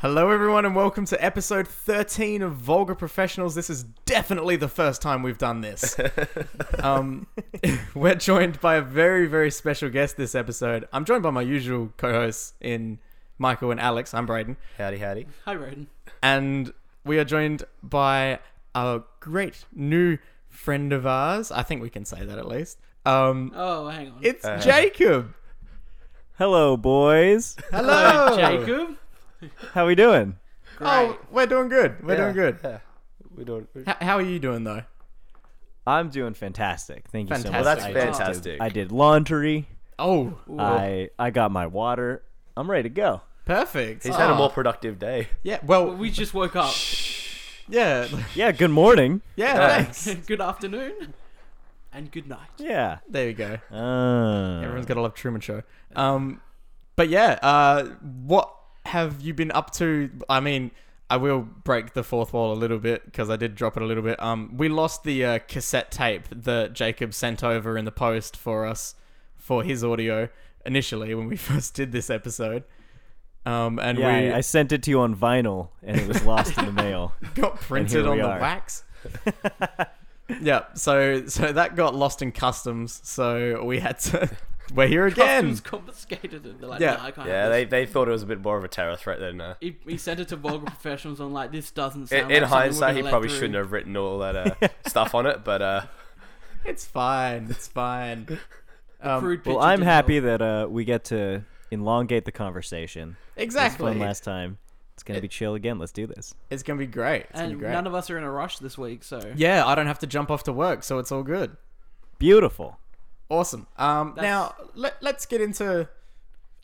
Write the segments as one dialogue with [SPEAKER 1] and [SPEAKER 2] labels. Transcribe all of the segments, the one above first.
[SPEAKER 1] Hello, everyone, and welcome to episode 13 of Vulgar Professionals. This is definitely the first time we've done this. um, we're joined by a very, very special guest this episode. I'm joined by my usual co hosts in Michael and Alex. I'm Braden.
[SPEAKER 2] Howdy, howdy.
[SPEAKER 3] Hi, Roden.
[SPEAKER 1] And we are joined by a great new friend of ours. I think we can say that at least. Um,
[SPEAKER 3] Oh, hang on.
[SPEAKER 1] it's
[SPEAKER 2] Uh,
[SPEAKER 1] Jacob.
[SPEAKER 4] Hello, boys.
[SPEAKER 1] Hello,
[SPEAKER 3] Jacob.
[SPEAKER 4] How we doing?
[SPEAKER 1] Oh, we're doing good. We're doing good.
[SPEAKER 2] Yeah. We don't. we-
[SPEAKER 1] H- how are you doing, though?
[SPEAKER 4] I'm doing fantastic. Thank you so
[SPEAKER 1] Fantastic.
[SPEAKER 4] much.
[SPEAKER 2] Well, that's
[SPEAKER 1] I-
[SPEAKER 2] fantastic.
[SPEAKER 4] I did laundry.
[SPEAKER 1] Oh,
[SPEAKER 4] I I got my water. I'm ready to go.
[SPEAKER 1] perfect.
[SPEAKER 2] He's had a
[SPEAKER 1] Oh.
[SPEAKER 2] more productive day.
[SPEAKER 1] Yeah, well,
[SPEAKER 3] We just woke up.
[SPEAKER 1] yeah,
[SPEAKER 4] Yeah, good morning.
[SPEAKER 1] yeah. Thanks.
[SPEAKER 3] good afternoon and good night.
[SPEAKER 4] Yeah.
[SPEAKER 1] There you go.
[SPEAKER 4] Uh,
[SPEAKER 1] Everyone's got to love Truman Show. Um, but yeah, uh, what have you been up to? I mean, I will break the fourth wall a little bit because I did drop it a little bit. Um, we lost the uh, cassette tape that Jacob sent over in the post for us for his audio initially when we first did this episode. Um, and
[SPEAKER 4] yeah,
[SPEAKER 1] we
[SPEAKER 4] I, I sent it to you on vinyl and it was lost in the mail.
[SPEAKER 1] got printed
[SPEAKER 4] here
[SPEAKER 1] on
[SPEAKER 4] we
[SPEAKER 1] the
[SPEAKER 4] are.
[SPEAKER 1] wax. yeah, so so that got lost in customs. So we had to. We're here again.
[SPEAKER 3] Customs confiscated it. They're like,
[SPEAKER 1] Yeah.
[SPEAKER 3] "Nah, I can't
[SPEAKER 2] Yeah,
[SPEAKER 3] have
[SPEAKER 2] they,
[SPEAKER 3] this."
[SPEAKER 2] they thought it was a bit more of a terror threat than. Uh,
[SPEAKER 3] He, he sent it to vulgar professionals on like this doesn't
[SPEAKER 2] in
[SPEAKER 3] sound.
[SPEAKER 2] in
[SPEAKER 3] like something we're
[SPEAKER 2] hindsight,
[SPEAKER 3] gonna
[SPEAKER 2] he
[SPEAKER 3] let
[SPEAKER 2] probably
[SPEAKER 3] through."
[SPEAKER 2] shouldn't have written all that uh, stuff on it, but uh,
[SPEAKER 1] It's fine. It's fine. Um,
[SPEAKER 3] Crude
[SPEAKER 4] Well,
[SPEAKER 3] picture
[SPEAKER 4] I'm
[SPEAKER 3] didn't
[SPEAKER 4] happy
[SPEAKER 3] help.
[SPEAKER 4] that uh, we get to elongate the conversation. It's
[SPEAKER 1] exactly.
[SPEAKER 4] fun last time. It's gonna be chill again. Let's do this.
[SPEAKER 1] it's gonna be great. It's gonna be
[SPEAKER 3] And
[SPEAKER 1] great.
[SPEAKER 3] none of us are in a rush this week, so
[SPEAKER 1] yeah, I don't have to jump off to work, so it's all good.
[SPEAKER 4] Beautiful.
[SPEAKER 1] Awesome. Um,
[SPEAKER 3] That's-
[SPEAKER 1] now let, let's get into.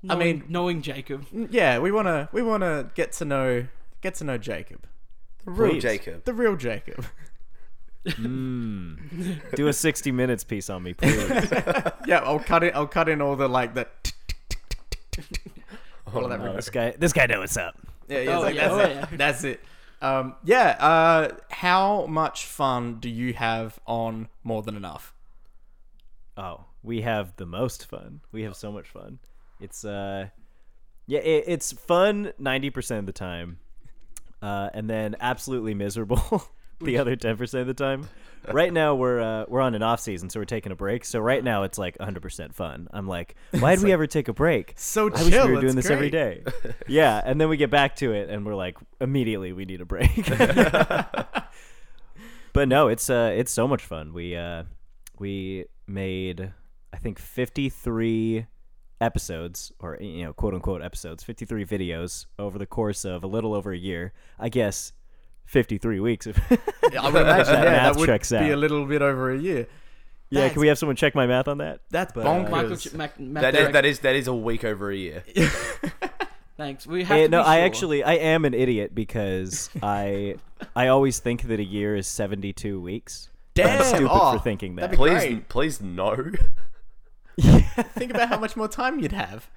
[SPEAKER 3] knowing,
[SPEAKER 1] mean-
[SPEAKER 3] knowing Jacob,
[SPEAKER 1] Yeah, we wanna we wanna get to know get to know Jacob,
[SPEAKER 2] the real
[SPEAKER 4] Please.
[SPEAKER 2] Jacob.
[SPEAKER 1] the real Jacob.
[SPEAKER 4] Do a 60 minutes piece on me, please.
[SPEAKER 1] yeah, I'll cut it. I'll cut in all the like the. all of that
[SPEAKER 4] Oh,
[SPEAKER 1] rubbish.
[SPEAKER 4] this guy, this guy knows what's up.
[SPEAKER 1] Yeah, yeah,
[SPEAKER 3] Oh,
[SPEAKER 1] it's like,
[SPEAKER 3] yeah,
[SPEAKER 1] that's,
[SPEAKER 3] oh,
[SPEAKER 1] it. that's it. Um, yeah. Uh, how much fun do you have on More Than Enough?
[SPEAKER 4] Oh, we have the most fun. We have so much fun. It's uh, yeah, it, it's fun ninety percent of the time, uh, and then absolutely miserable the other ten percent of the time. Right now we're uh, we're on an off season, so we're taking a break. So right now it's like hundred percent fun. I'm like, why did we ever take a break?
[SPEAKER 1] So
[SPEAKER 4] I wish
[SPEAKER 1] chill,
[SPEAKER 4] we were
[SPEAKER 1] it's
[SPEAKER 4] doing this every day. yeah, and then we get back to it, and we're like, immediately we need a break. but no, it's uh, it's so much fun. We uh, we made I think fifty three episodes, or you know, quote unquote episodes, fifty three videos over the course of a little over a year. I guess fifty three weeks. If
[SPEAKER 1] I would imagine
[SPEAKER 4] That
[SPEAKER 1] yeah, that
[SPEAKER 4] math
[SPEAKER 1] would
[SPEAKER 4] checks
[SPEAKER 1] be
[SPEAKER 4] out.
[SPEAKER 1] a little bit over a year.
[SPEAKER 4] yeah,
[SPEAKER 1] That's-
[SPEAKER 4] can we have someone check my math on that?
[SPEAKER 1] That's
[SPEAKER 4] But, uh,
[SPEAKER 1] bonkers.
[SPEAKER 3] Michael, Ch- Mac, Mac
[SPEAKER 2] That is,
[SPEAKER 3] Derrick,
[SPEAKER 2] that is that is a week over a year.
[SPEAKER 3] thanks. We have
[SPEAKER 4] Eh,
[SPEAKER 3] to
[SPEAKER 4] no,
[SPEAKER 3] be
[SPEAKER 4] I
[SPEAKER 3] sure.
[SPEAKER 4] actually I am an idiot because I I always think that a year is seventy two weeks.
[SPEAKER 1] Damn,
[SPEAKER 4] I'm stupid
[SPEAKER 1] oh,
[SPEAKER 4] for thinking
[SPEAKER 1] that'd
[SPEAKER 4] that.
[SPEAKER 1] be-
[SPEAKER 2] Please,
[SPEAKER 1] Great.
[SPEAKER 2] please no.
[SPEAKER 1] Think about how much more time you'd have.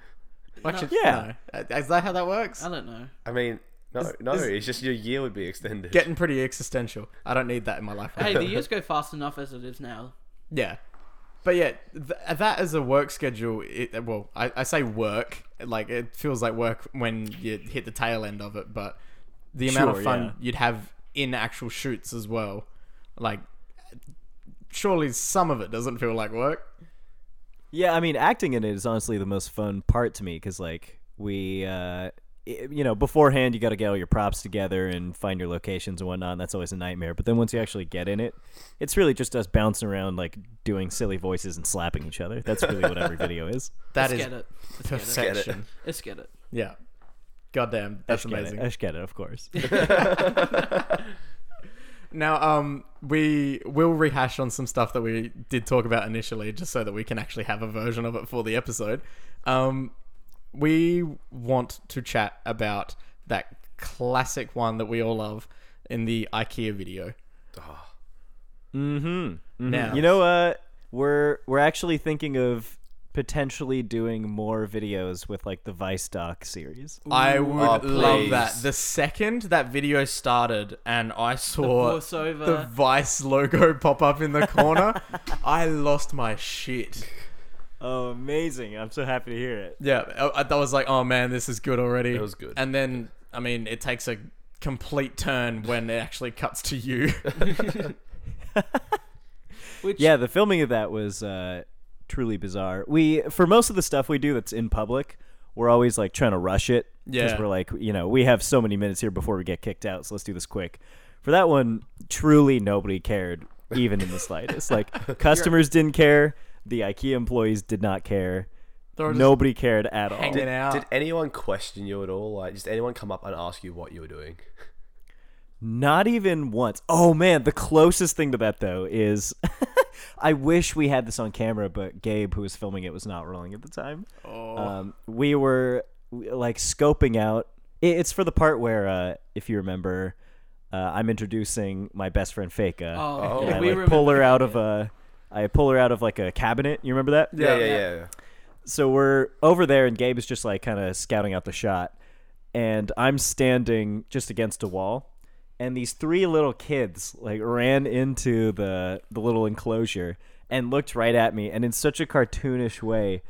[SPEAKER 1] Actually,
[SPEAKER 4] Yeah.
[SPEAKER 1] no. Uh, Is that how that works?
[SPEAKER 3] I don't know.
[SPEAKER 2] I mean, no, no.
[SPEAKER 1] is-
[SPEAKER 2] it's just your year would be extended.
[SPEAKER 1] Getting pretty existential. I don't need that in my life.
[SPEAKER 3] Hey, the years go fast enough as it is now.
[SPEAKER 1] Yeah. But yeah, th- that as a work schedule, it, well, I, I say work, like it feels like work when you hit the tail end of it, but the amount of
[SPEAKER 4] Sure,
[SPEAKER 1] fun
[SPEAKER 4] yeah.
[SPEAKER 1] you'd have in actual shoots as well. Like, surely some of it doesn't feel like work.
[SPEAKER 4] Yeah, I mean, acting in it is honestly the most fun part to me because, like, we, uh, i you know, beforehand you got to get all your props together and find your locations and whatnot. And that's always a nightmare. But then once you actually get in it, it's really just us bouncing around, like doing silly voices and slapping each other. That's really what every video is.
[SPEAKER 1] That
[SPEAKER 3] Let's
[SPEAKER 1] is
[SPEAKER 3] get it. Let's get it.
[SPEAKER 2] Get it.
[SPEAKER 1] perfection.
[SPEAKER 3] Let's get it.
[SPEAKER 1] Yeah. Goddamn, that's
[SPEAKER 4] Get it.
[SPEAKER 1] amazing.
[SPEAKER 4] Ash get it, of course.
[SPEAKER 1] Now, um, we will rehash on some stuff that we did talk about initially, just so that we can actually have a version of it for the episode. Um, we want to chat about that classic one that we all love in the IKEA video. Mm-hmm. Now,
[SPEAKER 4] You know, uh, we're we're actually thinking of potentially doing more videos with like the Vice Doc series.
[SPEAKER 1] I would
[SPEAKER 2] Oh,
[SPEAKER 1] love that.
[SPEAKER 2] please.
[SPEAKER 1] The second that video started and I saw
[SPEAKER 3] voiceover.
[SPEAKER 1] the Vice logo pop up in the corner, I lost my shit.
[SPEAKER 4] Oh, amazing! I'm so happy to hear it.
[SPEAKER 1] Yeah, I, I that was like, oh man, this is good already. It
[SPEAKER 2] was good.
[SPEAKER 1] And then I mean, it takes a complete turn when it actually cuts to you.
[SPEAKER 3] Which
[SPEAKER 4] yeah, the filming of that was uh, truly bizarre. We for most of the stuff we do that's in public, we're always like trying to rush it. 'cause
[SPEAKER 1] Yeah.
[SPEAKER 4] we're like, you know, we have so many minutes here before we get kicked out, so let's do this quick. For that one, truly nobody cared, even in the slightest. Like customers didn't care, the IKEA employees did not care,
[SPEAKER 1] They were just
[SPEAKER 4] nobody cared at all.
[SPEAKER 1] hanging out.
[SPEAKER 2] Did anyone question you at all? Like, just anyone come up and ask you what you were doing?
[SPEAKER 4] Not even once. Oh man, the closest thing to that though is I wish we had this on camera, but Gabe, who was filming it, was not rolling at the time. Oh. Um, we were w- like scoping out. i- It's for the part where, uh, if you remember, uh, I'm introducing my best friend Feka.
[SPEAKER 3] Oh,
[SPEAKER 4] and
[SPEAKER 3] yeah,
[SPEAKER 4] I
[SPEAKER 3] we
[SPEAKER 4] like, pull
[SPEAKER 3] remember
[SPEAKER 4] her out of a. I pull her out of like a cabinet. You remember that?
[SPEAKER 2] Yeah, yeah, yeah.
[SPEAKER 4] so we're over there and Gabe is just like kind of scouting out the shot and I'm standing just against a wall and these three little kids like ran into the the little enclosure and looked right at me and in such a cartoonish way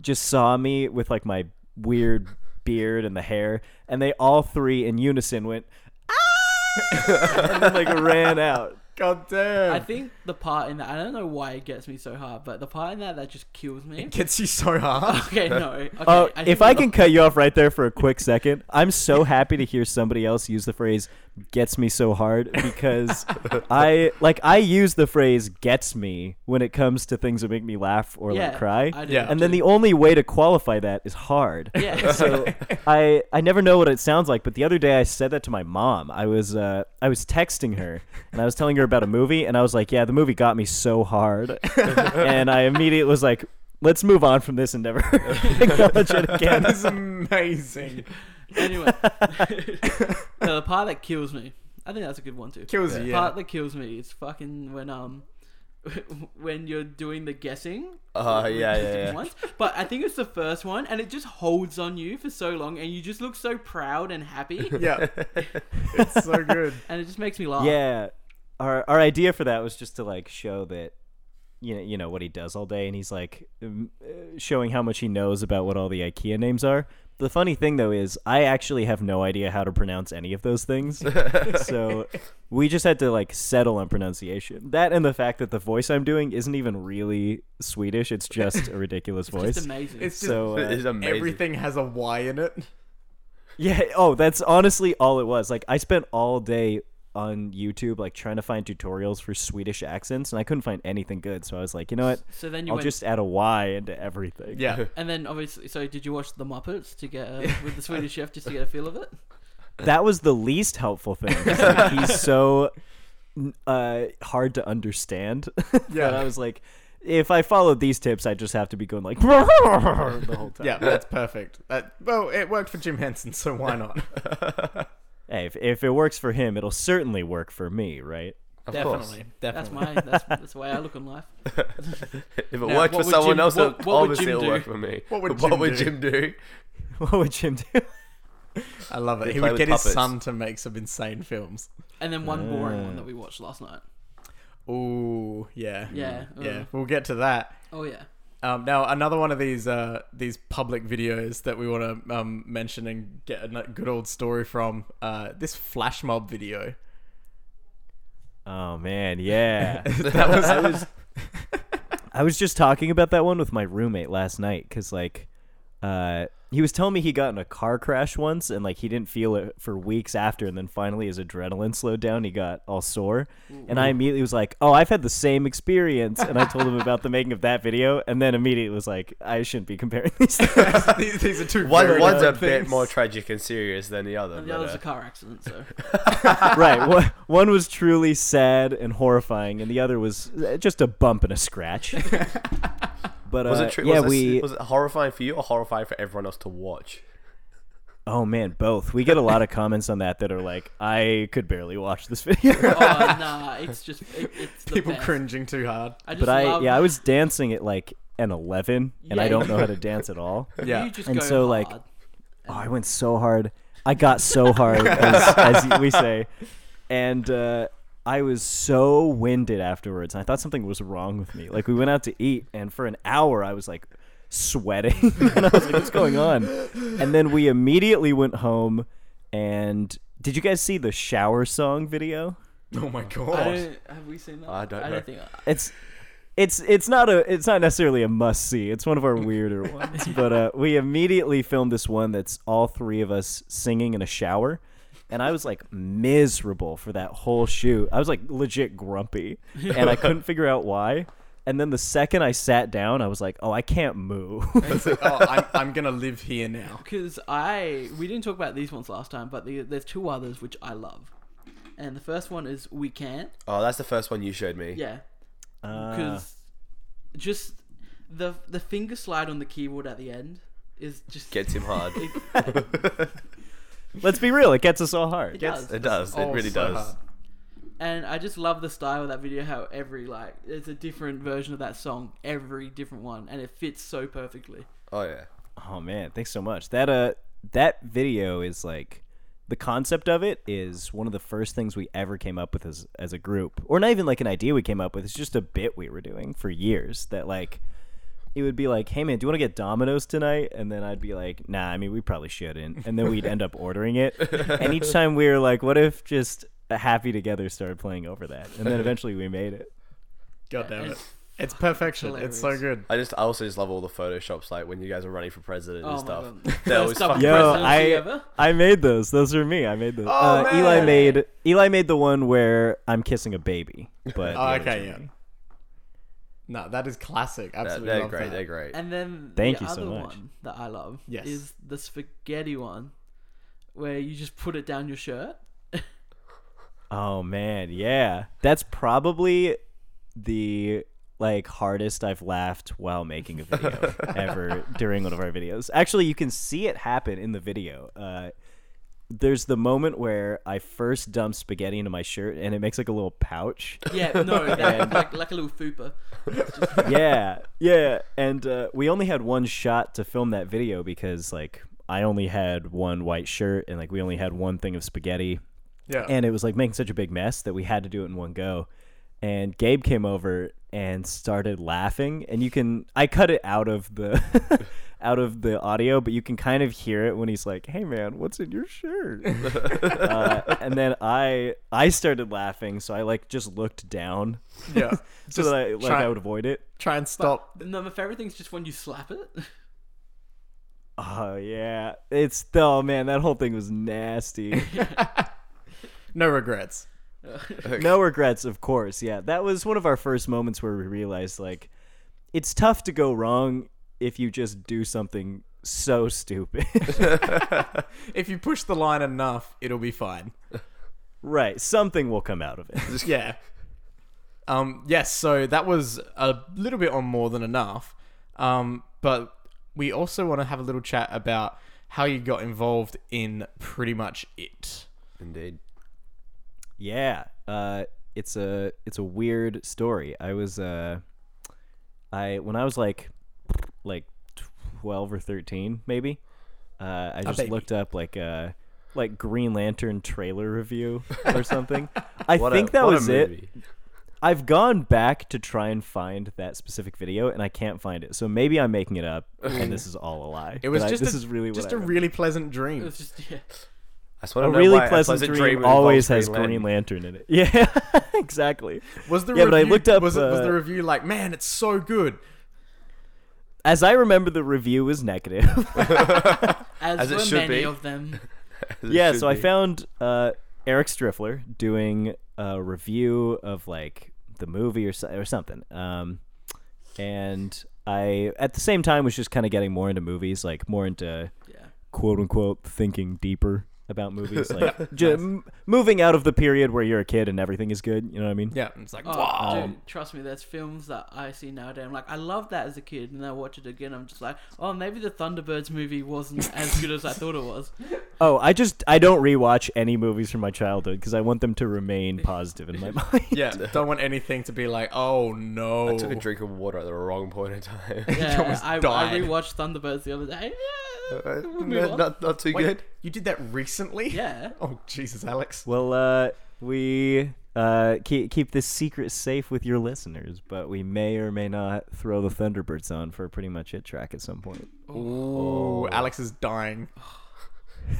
[SPEAKER 4] just saw me with like my weird beard and the hair and they all three in unison went ah! and then like ran out
[SPEAKER 1] God damn.
[SPEAKER 3] I think the part in that I don't know why it gets me so hard, but the part in that that just kills me.
[SPEAKER 1] Gets you so hard.
[SPEAKER 3] Okay, no. Okay,
[SPEAKER 4] Oh,
[SPEAKER 3] I
[SPEAKER 4] if
[SPEAKER 3] think-
[SPEAKER 4] I can cut you off right there for a quick second, I'm so happy to hear somebody else use the phrase "gets me so hard" because I like I use the phrase "gets me" when it comes to things that make me laugh or
[SPEAKER 3] yeah,
[SPEAKER 4] like cry,
[SPEAKER 3] I do
[SPEAKER 1] Yeah.
[SPEAKER 4] and then the only way to qualify that is hard.
[SPEAKER 3] yeah.
[SPEAKER 4] So I I never know what it sounds like, but the other day I said that to my mom. I was uh, I was texting her and I was telling her about a movie, and I was like, "Yeah, the movie got me so hard," and I immediately was like, "Let's move on from this and never acknowledge it again."
[SPEAKER 1] That is amazing.
[SPEAKER 3] anyway, no, the part that kills me. I think that's a good one too.
[SPEAKER 1] Kills you,
[SPEAKER 3] The
[SPEAKER 1] yeah.
[SPEAKER 3] part that kills me is fucking when um when you're doing the guessing.
[SPEAKER 2] Oh,
[SPEAKER 3] with
[SPEAKER 2] yeah,
[SPEAKER 3] the
[SPEAKER 2] yeah,
[SPEAKER 3] different
[SPEAKER 2] yeah.
[SPEAKER 3] ones. But I think it's the first one, and it just holds on you for so long, and you just look so proud and happy,
[SPEAKER 1] Yeah. It's so good.
[SPEAKER 3] and it just makes
[SPEAKER 2] Uh,
[SPEAKER 3] me laugh.
[SPEAKER 4] Yeah, our our idea for that was just to like show that. You know, you know what he does all day, and he's like um, uh, showing how much he knows about what all the IKEA names are. The funny thing though is, I actually have no idea how to pronounce any of those things. so we just had to like settle on pronunciation. That and the fact that the voice I'm doing isn't even really Swedish; it's just a ridiculous
[SPEAKER 3] It's
[SPEAKER 4] voice.
[SPEAKER 3] just amazing.
[SPEAKER 1] It's just
[SPEAKER 4] so uh,
[SPEAKER 2] It is amazing.
[SPEAKER 1] everything has a Y in it.
[SPEAKER 4] Yeah. Oh, that's honestly all it was. Like, I spent all day on YouTube, like, trying to find tutorials for Swedish accents, and I couldn't find anything good. So I was like, you know what?
[SPEAKER 3] so then you
[SPEAKER 4] I'll
[SPEAKER 3] went,
[SPEAKER 4] just add a Y into everything.
[SPEAKER 1] Yeah.
[SPEAKER 3] and then obviously. So did you watch the Muppets to get uh, with the Swedish Chef just to get a feel of it?
[SPEAKER 4] That was the least helpful thing. It's like, he's so uh, hard to understand.
[SPEAKER 1] Yeah.
[SPEAKER 4] and I was like, if I followed these tips, I'd just have to be going like the whole time.
[SPEAKER 1] Yeah, that's perfect. That, well, it worked for Jim Henson, so why not?
[SPEAKER 4] Hey, if, if it works for him, it'll certainly work for me, right?
[SPEAKER 2] Of course.
[SPEAKER 3] That's my that's, that's the way I look on life.
[SPEAKER 2] If it
[SPEAKER 3] Now,
[SPEAKER 2] worked for
[SPEAKER 3] what would
[SPEAKER 2] someone
[SPEAKER 3] Jim-
[SPEAKER 2] else,
[SPEAKER 3] what- what
[SPEAKER 2] it-
[SPEAKER 3] would
[SPEAKER 2] obviously
[SPEAKER 3] Jim
[SPEAKER 2] it'll
[SPEAKER 3] do?
[SPEAKER 2] work for me.
[SPEAKER 1] What would
[SPEAKER 2] But
[SPEAKER 1] Jim
[SPEAKER 2] what would
[SPEAKER 1] do?
[SPEAKER 2] Jim do?
[SPEAKER 4] What would Jim do?
[SPEAKER 1] I love it.
[SPEAKER 2] They
[SPEAKER 1] He
[SPEAKER 2] play
[SPEAKER 1] would
[SPEAKER 2] with
[SPEAKER 1] get his
[SPEAKER 2] puppets.
[SPEAKER 1] son to make some insane films.
[SPEAKER 3] And then one boring
[SPEAKER 4] Ah.
[SPEAKER 3] one that we watched last night.
[SPEAKER 1] Ooh, yeah,
[SPEAKER 3] Yeah,
[SPEAKER 1] yeah.
[SPEAKER 3] ugh.
[SPEAKER 1] We'll get to that.
[SPEAKER 3] Oh yeah.
[SPEAKER 1] Um, now, another one of these uh, these public videos that we want to um, mention and get a n- good old story from uh, this flash mob video.
[SPEAKER 4] Oh man, yeah.
[SPEAKER 1] that was,
[SPEAKER 4] I was I was just talking about that one with my roommate last night because like uh, he was telling me he got in a car crash once and like he didn't feel it for weeks after and then finally his adrenaline slowed down he got all sore and I immediately was like oh I've had the same experience and I told him about the making of that video and then immediately was like I shouldn't be comparing these things.
[SPEAKER 1] these, these are two.
[SPEAKER 2] One,
[SPEAKER 1] very
[SPEAKER 2] one's a
[SPEAKER 1] different
[SPEAKER 2] bit
[SPEAKER 1] things.
[SPEAKER 2] more tragic and serious than the other.
[SPEAKER 3] And the
[SPEAKER 2] but,
[SPEAKER 3] other's
[SPEAKER 2] uh,
[SPEAKER 3] a car accident, so
[SPEAKER 4] right one, one was truly sad and horrifying and the other was uh, just a bump and a scratch but uh,
[SPEAKER 2] was it true?
[SPEAKER 4] yeah
[SPEAKER 2] was, it,
[SPEAKER 4] we
[SPEAKER 2] was it horrifying for you or horrifying for everyone else to watch?
[SPEAKER 4] Oh man, both. We get a lot of comments on that that are like, I could barely watch this video.
[SPEAKER 3] oh nah, it's just it, it's the
[SPEAKER 1] People
[SPEAKER 3] best.
[SPEAKER 1] cringing too hard.
[SPEAKER 3] I just
[SPEAKER 4] But I
[SPEAKER 3] love,
[SPEAKER 4] yeah, I was dancing at like an eleven and I
[SPEAKER 3] Yeah.
[SPEAKER 4] don't know how to dance at all.
[SPEAKER 1] Yeah.
[SPEAKER 3] you just
[SPEAKER 4] And
[SPEAKER 3] go
[SPEAKER 4] so, like,
[SPEAKER 3] hard.
[SPEAKER 4] Oh, I went so hard. I got so hard as, as we say. And uh I was so winded afterwards. And I thought something was wrong with me. Like we went out to eat and for an hour I was like sweating and I was like, What's going on? And then we immediately went home And did you guys see the shower song video?
[SPEAKER 1] Oh my
[SPEAKER 3] I
[SPEAKER 1] god.
[SPEAKER 3] don't, have we seen that?
[SPEAKER 2] I don't
[SPEAKER 3] I
[SPEAKER 2] know.
[SPEAKER 3] don't think. I-
[SPEAKER 4] It's it's it's not a it's not necessarily a must see. It's one of our weirder ones. But uh, we immediately filmed this one that's all three of us singing in a shower. And I was like miserable for that whole shoot. I was like legit grumpy, and I couldn't figure out why. And then the second I sat down, I was like, "Oh, I can't move."
[SPEAKER 1] It's like, oh, I'm, I'm gonna live here now.
[SPEAKER 3] Because I we didn't talk about these ones last time, but the, there's two others which I love, and the first one is we can't.
[SPEAKER 2] Oh, that's the first one you showed me.
[SPEAKER 3] Yeah,
[SPEAKER 4] Uh,
[SPEAKER 3] because just the the finger slide on the keyboard at the end is just
[SPEAKER 2] Gets him hard.
[SPEAKER 3] It,
[SPEAKER 4] let's be real, it gets us all hard.
[SPEAKER 3] it does.
[SPEAKER 2] it does. It
[SPEAKER 1] Oh,
[SPEAKER 2] really
[SPEAKER 1] so
[SPEAKER 2] does.
[SPEAKER 1] hard.
[SPEAKER 3] And I just love the style of that video. How every like it's a different version of that song, every different one, and it fits so perfectly.
[SPEAKER 2] Oh yeah.
[SPEAKER 4] Oh man, thanks so much. That uh that video is like the concept of it is one of the first things we ever came up with as as a group. Or not even like an idea we came up with. It's just a bit we were doing for years that like it would be like, "Hey man, do you want to get Domino's tonight?" And then I'd be like, "Nah, I mean, we probably shouldn't." And then we'd end up ordering it. And each time we were like, "What if just Happy Together started playing over that?" And then eventually we made it.
[SPEAKER 1] God damn it.
[SPEAKER 3] It's
[SPEAKER 1] It's perfection. It's so
[SPEAKER 3] hilarious.
[SPEAKER 1] good.
[SPEAKER 2] I just I also just love all the photoshops like when you guys are running for president
[SPEAKER 3] Oh
[SPEAKER 2] and
[SPEAKER 3] my
[SPEAKER 2] stuff.
[SPEAKER 3] god!
[SPEAKER 2] They're always
[SPEAKER 3] First double
[SPEAKER 2] fucking
[SPEAKER 4] Yo,
[SPEAKER 3] presidency
[SPEAKER 4] I-
[SPEAKER 3] ever.
[SPEAKER 4] I made those. Those are me. I made those.
[SPEAKER 1] Oh,
[SPEAKER 4] uh, Eli
[SPEAKER 1] man.
[SPEAKER 4] made Eli made the one where I'm kissing a baby. But
[SPEAKER 1] Oh, okay, yeah. No, that is classic.
[SPEAKER 2] They're,
[SPEAKER 1] Absolutely,
[SPEAKER 2] they're
[SPEAKER 1] love
[SPEAKER 2] great.
[SPEAKER 1] that.
[SPEAKER 2] They're great.
[SPEAKER 3] And then
[SPEAKER 4] Thank
[SPEAKER 3] the
[SPEAKER 4] you so
[SPEAKER 3] other
[SPEAKER 4] much.
[SPEAKER 3] one that I love
[SPEAKER 1] Yes.
[SPEAKER 3] is the spaghetti one, where you just put it down your shirt.
[SPEAKER 4] oh man, yeah. That's probably the like hardest I've laughed while making a video ever during one of our videos. Actually, you can see it happen in the video. Uh, there's the moment where I first dump spaghetti into my shirt and it makes like a little pouch.
[SPEAKER 3] Yeah, no, that, like like a little fupa.
[SPEAKER 4] yeah, yeah. And uh, we only had one shot to film that video because like I only had one white shirt and like we only had one thing of spaghetti,
[SPEAKER 1] Yeah.
[SPEAKER 4] and it was like making such a big mess that we had to do it in one go. And Gabe came over and started laughing, and you can I cut it out of the. out of the audio but you can kind of hear it when he's like hey man what's in your shirt uh, and then i i started laughing so i like just looked down
[SPEAKER 1] yeah.
[SPEAKER 4] so
[SPEAKER 1] Just
[SPEAKER 4] that i like
[SPEAKER 1] try,
[SPEAKER 4] i would avoid it
[SPEAKER 1] try and stop.
[SPEAKER 3] No, my favorite thing is just when you slap it.
[SPEAKER 4] Oh yeah, it's oh man, that whole thing was nasty.
[SPEAKER 1] No regrets.
[SPEAKER 4] no regrets, of course. Yeah, that was one of our first moments where we realized like it's tough to go wrong if you just do something so stupid.
[SPEAKER 1] If you push the line enough, it'll be fine.
[SPEAKER 4] right, something will come out of it.
[SPEAKER 1] yeah. Um, yes, so that was a little bit on more than enough. Um, but we also want to have a little chat about how you got involved in pretty much it.
[SPEAKER 2] Indeed.
[SPEAKER 4] Yeah, uh, it's a it's a weird story. I was uh, I when I was like like twelve or thirteen, maybe. Uh, I just
[SPEAKER 1] baby.
[SPEAKER 4] looked up like uh like Green Lantern trailer review or something. I
[SPEAKER 2] What
[SPEAKER 4] think
[SPEAKER 2] a,
[SPEAKER 4] that
[SPEAKER 2] what
[SPEAKER 4] was
[SPEAKER 2] a
[SPEAKER 4] it.
[SPEAKER 2] movie.
[SPEAKER 4] I've gone back to try and find that specific video, and I can't find it. So maybe I'm making it up, and this is all a lie.
[SPEAKER 1] It was
[SPEAKER 4] But I-
[SPEAKER 1] just
[SPEAKER 4] this
[SPEAKER 1] a,
[SPEAKER 4] is really what
[SPEAKER 1] just
[SPEAKER 4] I
[SPEAKER 1] a
[SPEAKER 4] remember.
[SPEAKER 1] really pleasant
[SPEAKER 3] It
[SPEAKER 1] dream.
[SPEAKER 3] was just yeah.
[SPEAKER 2] I just wanna
[SPEAKER 4] a
[SPEAKER 2] know
[SPEAKER 4] really
[SPEAKER 2] why
[SPEAKER 4] pleasant, dream, always has
[SPEAKER 2] involves
[SPEAKER 4] Green
[SPEAKER 2] Lantern.
[SPEAKER 4] Lantern in it. Yeah, exactly.
[SPEAKER 1] Was the
[SPEAKER 4] Yeah,
[SPEAKER 1] review,
[SPEAKER 4] but I looked up,
[SPEAKER 1] was, it, was
[SPEAKER 4] uh,
[SPEAKER 1] the review like, man, it's so good.
[SPEAKER 4] As I remember, the review was negative.
[SPEAKER 3] As,
[SPEAKER 2] As it
[SPEAKER 3] were
[SPEAKER 2] should
[SPEAKER 3] many
[SPEAKER 2] be.
[SPEAKER 3] of them.
[SPEAKER 2] It
[SPEAKER 4] yeah,
[SPEAKER 2] should
[SPEAKER 4] so I
[SPEAKER 2] be.
[SPEAKER 4] found uh, Eric Striffler doing a review of like the movie or so- or something. Um, and I, at the same time, was just kind of getting more into movies, like more into
[SPEAKER 3] Yeah.
[SPEAKER 4] quote unquote thinking deeper about movies, like ju- m- moving out of the period where you're a kid and everything is good. You know what I mean?
[SPEAKER 1] Yeah, it's like,
[SPEAKER 3] Oh,
[SPEAKER 1] wow.
[SPEAKER 3] dude, trust me, there's films that I see nowadays. I'm like, I love that as a kid, and then I watch it again. I'm just like, oh, maybe the Thunderbirds movie wasn't as good as I thought it was.
[SPEAKER 4] Oh, I just I don't rewatch any movies from my childhood because I want them to remain positive in my mind.
[SPEAKER 1] Yeah, don't want anything to be like, oh no.
[SPEAKER 2] I took a drink of water at the wrong point in time.
[SPEAKER 3] Yeah,
[SPEAKER 1] almost
[SPEAKER 3] I, I
[SPEAKER 1] died.
[SPEAKER 3] rewatched Thunderbirds the other day. Yeah,
[SPEAKER 2] Uh,
[SPEAKER 3] we'll move
[SPEAKER 2] no,
[SPEAKER 3] on.
[SPEAKER 2] not, not too
[SPEAKER 1] Wait,
[SPEAKER 2] good.
[SPEAKER 1] you did that recently?
[SPEAKER 3] yeah.
[SPEAKER 1] Oh, Jesus, Alex.
[SPEAKER 4] Well, uh, we uh, keep keep this secret safe with your listeners, but we may or may not throw the Thunderbirds on for a pretty much it track at some point.
[SPEAKER 1] Ooh, Alex is dying.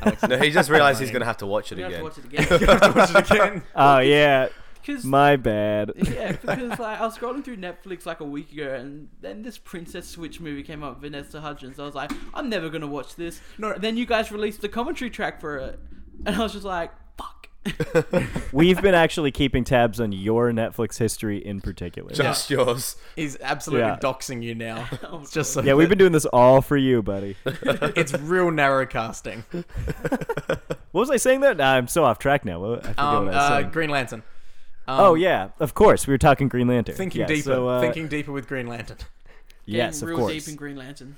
[SPEAKER 1] Alex.
[SPEAKER 2] No, he just realized he's gonna have to watch it
[SPEAKER 3] You have to
[SPEAKER 2] again.
[SPEAKER 3] watch it again.
[SPEAKER 1] have to watch it again.
[SPEAKER 4] Oh yeah,
[SPEAKER 3] Because
[SPEAKER 4] my bad.
[SPEAKER 3] yeah, because like I was scrolling through Netflix like a week ago, and then this Princess Switch movie came up, Vanessa Hudgens. I was like, I'm never gonna watch this.
[SPEAKER 1] No.
[SPEAKER 3] And then you guys released the commentary track for it, and I was just like, fuck.
[SPEAKER 4] We've been actually keeping tabs on your Netflix history in particular.
[SPEAKER 2] Just yours.
[SPEAKER 1] He's absolutely
[SPEAKER 4] Yeah.
[SPEAKER 1] doxing you now.
[SPEAKER 3] Oh,
[SPEAKER 1] It's just so
[SPEAKER 4] Yeah, we've been doing this all for you, buddy.
[SPEAKER 1] It's real narrow casting.
[SPEAKER 4] What was I saying there? Nah, I'm so off track now. What- I forget
[SPEAKER 1] Um,
[SPEAKER 4] what I was
[SPEAKER 1] uh,
[SPEAKER 4] saying.
[SPEAKER 1] Green Lantern. Um,
[SPEAKER 4] oh yeah, of course. We were talking Green Lantern.
[SPEAKER 1] Thinking
[SPEAKER 4] Yeah,
[SPEAKER 1] deeper.
[SPEAKER 4] so, uh,
[SPEAKER 1] thinking deeper with Green Lantern.
[SPEAKER 4] Yes,
[SPEAKER 3] Getting
[SPEAKER 4] of
[SPEAKER 3] real
[SPEAKER 4] course.
[SPEAKER 3] deep in Green Lantern.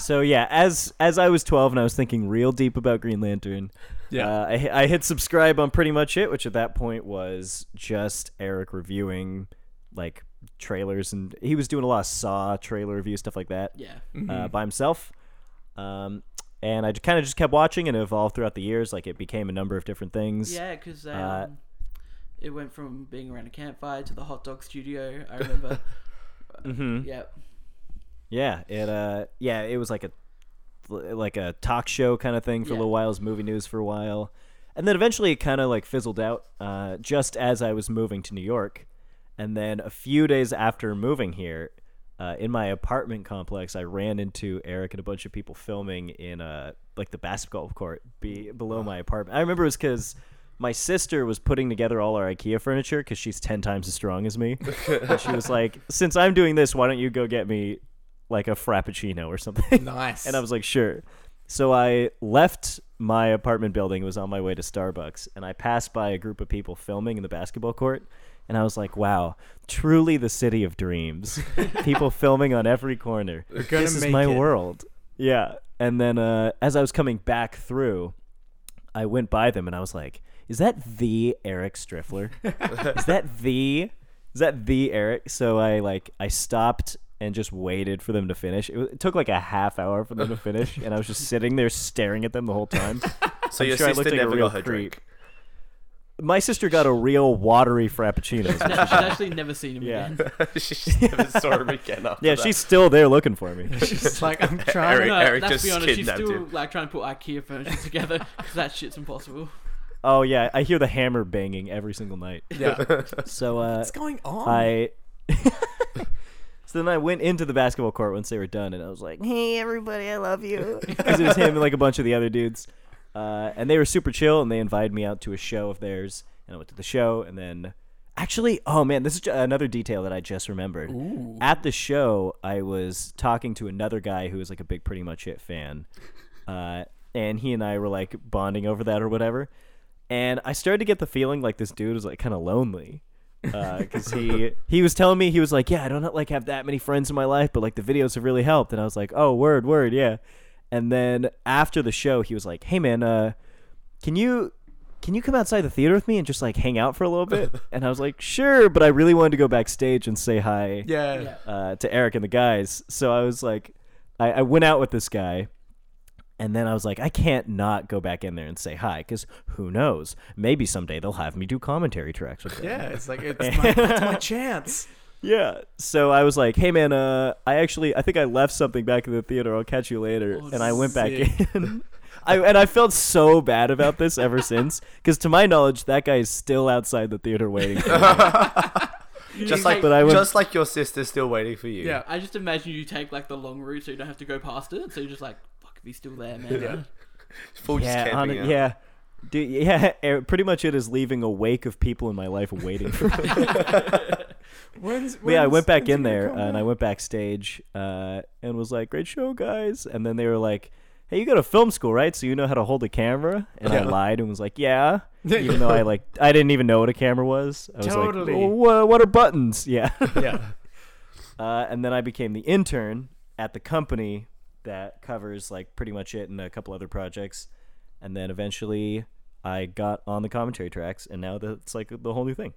[SPEAKER 4] so yeah, as as I was 12 and I was thinking real deep about Green Lantern.
[SPEAKER 1] Yeah.
[SPEAKER 4] uh, I, hi- I hit subscribe on pretty much it, which at that point was just Eric reviewing like trailers, and he was doing a lot of Saw trailer review stuff like that
[SPEAKER 3] Yeah. Mm-hmm.
[SPEAKER 4] uh, by himself. Um, and I kind of just kept watching and it evolved throughout the years. Like it became a number of different things.
[SPEAKER 3] Yeah, because um,
[SPEAKER 4] Uh,
[SPEAKER 3] it went from being around a campfire to the hot dog studio. I remember.
[SPEAKER 2] Mm-hmm.
[SPEAKER 4] Mhm.
[SPEAKER 3] yeah.
[SPEAKER 4] Yeah, it uh yeah, it was like a like a talk show kind of thing for a
[SPEAKER 3] Yeah.
[SPEAKER 4] little while, it was movie news for a while. And then eventually it kind of like fizzled out uh just as I was moving to New York. And then a few days after moving here, uh, in my apartment complex, I ran into Eric and a bunch of people filming in uh like the basketball court be below my apartment. I remember it was cuz my sister was putting together all our IKEA furniture because she's ten times as strong as me. and she was like, "Since I'm doing this, why don't you go get me like a frappuccino or something.
[SPEAKER 1] Nice.
[SPEAKER 4] and I was like, sure. So I left my apartment building, was on my way to Starbucks, and I passed by a group of people filming in the basketball court. And I was like, wow, truly the city of dreams. people filming on every corner.
[SPEAKER 1] gonna
[SPEAKER 4] This is
[SPEAKER 1] make
[SPEAKER 4] my
[SPEAKER 1] it.
[SPEAKER 4] world. Yeah. And then uh, as I was coming back through, I went by them and I was like, is that the Eric Striffler? is that the is that the Eric? So I like I stopped and just waited for them to finish. It, wa- it took like a half hour for them to finish, and I was just sitting there staring at them the whole time.
[SPEAKER 2] So
[SPEAKER 4] I'm
[SPEAKER 2] your
[SPEAKER 4] sure I
[SPEAKER 2] sister
[SPEAKER 4] looked like a
[SPEAKER 2] never
[SPEAKER 4] real
[SPEAKER 2] got her
[SPEAKER 4] creep.
[SPEAKER 2] drink.
[SPEAKER 4] My sister got a real watery frappuccino.
[SPEAKER 3] She's actually never seen him
[SPEAKER 4] Yeah.
[SPEAKER 3] again.
[SPEAKER 2] She's never saw him again. After
[SPEAKER 4] yeah,
[SPEAKER 2] that.
[SPEAKER 4] she's still there looking for me.
[SPEAKER 1] She's like, I'm trying. to-
[SPEAKER 2] Eric-
[SPEAKER 3] No,
[SPEAKER 2] Eric
[SPEAKER 3] let's
[SPEAKER 2] just
[SPEAKER 3] be honest. She's
[SPEAKER 2] kidnapped
[SPEAKER 3] still
[SPEAKER 2] him.
[SPEAKER 3] like trying to put IKEA furniture together because that shit's impossible.
[SPEAKER 4] Oh yeah, I hear the hammer banging every single night.
[SPEAKER 1] Yeah.
[SPEAKER 4] So uh,
[SPEAKER 1] What's going on?
[SPEAKER 4] I. so then I went into the basketball court once they were done, and I was like, "Hey, everybody, I love you," because it was him and like a bunch of the other dudes, uh, and they were super chill, and they invited me out to a show of theirs, and I went to the show, and then actually, oh man, this is ju- another detail that I just remembered. At the show, I was talking to another guy who was like a big Pretty Much It fan, uh, and he and I were like bonding over that or whatever. And I started to get the feeling like this dude was like kind of lonely, because he he was telling me he was like, yeah, I don't like have that many friends in my life, but like the videos have really helped. And I was like, oh, word, word, yeah. And then after the show, he was like, hey man, uh, can you can you come outside the theater with me and just like hang out for a little bit? And I was like, sure, but I really wanted to go backstage and say hi
[SPEAKER 1] yeah.
[SPEAKER 3] Yeah.
[SPEAKER 4] uh, to Eric and the guys. So I was like, I, I went out with this guy, and then I was like, I can't not go back in there and say hi because who knows? Maybe someday they'll have me do commentary tracks with them.
[SPEAKER 1] Yeah. It's like it's my, it's my chance.
[SPEAKER 4] Yeah. So I was like, hey man, uh, I actually I think I left something back in the theater. I'll catch you later.
[SPEAKER 3] Oh,
[SPEAKER 4] and I went back
[SPEAKER 1] sick.
[SPEAKER 4] in. I, and I felt so bad about this ever since, because to my knowledge, that guy is still outside the theater waiting. For me.
[SPEAKER 2] just like,
[SPEAKER 4] But I would-
[SPEAKER 2] just like your sister's still waiting for you.
[SPEAKER 1] Yeah.
[SPEAKER 3] I just imagine you take like the long route so you don't have to go past it. So you're just like, fuck, if he's still there, man.
[SPEAKER 2] Full just
[SPEAKER 4] yeah,
[SPEAKER 2] camping
[SPEAKER 4] on,
[SPEAKER 2] out.
[SPEAKER 4] yeah, dude, yeah. eh, Pretty much, it is leaving a wake of people in my life waiting for me.
[SPEAKER 1] When's,
[SPEAKER 4] But yeah, I
[SPEAKER 1] when's-
[SPEAKER 4] went back
[SPEAKER 1] when's he
[SPEAKER 4] in
[SPEAKER 1] gonna
[SPEAKER 4] there
[SPEAKER 1] come
[SPEAKER 4] and I
[SPEAKER 1] back?
[SPEAKER 4] went backstage uh, and was like, "Great show, guys!" And then they were like, "Hey, you go to film school, right? So you know how to hold a camera?" And I
[SPEAKER 1] Yeah.
[SPEAKER 4] lied and was like, "Yeah," even though I like I didn't even know what a camera was. I was
[SPEAKER 1] Totally.
[SPEAKER 4] like, "What? What are buttons?" Yeah.
[SPEAKER 1] Yeah.
[SPEAKER 4] uh, and then I became the intern at the company that covers like pretty much it and a couple other projects, and then eventually I got on the commentary tracks, and now that's like the whole new thing.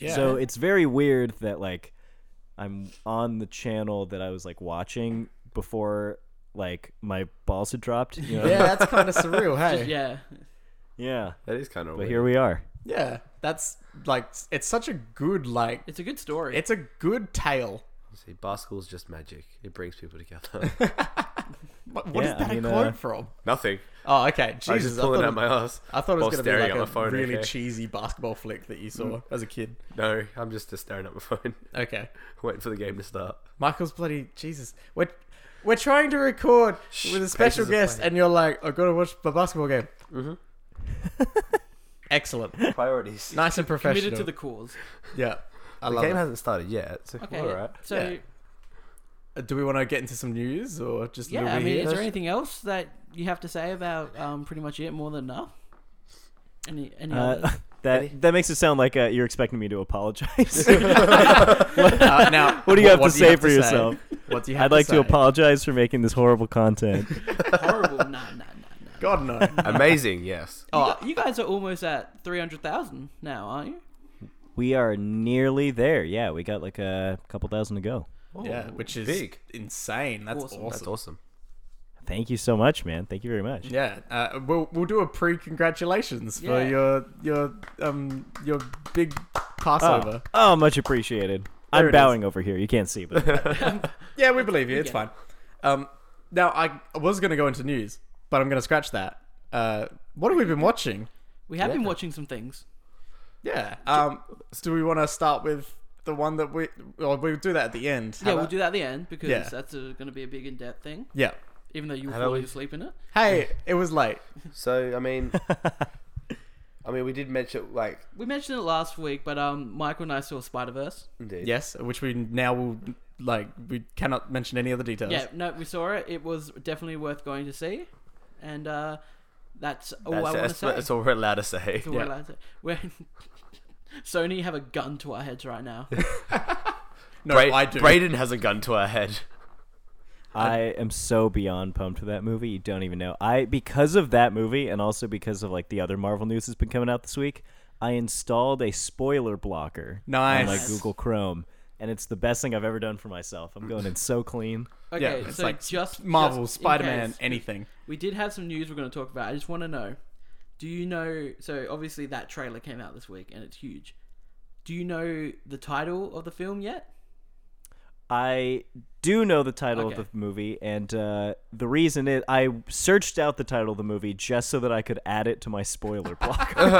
[SPEAKER 1] Yeah.
[SPEAKER 4] So it's very weird that like I'm on the channel that I was like watching before like my balls had dropped. You know?
[SPEAKER 1] yeah, that's kind of surreal. Hey.
[SPEAKER 3] Just- yeah.
[SPEAKER 4] Yeah.
[SPEAKER 2] That is kind of
[SPEAKER 4] But
[SPEAKER 2] weird.
[SPEAKER 4] here we are.
[SPEAKER 1] Yeah, that's like it's such a good like
[SPEAKER 3] It's a good story.
[SPEAKER 1] it's a good tale.
[SPEAKER 2] See, basketball's just magic. It brings people together.
[SPEAKER 1] What, what is
[SPEAKER 4] Yeah, I
[SPEAKER 1] that
[SPEAKER 4] mean,
[SPEAKER 1] a quote
[SPEAKER 4] uh,
[SPEAKER 1] from?
[SPEAKER 2] Nothing.
[SPEAKER 1] Oh, okay.
[SPEAKER 2] I was just
[SPEAKER 1] Jesus, I,
[SPEAKER 2] pulling
[SPEAKER 1] thought
[SPEAKER 2] out
[SPEAKER 1] it,
[SPEAKER 2] my ass.
[SPEAKER 1] I thought it
[SPEAKER 2] while
[SPEAKER 1] was going to be
[SPEAKER 2] staring
[SPEAKER 1] like
[SPEAKER 2] at
[SPEAKER 1] a
[SPEAKER 2] my phone,
[SPEAKER 1] really
[SPEAKER 2] okay.
[SPEAKER 1] cheesy basketball flick that you saw as a kid.
[SPEAKER 2] No, I'm just, just staring at my phone,
[SPEAKER 1] Okay,
[SPEAKER 2] waiting for the game to start.
[SPEAKER 1] Michael's bloody Jesus. We're we're trying to record
[SPEAKER 2] Shh,
[SPEAKER 1] with a special
[SPEAKER 2] patience is
[SPEAKER 1] guest,
[SPEAKER 2] playing.
[SPEAKER 1] and you're like, I've got to watch the basketball game.
[SPEAKER 2] Mhm.
[SPEAKER 1] Excellent,
[SPEAKER 2] Priorities.
[SPEAKER 1] nice and professional.
[SPEAKER 3] Committed to the cause.
[SPEAKER 1] yeah, I
[SPEAKER 2] the
[SPEAKER 1] love
[SPEAKER 2] game
[SPEAKER 1] it.
[SPEAKER 2] hasn't started yet, so
[SPEAKER 3] Okay.
[SPEAKER 2] we're all right.
[SPEAKER 3] So
[SPEAKER 1] Yeah. Uh, Do we want to get into some news or just a
[SPEAKER 3] yeah,
[SPEAKER 1] little
[SPEAKER 3] I
[SPEAKER 1] bit
[SPEAKER 3] mean,
[SPEAKER 1] here?
[SPEAKER 3] is there anything else that you have to say about um, pretty much it more than enough? Any any
[SPEAKER 4] Uh,
[SPEAKER 3] other?
[SPEAKER 4] that that makes it sound like uh, you're expecting me to apologize.
[SPEAKER 1] Uh, now,
[SPEAKER 4] What do you have to say
[SPEAKER 1] have
[SPEAKER 4] for yourself?
[SPEAKER 1] What do you have
[SPEAKER 4] I'd like to
[SPEAKER 1] say?
[SPEAKER 4] apologize for making this horrible content.
[SPEAKER 3] horrible? Nah, nah, nah, nah.
[SPEAKER 1] God no.
[SPEAKER 2] Amazing, yes.
[SPEAKER 3] You,
[SPEAKER 1] Oh,
[SPEAKER 3] gu- you guys are almost at 300,000 now, aren't you?
[SPEAKER 4] we are nearly there. Yeah, we got like a couple thousand to go.
[SPEAKER 1] yeah, which is
[SPEAKER 2] big.
[SPEAKER 1] insane. That's awesome.
[SPEAKER 3] Awesome.
[SPEAKER 2] That's awesome.
[SPEAKER 4] Thank you so much, man. Thank you very much.
[SPEAKER 1] Yeah, uh, we'll we'll do a pre congratulations for
[SPEAKER 3] Yeah.
[SPEAKER 1] your your um your big Passover.
[SPEAKER 4] Oh, oh, much appreciated.
[SPEAKER 1] There it
[SPEAKER 4] I'm
[SPEAKER 1] is.
[SPEAKER 4] bowing over here. You can't see, but
[SPEAKER 1] Yeah, we believe you. It's
[SPEAKER 3] Yeah.
[SPEAKER 1] fine. Um, now I was gonna go into news, but I'm gonna scratch that. Uh, what have we been watching?
[SPEAKER 3] We have been watching some things.
[SPEAKER 1] Yeah. Um, do we want to start with the one that we? Well, we'll do that at the end.
[SPEAKER 3] yeah, we'll do that at the end because
[SPEAKER 1] Yeah.
[SPEAKER 3] that's going to be a big in depth thing,
[SPEAKER 1] Yeah.
[SPEAKER 3] even though you were
[SPEAKER 2] How about
[SPEAKER 3] falling
[SPEAKER 2] we-
[SPEAKER 3] asleep in it.
[SPEAKER 1] Hey, it was late.
[SPEAKER 2] So I mean, I mean, we did mention like
[SPEAKER 3] We mentioned it last week, but um, Michael and I saw Spider Verse.
[SPEAKER 2] indeed.
[SPEAKER 1] Yes, which we now will like. We cannot mention any other details.
[SPEAKER 3] Yeah, no, we saw it. It was definitely worth going to see. And uh, that's all
[SPEAKER 2] That's,
[SPEAKER 3] I want to
[SPEAKER 2] that's,
[SPEAKER 3] say.
[SPEAKER 2] that's all we're allowed to say.
[SPEAKER 3] That's all
[SPEAKER 1] Yeah.
[SPEAKER 3] I like to say. We're Sony have a gun to our heads right now.
[SPEAKER 1] No,
[SPEAKER 2] Bra-
[SPEAKER 1] I do.
[SPEAKER 2] Brayden has a gun to our head.
[SPEAKER 4] I am so beyond pumped for that movie. You don't even know. I because of that movie and also because of like the other Marvel news that's been coming out this week, I installed a spoiler blocker on like
[SPEAKER 1] Nice.
[SPEAKER 4] Google Chrome, and it's the best thing I've ever done for myself. I'm going in so clean.
[SPEAKER 1] Yeah,
[SPEAKER 3] Okay,
[SPEAKER 1] it's
[SPEAKER 3] so
[SPEAKER 1] like
[SPEAKER 3] just
[SPEAKER 1] Marvel,
[SPEAKER 3] just in
[SPEAKER 1] Spider-Man,
[SPEAKER 3] case.
[SPEAKER 1] anything.
[SPEAKER 3] We did have some news we're going to talk about. I just want to know do you know? So, obviously, that trailer came out this week and it's huge. Do you know the title of the film yet?
[SPEAKER 4] I do know the title
[SPEAKER 3] Okay.
[SPEAKER 4] of the movie, and uh, the reason is I searched out the title of the movie just so that I could add it to my spoiler blocker.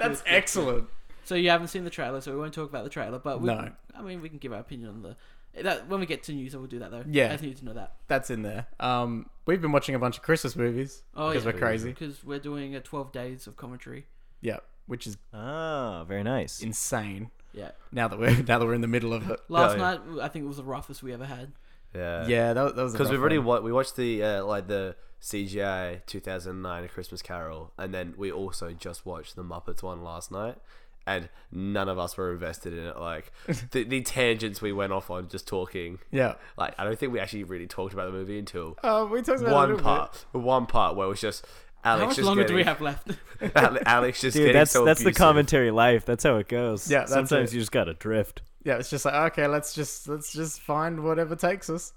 [SPEAKER 1] That's excellent.
[SPEAKER 3] So, you haven't seen the trailer, so we won't talk about the trailer, but we,
[SPEAKER 1] No.
[SPEAKER 3] I mean, we can give our opinion on the. That, when we get to news, I will do that though.
[SPEAKER 1] Yeah.
[SPEAKER 3] I just need to know that.
[SPEAKER 1] That's in there. Um, we've been watching a bunch of Christmas movies
[SPEAKER 3] Oh,
[SPEAKER 1] because
[SPEAKER 3] yeah.
[SPEAKER 1] we're crazy.
[SPEAKER 3] Because we're doing a 12 days of commentary.
[SPEAKER 1] Yeah, which is
[SPEAKER 4] ah, very nice.
[SPEAKER 1] insane.
[SPEAKER 3] Yeah.
[SPEAKER 1] Now that we're now that we're in the middle of it.
[SPEAKER 3] Last
[SPEAKER 2] yeah.
[SPEAKER 3] night, I think it was the roughest we ever had.
[SPEAKER 2] Yeah.
[SPEAKER 1] Yeah, that, was- that was
[SPEAKER 2] Because
[SPEAKER 1] because
[SPEAKER 2] we've already wa- we watched the uh, like the CGI 2009 A Christmas Carol, and then we also just watched the Muppets one last night, and none of us were invested in it. Like the, the tangents we went off on just talking.
[SPEAKER 1] yeah.
[SPEAKER 2] Like I don't think we actually really talked about the movie until
[SPEAKER 1] Uh, we talked about it a
[SPEAKER 2] one
[SPEAKER 1] little
[SPEAKER 2] part. One part where it was just Alex.
[SPEAKER 3] How much
[SPEAKER 2] just
[SPEAKER 3] longer do
[SPEAKER 2] getting,
[SPEAKER 3] we have left?
[SPEAKER 2] Alex just
[SPEAKER 4] Dude,
[SPEAKER 2] getting
[SPEAKER 4] that's
[SPEAKER 2] so
[SPEAKER 4] that's the
[SPEAKER 2] abusive.
[SPEAKER 4] commentary life. That's how it goes.
[SPEAKER 1] Yeah, that's
[SPEAKER 4] sometimes
[SPEAKER 1] it.
[SPEAKER 4] you just gotta drift.
[SPEAKER 1] Bit. Yeah, it's just like okay, let's just let's just find whatever takes us.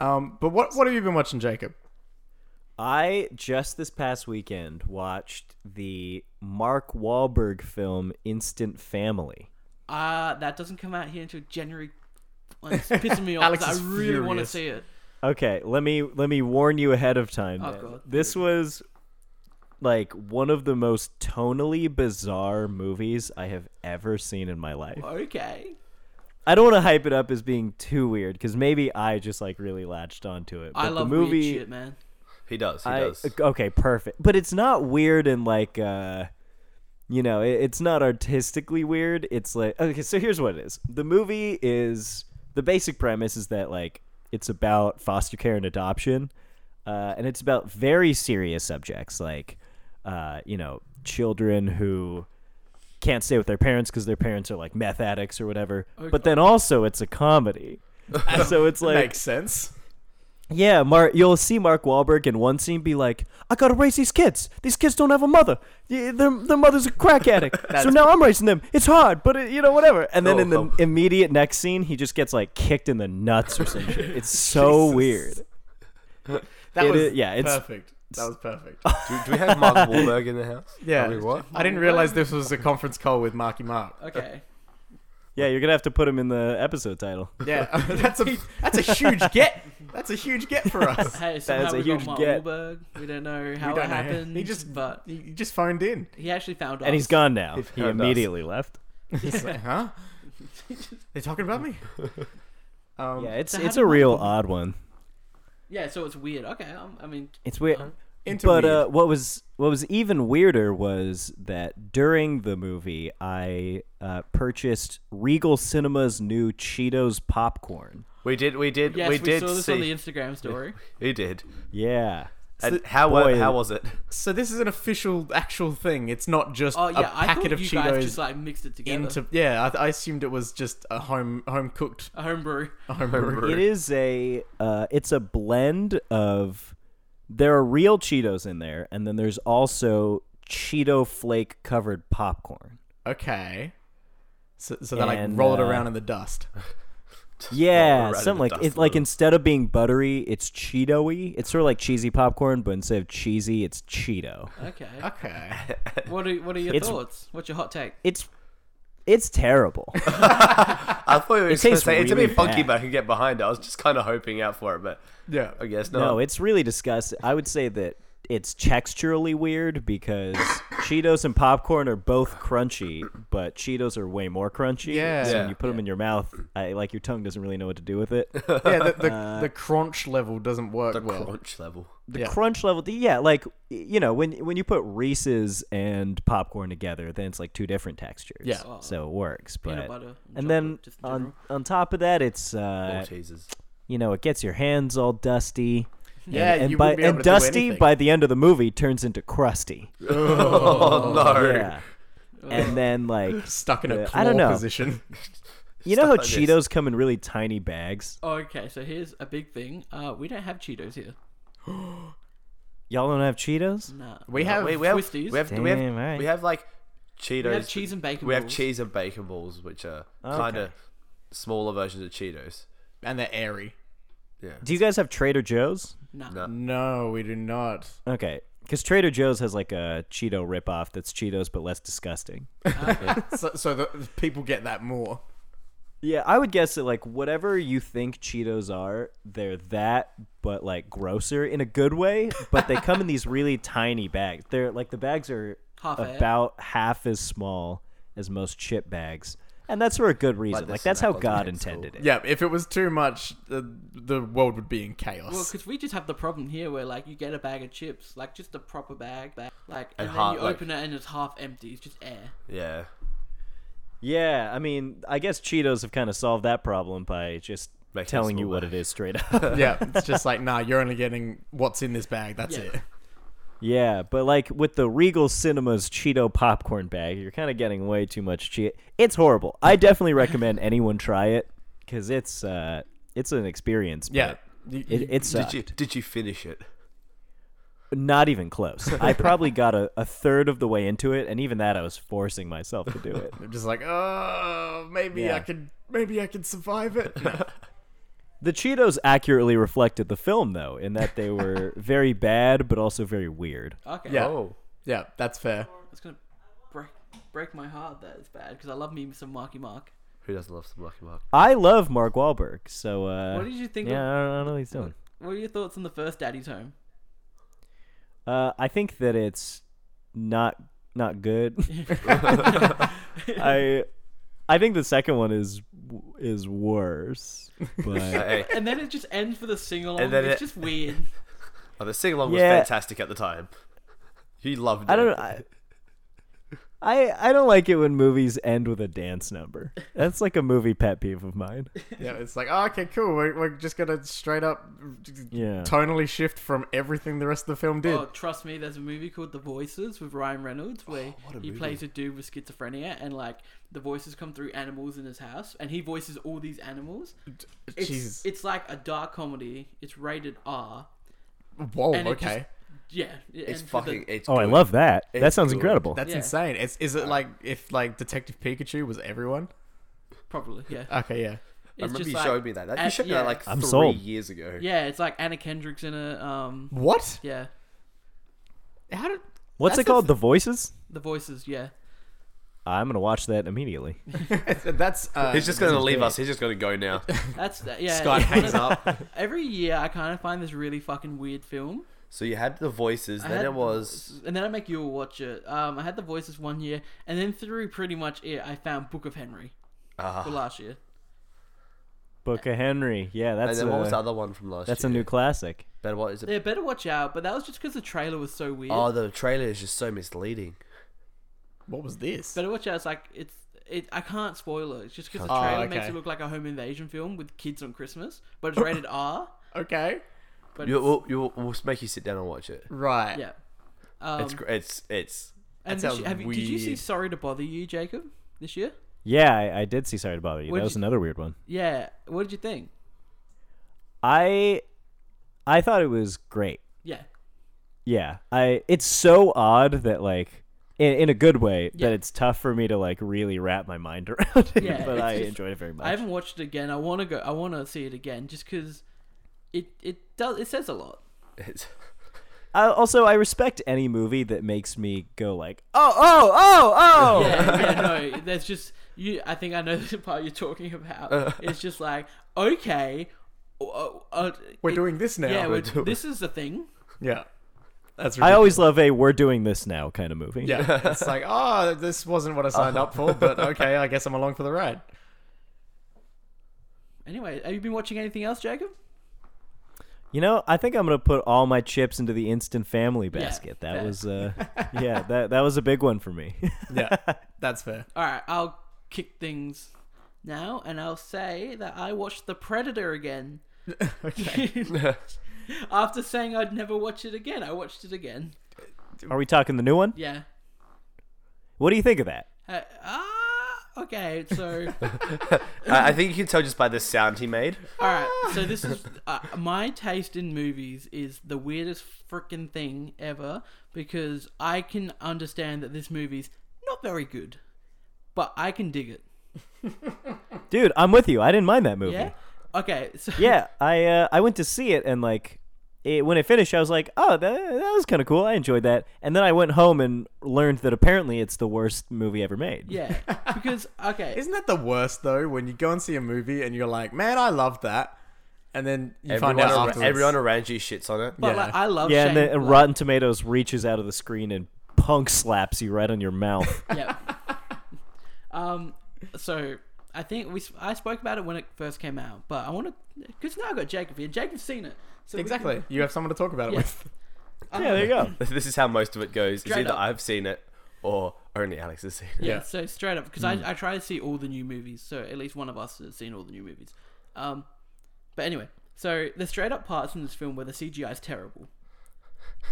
[SPEAKER 1] Um, but what what have you been watching, Jacob?
[SPEAKER 4] I just this past weekend watched the Mark Wahlberg film Instant Family.
[SPEAKER 3] Ah, that doesn't come out here until January. It's pissing me off.
[SPEAKER 1] Alex
[SPEAKER 3] 'cause
[SPEAKER 1] is
[SPEAKER 3] I really want to
[SPEAKER 1] furious.
[SPEAKER 3] see it.
[SPEAKER 4] Okay, let me let me warn you ahead of time.
[SPEAKER 3] Oh,
[SPEAKER 4] then.
[SPEAKER 3] God.
[SPEAKER 4] This was like one of the most tonally bizarre movies I have ever seen in my life.
[SPEAKER 3] Okay.
[SPEAKER 4] I don't want to hype it up as being too weird because maybe I just like really latched onto it. But
[SPEAKER 3] I love
[SPEAKER 4] the movie.
[SPEAKER 3] weird shit, man.
[SPEAKER 2] He does. He
[SPEAKER 4] I- uh,
[SPEAKER 2] does.
[SPEAKER 4] okay, perfect. But it's not weird and like uh you know, it, it's not artistically weird. It's like okay, so here's what it is. The movie is the basic premise is that like it's about foster care and adoption. Uh, and it's about very serious subjects like uh, you know, children who can't stay with their parents because their parents are like meth addicts or whatever. But then also it's a comedy. so it's like
[SPEAKER 1] Makes sense.
[SPEAKER 4] yeah, Mark. You'll see Mark Wahlberg in one scene be like, "I gotta raise these kids. These kids don't have a mother. Yeah, Their their mother's a crack addict. so now I'm raising them. It's hard, but it, you know whatever." And then in the
[SPEAKER 2] Oh.
[SPEAKER 4] immediate next scene, he just gets like kicked in the nuts or some shit. It's so
[SPEAKER 1] Jesus.
[SPEAKER 4] weird.
[SPEAKER 1] That
[SPEAKER 4] It
[SPEAKER 1] was
[SPEAKER 4] is- yeah, it's-
[SPEAKER 1] perfect. That was perfect.
[SPEAKER 2] do, do we have Mark Wahlberg in the house?
[SPEAKER 1] Yeah,
[SPEAKER 2] Are we what?
[SPEAKER 1] I didn't realize this was a conference call with Marky Mark.
[SPEAKER 3] Okay.
[SPEAKER 4] Yeah, you're gonna have to put him in the episode title.
[SPEAKER 1] Yeah, that's a that's a huge get. That's a huge get for us.
[SPEAKER 3] Hey, somehow
[SPEAKER 4] a
[SPEAKER 3] we
[SPEAKER 4] huge
[SPEAKER 3] got Mark
[SPEAKER 4] get.
[SPEAKER 3] Wahlberg. We don't know how
[SPEAKER 1] We don't
[SPEAKER 3] it
[SPEAKER 1] know.
[SPEAKER 3] happened.
[SPEAKER 1] He just-
[SPEAKER 3] but
[SPEAKER 1] You you just phoned in.
[SPEAKER 3] he actually found us.
[SPEAKER 4] And he's gone now.
[SPEAKER 2] He's
[SPEAKER 4] He
[SPEAKER 2] found us.
[SPEAKER 4] immediately left.
[SPEAKER 1] It's like, huh? They're talking about me. Um,
[SPEAKER 4] Yeah, it's
[SPEAKER 3] So how
[SPEAKER 4] it's
[SPEAKER 3] did
[SPEAKER 4] a
[SPEAKER 3] that
[SPEAKER 4] real
[SPEAKER 3] happen?
[SPEAKER 4] odd one.
[SPEAKER 3] Yeah, so it's weird. Okay, I'm, I mean,
[SPEAKER 4] It's weird.
[SPEAKER 1] into
[SPEAKER 4] But
[SPEAKER 1] weird.
[SPEAKER 4] uh, what was what was even weirder was that during the movie, I uh, purchased Regal Cinema's new Cheetos popcorn.
[SPEAKER 2] We did. We did.
[SPEAKER 3] yes,
[SPEAKER 2] we
[SPEAKER 3] we,
[SPEAKER 2] did
[SPEAKER 3] saw this
[SPEAKER 2] see.
[SPEAKER 3] on the Instagram story.
[SPEAKER 2] we did.
[SPEAKER 4] Yeah,
[SPEAKER 2] And how
[SPEAKER 4] boy-
[SPEAKER 2] wa- how was it?
[SPEAKER 1] so this is an official, actual thing. It's not just
[SPEAKER 3] Oh
[SPEAKER 1] a
[SPEAKER 3] yeah, I
[SPEAKER 1] packet
[SPEAKER 3] thought
[SPEAKER 1] of
[SPEAKER 3] you
[SPEAKER 1] Cheetos
[SPEAKER 3] guys just like mixed it together.
[SPEAKER 1] into. Yeah, I, I assumed it was just a home home cooked
[SPEAKER 3] a homebrew.
[SPEAKER 1] home
[SPEAKER 4] it is a uh, it's a blend of there are real Cheetos in there, and then there's also Cheeto flake covered popcorn.
[SPEAKER 1] Okay. So, so they like
[SPEAKER 4] And,
[SPEAKER 1] roll it
[SPEAKER 4] uh,
[SPEAKER 1] around in the dust.
[SPEAKER 4] Yeah,
[SPEAKER 2] right in
[SPEAKER 4] something
[SPEAKER 2] the
[SPEAKER 4] like
[SPEAKER 2] dust
[SPEAKER 4] it's like
[SPEAKER 2] bowl.
[SPEAKER 4] instead of being buttery, it's Cheeto-y. It's sort of like cheesy popcorn, but instead of cheesy, it's Cheeto.
[SPEAKER 3] Okay.
[SPEAKER 1] Okay.
[SPEAKER 3] What are what are your
[SPEAKER 4] It's-
[SPEAKER 3] thoughts? What's your hot take?
[SPEAKER 4] It's it's terrible.
[SPEAKER 2] I thought you were just gonna
[SPEAKER 4] tastes
[SPEAKER 2] say it's a bit
[SPEAKER 4] really
[SPEAKER 2] funky,
[SPEAKER 4] bad.
[SPEAKER 2] but I can get behind it. I was just kind of hoping out for it, but
[SPEAKER 1] Yeah.
[SPEAKER 2] I guess
[SPEAKER 4] no,
[SPEAKER 2] not.
[SPEAKER 4] it's really disgusting. I would say that it's texturally weird because Cheetos and popcorn are both crunchy, but Cheetos are way more crunchy.
[SPEAKER 1] Yeah.
[SPEAKER 4] So
[SPEAKER 2] Yeah.
[SPEAKER 4] when you put them in your mouth, I, like your tongue doesn't really know what to do with it.
[SPEAKER 1] Yeah, the, the,
[SPEAKER 4] Uh,
[SPEAKER 1] the crunch level doesn't work
[SPEAKER 2] the
[SPEAKER 1] well.
[SPEAKER 2] crunch level.
[SPEAKER 4] the
[SPEAKER 1] Yeah.
[SPEAKER 4] crunch level yeah like you know when when you put reese's and popcorn together then it's like two different textures
[SPEAKER 1] Yeah.
[SPEAKER 3] Oh.
[SPEAKER 4] so it works
[SPEAKER 3] Peanut
[SPEAKER 4] but
[SPEAKER 3] butter and
[SPEAKER 4] and then
[SPEAKER 3] chocolate, just in
[SPEAKER 4] on
[SPEAKER 3] general.
[SPEAKER 4] on top of that it's
[SPEAKER 2] Four
[SPEAKER 4] uh
[SPEAKER 2] cheeses.
[SPEAKER 4] you know it gets your hands all dusty
[SPEAKER 1] Yeah,
[SPEAKER 4] and,
[SPEAKER 1] you
[SPEAKER 4] by
[SPEAKER 1] wouldn't be able
[SPEAKER 4] and
[SPEAKER 1] to do
[SPEAKER 4] dusty
[SPEAKER 1] anything.
[SPEAKER 4] by the end of the movie turns into crusty
[SPEAKER 2] Oh, no!
[SPEAKER 4] yeah and then like
[SPEAKER 1] Stuck in a
[SPEAKER 4] Yeah,
[SPEAKER 1] claw
[SPEAKER 4] I don't know.
[SPEAKER 1] position.
[SPEAKER 4] you know how
[SPEAKER 2] Stuff like
[SPEAKER 4] cheetos
[SPEAKER 2] this.
[SPEAKER 4] come in really tiny bags
[SPEAKER 3] Okay, so here's a big thing. Uh, we don't have Cheetos here.
[SPEAKER 4] y'all don't have cheetos
[SPEAKER 3] Nah.
[SPEAKER 1] We have,
[SPEAKER 2] Wait, we have
[SPEAKER 3] Twisties.
[SPEAKER 2] we have we have,
[SPEAKER 4] Damn, right.
[SPEAKER 2] we have like Cheetos.
[SPEAKER 3] have cheese and bacon
[SPEAKER 2] We have
[SPEAKER 3] balls.
[SPEAKER 2] cheese and bacon balls, which are
[SPEAKER 4] Oh,
[SPEAKER 2] kind of smaller versions of Cheetos.
[SPEAKER 1] and they're airy.
[SPEAKER 2] Yeah.
[SPEAKER 4] do you guys have trader joe's
[SPEAKER 3] Nah.
[SPEAKER 2] No.
[SPEAKER 1] No, we do not.
[SPEAKER 4] Okay. Because Trader Joe's has like a Cheeto ripoff that's Cheetos but less disgusting.
[SPEAKER 1] So, so the, the people get that more.
[SPEAKER 4] Yeah, I would guess that like whatever you think Cheetos are, they're that but like grosser in a good way. But they come in these really tiny bags. They're like the bags are
[SPEAKER 3] Half a-
[SPEAKER 4] about half as small as most chip bags, and that's for a good reason.
[SPEAKER 2] this
[SPEAKER 4] Like that's how
[SPEAKER 2] snack on
[SPEAKER 4] God
[SPEAKER 2] the pencil.
[SPEAKER 4] intended it.
[SPEAKER 1] Yeah, if it was too much, the, the world would be in chaos.
[SPEAKER 3] Well, because we just have the problem here where, like, you get a bag of chips, like, just a proper bag, bag like, and,
[SPEAKER 2] And
[SPEAKER 3] then
[SPEAKER 2] half-
[SPEAKER 3] you
[SPEAKER 2] like-
[SPEAKER 3] open it and it's half empty. It's just air.
[SPEAKER 2] Yeah.
[SPEAKER 4] Yeah, I mean, I guess Cheetos have kind of solved that problem by just
[SPEAKER 2] Making
[SPEAKER 4] telling you
[SPEAKER 2] small
[SPEAKER 4] what it is straight up.
[SPEAKER 1] yeah, it's just like, nah, you're only getting what's in this bag. That's
[SPEAKER 3] Yeah.
[SPEAKER 1] it.
[SPEAKER 4] Yeah, but like with the Regal Cinemas Cheeto popcorn bag, you're kind of getting way too much cheat. It's horrible. I definitely recommend anyone try it because it's uh, it's an experience. but
[SPEAKER 1] Yeah. You-
[SPEAKER 4] it, it
[SPEAKER 2] Did
[SPEAKER 4] sucked.
[SPEAKER 2] you did you finish it?
[SPEAKER 4] Not even close. I probably got a, a third of the way into it, and even that I was forcing myself to do it.
[SPEAKER 1] I'm just like, oh, maybe
[SPEAKER 4] Yeah.
[SPEAKER 1] I could, maybe I could survive it. No.
[SPEAKER 4] The Cheetos accurately reflected the film, though, in that they were very bad but also very weird.
[SPEAKER 3] Okay.
[SPEAKER 1] Yeah.
[SPEAKER 2] Oh.
[SPEAKER 1] yeah, that's fair.
[SPEAKER 3] It's going to break break my heart that it's bad because I love me some Marky Mark.
[SPEAKER 2] Who doesn't love some Lucky Mark?
[SPEAKER 4] I love Mark Wahlberg, so uh,
[SPEAKER 3] What did you think of-
[SPEAKER 4] Yeah, I don't, I don't know what he's doing.
[SPEAKER 3] What are your thoughts on the first Daddy's Home?
[SPEAKER 4] Uh, I think that it's not not good. I I think the second one is is worse. But
[SPEAKER 2] Hey,
[SPEAKER 3] And then it just ends with a sing along.
[SPEAKER 2] And then
[SPEAKER 3] It's
[SPEAKER 2] it-
[SPEAKER 3] just weird.
[SPEAKER 2] oh, the sing along was
[SPEAKER 4] Yeah.
[SPEAKER 2] fantastic at the time. He loved it.
[SPEAKER 4] I don't I, I I don't like it when movies end with a dance number. That's like a movie pet peeve of mine.
[SPEAKER 1] Yeah, it's like, oh, okay, cool. We're, we're just gonna straight up,
[SPEAKER 4] Yeah.
[SPEAKER 1] tonally shift from everything the rest of the film did.
[SPEAKER 3] Oh, trust me, there's a movie called The Voices with Ryan Reynolds
[SPEAKER 2] Oh,
[SPEAKER 3] where he plays a dude with schizophrenia and like the voices come through animals in his house and he voices all these animals. It's,
[SPEAKER 1] Jesus.
[SPEAKER 3] it's like a dark comedy. It's rated R.
[SPEAKER 1] Whoa,
[SPEAKER 3] and it
[SPEAKER 1] okay,
[SPEAKER 3] Yeah. it-
[SPEAKER 2] It's
[SPEAKER 3] and for the-
[SPEAKER 2] fucking. It's
[SPEAKER 4] Oh, I
[SPEAKER 2] good.
[SPEAKER 4] love that. that
[SPEAKER 2] It's
[SPEAKER 4] sounds
[SPEAKER 2] good.
[SPEAKER 4] incredible.
[SPEAKER 1] that's
[SPEAKER 3] yeah.
[SPEAKER 1] insane. It's is it like if like Detective Pikachu was everyone?
[SPEAKER 3] probably, yeah.
[SPEAKER 1] Okay, yeah,
[SPEAKER 2] I
[SPEAKER 3] It's
[SPEAKER 2] remember
[SPEAKER 3] just
[SPEAKER 2] you
[SPEAKER 3] like-
[SPEAKER 2] showed me that. that
[SPEAKER 3] uh,
[SPEAKER 2] you showed me
[SPEAKER 3] yeah.
[SPEAKER 2] that like
[SPEAKER 4] I'm
[SPEAKER 2] three
[SPEAKER 4] sold.
[SPEAKER 2] years ago.
[SPEAKER 3] Yeah, it's like Anna Kendrick's in it. Um,
[SPEAKER 1] what?
[SPEAKER 3] yeah.
[SPEAKER 1] How did?
[SPEAKER 4] What's
[SPEAKER 1] that's
[SPEAKER 4] it called? The Voices?
[SPEAKER 3] The Voices, yeah.
[SPEAKER 4] I'm gonna watch that immediately.
[SPEAKER 1] That's uh,
[SPEAKER 2] He's just going to leave us. He's just going to go now.
[SPEAKER 3] That's that- yeah.
[SPEAKER 1] Sky
[SPEAKER 3] it's one
[SPEAKER 1] hangs
[SPEAKER 3] of-
[SPEAKER 1] up.
[SPEAKER 3] Every year, I kind of find this really fucking weird film.
[SPEAKER 2] So you had the voices,
[SPEAKER 3] I
[SPEAKER 2] then
[SPEAKER 3] had-
[SPEAKER 2] it was
[SPEAKER 3] and then I make you all watch it. Um, I had the voices one year, and then through pretty much it, I found Book of Henry for
[SPEAKER 2] ah,
[SPEAKER 3] last year.
[SPEAKER 4] Book of Henry. Yeah,
[SPEAKER 2] and
[SPEAKER 4] that's
[SPEAKER 2] then
[SPEAKER 4] a,
[SPEAKER 2] what was the other one from last
[SPEAKER 4] that's a
[SPEAKER 2] year?
[SPEAKER 4] new classic.
[SPEAKER 2] Better what is it?
[SPEAKER 3] Yeah, better watch out. But that was just because the trailer was so weird.
[SPEAKER 2] Oh, the trailer is just so misleading.
[SPEAKER 1] What was this?
[SPEAKER 3] better watch out. It's like it's. It, I can't spoil it. It's just because the
[SPEAKER 1] Oh,
[SPEAKER 3] trailer makes
[SPEAKER 1] okay.
[SPEAKER 3] it look like a home invasion film with kids on Christmas, but it's rated R.
[SPEAKER 1] Okay,
[SPEAKER 3] But
[SPEAKER 2] You,
[SPEAKER 3] it's-
[SPEAKER 2] we'll, you, we'll make you sit down and watch it.
[SPEAKER 1] right.
[SPEAKER 3] yeah, um,
[SPEAKER 2] it's gr- it's it's
[SPEAKER 3] and
[SPEAKER 1] that
[SPEAKER 3] this,
[SPEAKER 1] sounds
[SPEAKER 3] have you, did you see
[SPEAKER 1] weird.
[SPEAKER 3] Sorry to Bother You, Jacob, this year?
[SPEAKER 4] Yeah, I, I did see Sorry to Bother You.
[SPEAKER 3] What'd
[SPEAKER 4] that was
[SPEAKER 3] you-
[SPEAKER 4] another weird one.
[SPEAKER 3] Yeah. What did you think?
[SPEAKER 4] I I thought it was great.
[SPEAKER 3] Yeah.
[SPEAKER 4] Yeah, I it's so odd that like in, in a good way
[SPEAKER 3] Yeah.
[SPEAKER 4] that it's tough for me to like really wrap my mind around it.
[SPEAKER 3] Yeah,
[SPEAKER 4] but
[SPEAKER 3] it's
[SPEAKER 4] I
[SPEAKER 3] just-
[SPEAKER 4] enjoyed it very much.
[SPEAKER 3] I haven't watched it again. I want to go. I want to see it again just because it it does it says a lot.
[SPEAKER 2] it's
[SPEAKER 4] I, also, I respect any movie that makes me go like, oh, oh, oh, oh.
[SPEAKER 3] Yeah, yeah, no, there's just you. I think I know the part you're talking
[SPEAKER 1] Uh.
[SPEAKER 3] about. It's just like okay, uh, uh,
[SPEAKER 1] We're
[SPEAKER 3] it-
[SPEAKER 1] doing this now.
[SPEAKER 3] Yeah,
[SPEAKER 1] we're
[SPEAKER 3] we're, this is the thing.
[SPEAKER 1] yeah. That's
[SPEAKER 4] I
[SPEAKER 1] ridiculous.
[SPEAKER 4] always love a "we're doing this now" kind of movie.
[SPEAKER 1] yeah. It's like, oh, this wasn't what I signed up for, but okay, I guess I'm along for the ride.
[SPEAKER 3] Anyway, have you been watching anything else, Jacob?
[SPEAKER 4] You know, I think I'm gonna put all my chips into the instant family basket. that
[SPEAKER 3] fair.
[SPEAKER 4] was, uh, yeah, that that was a big one for me.
[SPEAKER 1] Yeah, that's fair.
[SPEAKER 3] All right, I'll kick things now, and I'll say that I watched The Predator again. okay. After saying I'd never watch it again, I watched it again.
[SPEAKER 4] Are we talking the new one?
[SPEAKER 3] Yeah.
[SPEAKER 4] What do you think of that?
[SPEAKER 3] Uh, ah, okay. So,
[SPEAKER 2] I, I think you can tell just by the sound he made.
[SPEAKER 3] all right. So this is uh, my taste in movies is the weirdest freaking thing ever because I can understand that this movie's not very good, but I can dig it.
[SPEAKER 4] Dude, I'm with you. I didn't mind that movie.
[SPEAKER 3] Yeah. Okay. So
[SPEAKER 4] Yeah, I uh, I went to see it and like it, when it finished, I was like, oh, that, that was kind of cool. I enjoyed that. And then I went home and learned that apparently it's the worst movie ever made.
[SPEAKER 3] Yeah. Because okay.
[SPEAKER 1] Isn't that the worst though? When you go and see a movie and you're like, man, I loved that, and then you
[SPEAKER 2] Everyone,
[SPEAKER 1] find out
[SPEAKER 2] ar-
[SPEAKER 1] afterwards.
[SPEAKER 2] everyone around you shits on it.
[SPEAKER 3] but
[SPEAKER 1] yeah.
[SPEAKER 3] like I love.
[SPEAKER 4] Yeah, and
[SPEAKER 3] Shane
[SPEAKER 4] then and
[SPEAKER 3] Black.
[SPEAKER 4] Rotten Tomatoes reaches out of the screen and punk slaps you right on your mouth.
[SPEAKER 3] yeah. Um. So I think we s- I spoke about it when it first came out, but I want to because now I have got Jacob here. Jacob's seen it. So we can- um,
[SPEAKER 1] exactly. You have someone to talk about it
[SPEAKER 3] Yeah.
[SPEAKER 1] with.
[SPEAKER 4] yeah, there you go.
[SPEAKER 2] This is how most of it goes. It's
[SPEAKER 3] Straight
[SPEAKER 2] either
[SPEAKER 3] up.
[SPEAKER 2] I've seen it or only Alex has seen it.
[SPEAKER 3] Yeah,
[SPEAKER 1] Yeah.
[SPEAKER 3] so straight up because
[SPEAKER 4] Mm.
[SPEAKER 3] I, I try to see all the new movies, so at least one of us has seen all the new movies. Um, but anyway, so the straight up parts in this film where the CGI is terrible.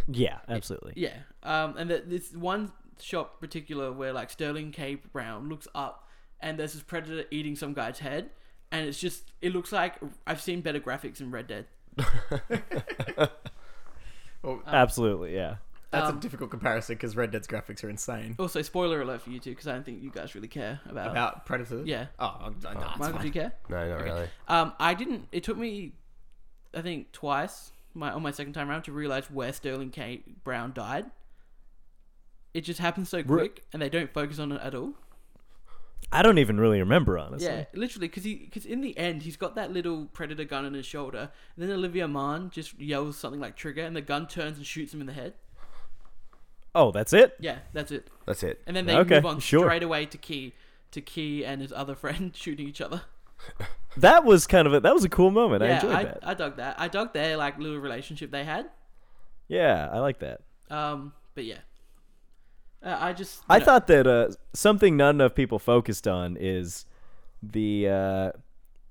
[SPEAKER 4] Yeah, absolutely.
[SPEAKER 3] Yeah, um, and the, this one shot in particular where like Sterling K. Brown looks up and there's this predator eating some guy's head, and it's just it looks like I've seen better graphics in Red Dead.
[SPEAKER 4] Absolutely, yeah.
[SPEAKER 1] That's
[SPEAKER 3] Um,
[SPEAKER 1] a difficult comparison because Red Dead's graphics are insane.
[SPEAKER 3] Also, spoiler alert for you two because I don't think you guys really care about.
[SPEAKER 1] About Predator.
[SPEAKER 3] yeah,
[SPEAKER 1] Oh, no, it's
[SPEAKER 3] Michael, do
[SPEAKER 1] fine.
[SPEAKER 3] you care?
[SPEAKER 2] No, not really.
[SPEAKER 3] Um, I didn't. It took me, I think, twice my on my second time around to realize where Sterling K. Brown died. It just happens so quick, and they don't focus on it at all.
[SPEAKER 4] I don't even really remember, honestly.
[SPEAKER 3] Yeah, literally, because he, because in the end, he's got that little predator gun in his shoulder, and then Olivia Mann just yells something like "trigger," and the gun turns and shoots him in the head.
[SPEAKER 4] Oh, that's it?
[SPEAKER 3] Yeah, that's it.
[SPEAKER 2] That's it.
[SPEAKER 3] And then they
[SPEAKER 4] Okay,
[SPEAKER 3] move on
[SPEAKER 4] sure.
[SPEAKER 3] straight away to Key, to Key and his other friend shooting each other.
[SPEAKER 4] That was kind of a that was a cool moment. I
[SPEAKER 3] Yeah,
[SPEAKER 4] enjoyed
[SPEAKER 3] I,
[SPEAKER 4] that.
[SPEAKER 3] I dug that. I dug their like little relationship they had.
[SPEAKER 4] yeah, I like that.
[SPEAKER 3] Um, but yeah, uh, I just you
[SPEAKER 4] I
[SPEAKER 3] know,
[SPEAKER 4] thought that uh, something not enough people focused on is the uh,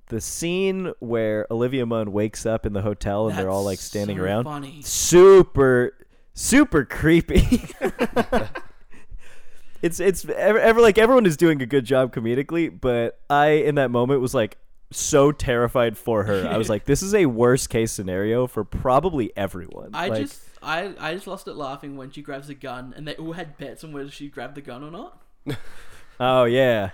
[SPEAKER 4] the scene where Olivia Munn wakes up in the hotel and they're all like
[SPEAKER 3] That's
[SPEAKER 4] standing
[SPEAKER 3] so
[SPEAKER 4] around.
[SPEAKER 3] Funny.
[SPEAKER 4] Super, super creepy. it's it's ever, ever like everyone is doing a good job comedically, but I in that moment was like so terrified for her. I was like, this is a worst case scenario for probably everyone.
[SPEAKER 3] I
[SPEAKER 4] Like,
[SPEAKER 3] just I I just lost it laughing when she grabs a gun and they all had bets on whether she grabbed the gun or not.
[SPEAKER 4] oh yeah.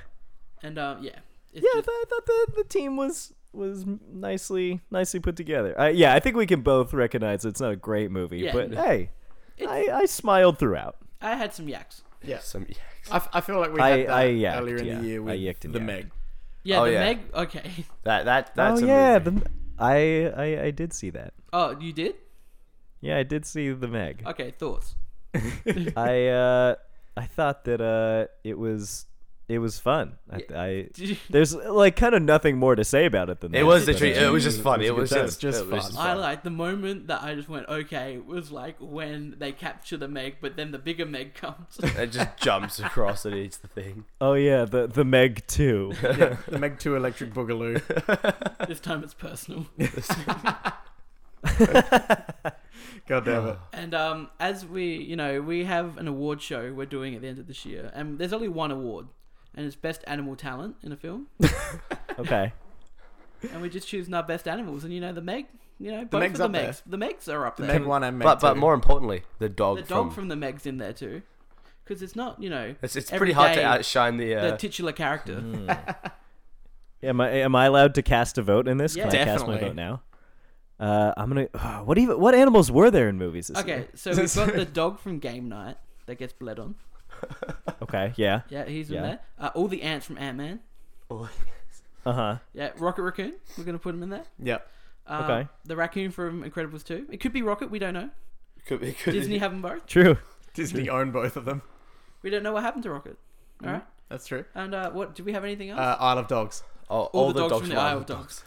[SPEAKER 3] And um, yeah, it's
[SPEAKER 4] yeah, I
[SPEAKER 3] just-
[SPEAKER 4] thought, I thought the, the team was was nicely nicely put together. I, yeah, I think we can both recognize it's not a great movie,
[SPEAKER 3] Yeah.
[SPEAKER 4] but hey,
[SPEAKER 3] It's-
[SPEAKER 4] I, I smiled throughout.
[SPEAKER 3] I had some yaks.
[SPEAKER 1] Yeah.
[SPEAKER 2] Some yaks.
[SPEAKER 1] I, f- I feel like we
[SPEAKER 4] I-
[SPEAKER 1] had that
[SPEAKER 4] I yacked,
[SPEAKER 1] earlier in
[SPEAKER 4] yeah.
[SPEAKER 1] the year
[SPEAKER 4] I
[SPEAKER 1] with
[SPEAKER 4] yacked and
[SPEAKER 1] the
[SPEAKER 4] yacked.
[SPEAKER 1] Meg.
[SPEAKER 3] Yeah,
[SPEAKER 2] Oh,
[SPEAKER 3] the
[SPEAKER 2] yeah.
[SPEAKER 3] Meg. Okay.
[SPEAKER 2] That that that's
[SPEAKER 4] oh
[SPEAKER 2] a
[SPEAKER 4] yeah,
[SPEAKER 2] movie.
[SPEAKER 4] the I, I I did see that.
[SPEAKER 3] Oh, you did?
[SPEAKER 4] Yeah, I did see the Meg.
[SPEAKER 3] Okay, thoughts.
[SPEAKER 4] I uh, I thought that uh, it was it was fun. I, I
[SPEAKER 3] Did you-
[SPEAKER 4] there's like kind of nothing more to say about it than that.
[SPEAKER 2] It was
[SPEAKER 4] but,
[SPEAKER 2] literally.
[SPEAKER 4] uh,
[SPEAKER 2] It was just fun.
[SPEAKER 1] It
[SPEAKER 2] It
[SPEAKER 1] was
[SPEAKER 2] was
[SPEAKER 1] a good
[SPEAKER 2] just
[SPEAKER 1] time. Just
[SPEAKER 2] it was
[SPEAKER 1] fun.
[SPEAKER 3] I
[SPEAKER 2] fun.
[SPEAKER 3] like the moment that I just went okay was like when they capture the Meg, but then the bigger Meg comes.
[SPEAKER 2] It just jumps across and eats the thing.
[SPEAKER 4] oh yeah, the the Meg too.
[SPEAKER 1] Yeah, the Meg 2 Electric Boogaloo.
[SPEAKER 3] this time it's personal.
[SPEAKER 1] God damn it.
[SPEAKER 3] And um, as we, you know, we have an award show we're doing at the end of this year, and there's only one award, and it's best animal talent in a film,
[SPEAKER 4] Okay.
[SPEAKER 3] and we're just choosing our best animals, and you know, the Meg, you know, both
[SPEAKER 1] Meg's
[SPEAKER 3] of
[SPEAKER 1] up
[SPEAKER 3] the
[SPEAKER 1] there.
[SPEAKER 3] Megs, the Megs are up
[SPEAKER 1] The
[SPEAKER 3] there.
[SPEAKER 1] Meg 1 and Meg
[SPEAKER 2] But but
[SPEAKER 1] 2.
[SPEAKER 2] more importantly, the dog.
[SPEAKER 3] the dog from, the Megs in there too, because it's not, you know,
[SPEAKER 2] It's, it's
[SPEAKER 3] every
[SPEAKER 2] pretty hard to
[SPEAKER 3] day
[SPEAKER 2] outshine the.
[SPEAKER 3] the
[SPEAKER 2] Uh,
[SPEAKER 3] titular character.
[SPEAKER 4] Mm-hmm. Am I am I allowed to cast a vote in this?
[SPEAKER 3] Yeah.
[SPEAKER 4] Can I cast my
[SPEAKER 1] Definitely.
[SPEAKER 4] vote now? Uh, I'm gonna. ah, what even? What animals were there in movies? This
[SPEAKER 3] Okay,
[SPEAKER 4] year?
[SPEAKER 3] so we've got the dog from Game Night that gets bled on.
[SPEAKER 4] Okay. Yeah.
[SPEAKER 3] Yeah, he's in
[SPEAKER 4] Yeah.
[SPEAKER 3] there. Uh, all the ants from Ant Man.
[SPEAKER 4] Uh huh.
[SPEAKER 3] Yeah, Rocket Raccoon. We're gonna put him in there.
[SPEAKER 1] Yep.
[SPEAKER 3] Uh,
[SPEAKER 4] Okay.
[SPEAKER 3] The raccoon from Incredibles 2. It could be Rocket. We don't know.
[SPEAKER 2] could be, could
[SPEAKER 3] Disney have them both.
[SPEAKER 4] True.
[SPEAKER 1] Disney owned both of them.
[SPEAKER 3] We don't know what happened to Rocket. All right.
[SPEAKER 1] That's true.
[SPEAKER 3] And uh, what? Do we have anything else?
[SPEAKER 1] Uh, Isle of Dogs.
[SPEAKER 2] all,
[SPEAKER 3] all the dogs from the
[SPEAKER 2] were
[SPEAKER 3] Isle of
[SPEAKER 2] the
[SPEAKER 3] Dogs.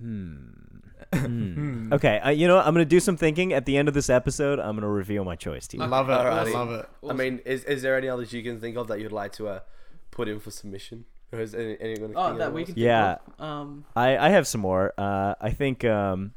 [SPEAKER 3] Hmm.
[SPEAKER 4] Okay. Uh, you know, what? I'm gonna do some thinking at the end of this episode. I'm gonna reveal my choice to you.
[SPEAKER 1] Love it. I
[SPEAKER 2] Alrighty.
[SPEAKER 1] love it.
[SPEAKER 2] I mean, is is there any others you can think of that you'd like to uh, put in for submission? Or is any, anyone?
[SPEAKER 3] oh, that we can. think
[SPEAKER 4] Yeah.
[SPEAKER 3] of. Um.
[SPEAKER 4] I, I have some more. Uh, I think um,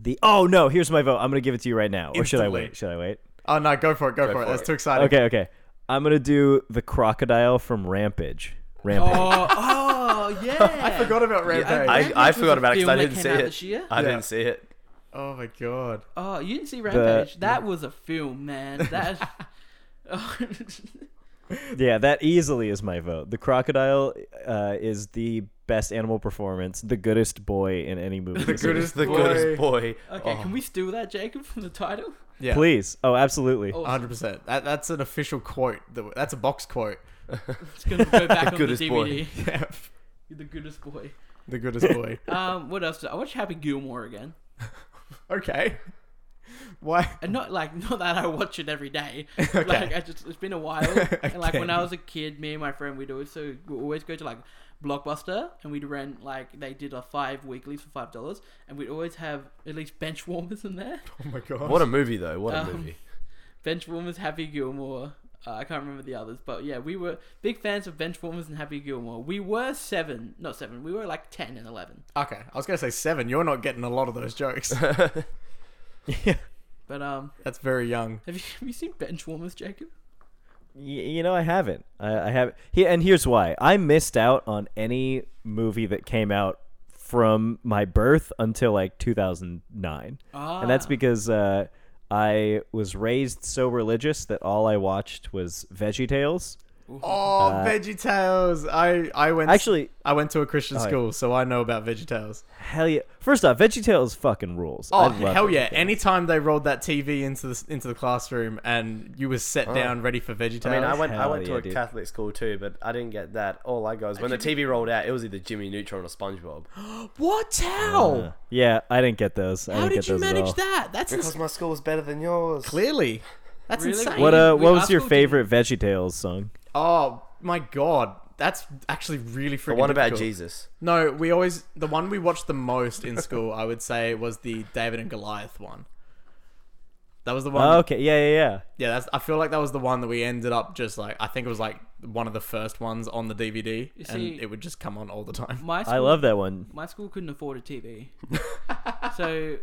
[SPEAKER 4] the oh no, here's my vote. I'm gonna give it to you right now, or should I
[SPEAKER 1] Instantly.
[SPEAKER 4] wait? Should I wait?
[SPEAKER 1] Oh, no, go for it. Go, for it.
[SPEAKER 2] for
[SPEAKER 1] That's
[SPEAKER 2] it.
[SPEAKER 1] too exciting.
[SPEAKER 4] Okay, okay. I'm gonna do the crocodile from Rampage. Rampage.
[SPEAKER 3] Oh, oh yeah. I
[SPEAKER 1] Forgot about Rampage.
[SPEAKER 2] I,
[SPEAKER 3] Rampage
[SPEAKER 2] I
[SPEAKER 3] was a
[SPEAKER 2] forgot about it because I
[SPEAKER 3] film that
[SPEAKER 2] didn't
[SPEAKER 3] came
[SPEAKER 2] see
[SPEAKER 3] out
[SPEAKER 2] it.
[SPEAKER 3] this year?
[SPEAKER 2] I
[SPEAKER 1] Yeah.
[SPEAKER 2] didn't see it.
[SPEAKER 1] oh, my God.
[SPEAKER 3] Oh, you didn't see Rampage. that was a film, man. That. Oh,
[SPEAKER 4] Yeah, that easily is my vote. The crocodile uh, is the best animal performance, the goodest boy in any movie.
[SPEAKER 1] The
[SPEAKER 4] this year.
[SPEAKER 1] goodest,
[SPEAKER 2] The goodest boy.
[SPEAKER 3] okay,
[SPEAKER 2] Oh,
[SPEAKER 3] can we steal that, Jacob, from the title?
[SPEAKER 1] Yeah.
[SPEAKER 4] Please. Oh, absolutely.
[SPEAKER 3] Oh,
[SPEAKER 1] 100%. That, that's an official quote. That- That's a box quote.
[SPEAKER 3] Oh, it's gonna go back on the
[SPEAKER 2] goodest boy.
[SPEAKER 3] DVD.
[SPEAKER 1] Yeah.
[SPEAKER 3] You're the goodest boy.
[SPEAKER 1] the goodest boy.
[SPEAKER 3] Um, what else? Did I watched Happy Gilmore again,
[SPEAKER 1] Okay. Why?
[SPEAKER 3] and not like not that I watch it every day. Like I just it's been a while, and like when I was a kid, me and my friend we'd always so we always go to like Blockbuster, and we'd rent like they did a five weeklies for five dollars, and we'd always have at least bench warmers in there.
[SPEAKER 1] Oh, my God.
[SPEAKER 2] What a movie, though. What a
[SPEAKER 3] Um,
[SPEAKER 2] movie.
[SPEAKER 3] Benchwarmers, Happy Gilmore. Uh, I can't remember the others, but yeah, we were big fans of Benchwarmers and Happy Gilmore. We were seven, not seven. We were like ten and eleven.
[SPEAKER 1] Okay, I was gonna say seven. You're not getting a lot of those jokes.
[SPEAKER 3] But um,
[SPEAKER 1] That's very young.
[SPEAKER 3] have you have you seen Benchwarmers, Jacob?
[SPEAKER 4] Y- you know, I haven't. I, I haven't. He, and here's why: I missed out on any movie that came out from my birth until like 2009, and that's
[SPEAKER 3] Ah.
[SPEAKER 4] because uh, I was raised so religious that all I watched was Veggie Tales.
[SPEAKER 1] Oh, Veggie VeggieTales! I I went
[SPEAKER 4] Uh, Actually- Oh,
[SPEAKER 1] I went to a Christian
[SPEAKER 4] yeah.
[SPEAKER 1] school, so I know about VeggieTales.
[SPEAKER 4] Hell yeah! First off, Veggie Tales fucking rules.
[SPEAKER 1] Oh
[SPEAKER 4] I love
[SPEAKER 1] hell
[SPEAKER 4] Veggie
[SPEAKER 1] yeah!
[SPEAKER 4] Tales.
[SPEAKER 1] Anytime they rolled that TV into the into the classroom and you was set down ready for VeggieTales.
[SPEAKER 2] I mean, I went I
[SPEAKER 4] Hell
[SPEAKER 2] went to
[SPEAKER 4] yeah,
[SPEAKER 2] a
[SPEAKER 4] dude.
[SPEAKER 2] Catholic school too, but I didn't get that. All I got is when the TV rolled out, it was either Jimmy Neutron or SpongeBob.
[SPEAKER 1] what? How?
[SPEAKER 4] Uh, yeah, I didn't get those. I
[SPEAKER 3] How
[SPEAKER 4] didn't
[SPEAKER 3] did
[SPEAKER 4] get
[SPEAKER 3] you
[SPEAKER 4] those uh, at all.
[SPEAKER 3] manage that? That's ins-
[SPEAKER 2] my school was better than yours.
[SPEAKER 1] Clearly, that's
[SPEAKER 3] Really?
[SPEAKER 1] insane.
[SPEAKER 4] What
[SPEAKER 3] We-
[SPEAKER 4] uh?
[SPEAKER 3] we-
[SPEAKER 4] What
[SPEAKER 3] our
[SPEAKER 4] was your
[SPEAKER 3] school didn't-
[SPEAKER 4] favorite Veggie Tales song?
[SPEAKER 1] Oh my god, that's actually really freaking.
[SPEAKER 2] But what about
[SPEAKER 1] difficult.
[SPEAKER 2] Jesus?
[SPEAKER 1] No, we always the one we watched the most in school. I would say was the David and Goliath one. That was the one.
[SPEAKER 4] Oh, okay, yeah, yeah, yeah.
[SPEAKER 1] Yeah, that's, I feel like that was the one that we ended up just like I think it was like one of the first ones on the DVD,
[SPEAKER 3] see-
[SPEAKER 1] and it would just come on all the time.
[SPEAKER 3] my school,
[SPEAKER 4] I love that one.
[SPEAKER 3] my school couldn't afford a TV, so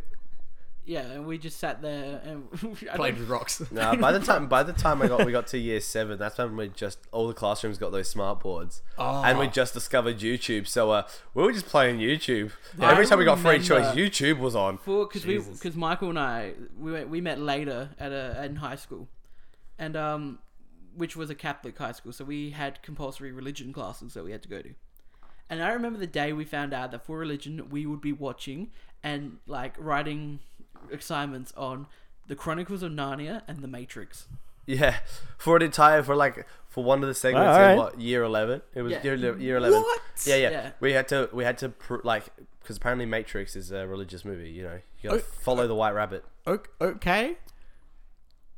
[SPEAKER 3] yeah, and we just sat there and I
[SPEAKER 1] Played
[SPEAKER 3] don't-
[SPEAKER 1] with rocks.
[SPEAKER 2] Nah, by the time by the time I got we got to year seven, that's when we just all the classrooms got those smart boards,
[SPEAKER 3] Ah.
[SPEAKER 2] and we just discovered YouTube. So uh, we were just playing YouTube. Every time we got free choice,
[SPEAKER 3] remember-
[SPEAKER 2] YouTube was on.
[SPEAKER 3] for because we because Michael and I we went, we met later at a in high school, and um, which was a Catholic high school, so we had compulsory religion classes that we had to go to, and I remember the day we found out that for religion we would be watching and like writing assignments on the Chronicles of Narnia and the Matrix.
[SPEAKER 2] Yeah, for an entire for like for one of the segments
[SPEAKER 4] All
[SPEAKER 2] in
[SPEAKER 4] right.
[SPEAKER 2] what year eleven? It was
[SPEAKER 3] Yeah.
[SPEAKER 2] year year eleven.
[SPEAKER 1] What?
[SPEAKER 2] Yeah, yeah,
[SPEAKER 3] Yeah.
[SPEAKER 2] We had to we had to pr- like because apparently Matrix is a religious movie. You know, you gotta
[SPEAKER 1] Oh.
[SPEAKER 2] follow the White Rabbit.
[SPEAKER 1] O- okay.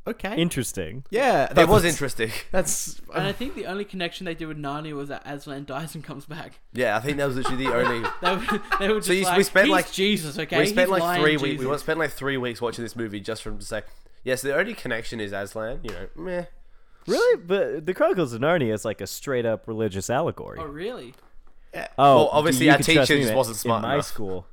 [SPEAKER 1] Okay.
[SPEAKER 4] Interesting.
[SPEAKER 1] yeah,
[SPEAKER 2] That was
[SPEAKER 1] interesting.
[SPEAKER 2] interesting.
[SPEAKER 1] That's uh,
[SPEAKER 3] And I think the only connection they did with Narnia was that Aslan dies and comes back.
[SPEAKER 2] Yeah, I think that was literally the only.
[SPEAKER 3] They were, they were just
[SPEAKER 2] you-
[SPEAKER 3] like,
[SPEAKER 2] we spent,
[SPEAKER 3] "He's
[SPEAKER 2] like-
[SPEAKER 3] Jesus, okay?
[SPEAKER 2] we
[SPEAKER 3] He's
[SPEAKER 2] spent like
[SPEAKER 3] lying
[SPEAKER 2] three
[SPEAKER 3] Jesus.
[SPEAKER 2] weeks. We spent like three weeks watching this movie just from to say. Yes, the only connection is Aslan. You know, meh.
[SPEAKER 4] Really? But the Chronicles of Narnia is like a straight up religious allegory.
[SPEAKER 3] Oh, really?
[SPEAKER 4] Oh,
[SPEAKER 2] Well, obviously
[SPEAKER 4] you
[SPEAKER 2] our
[SPEAKER 4] can trust
[SPEAKER 2] teacher
[SPEAKER 4] me,
[SPEAKER 2] just
[SPEAKER 4] man.
[SPEAKER 2] wasn't smart
[SPEAKER 4] In my
[SPEAKER 2] enough.
[SPEAKER 4] school,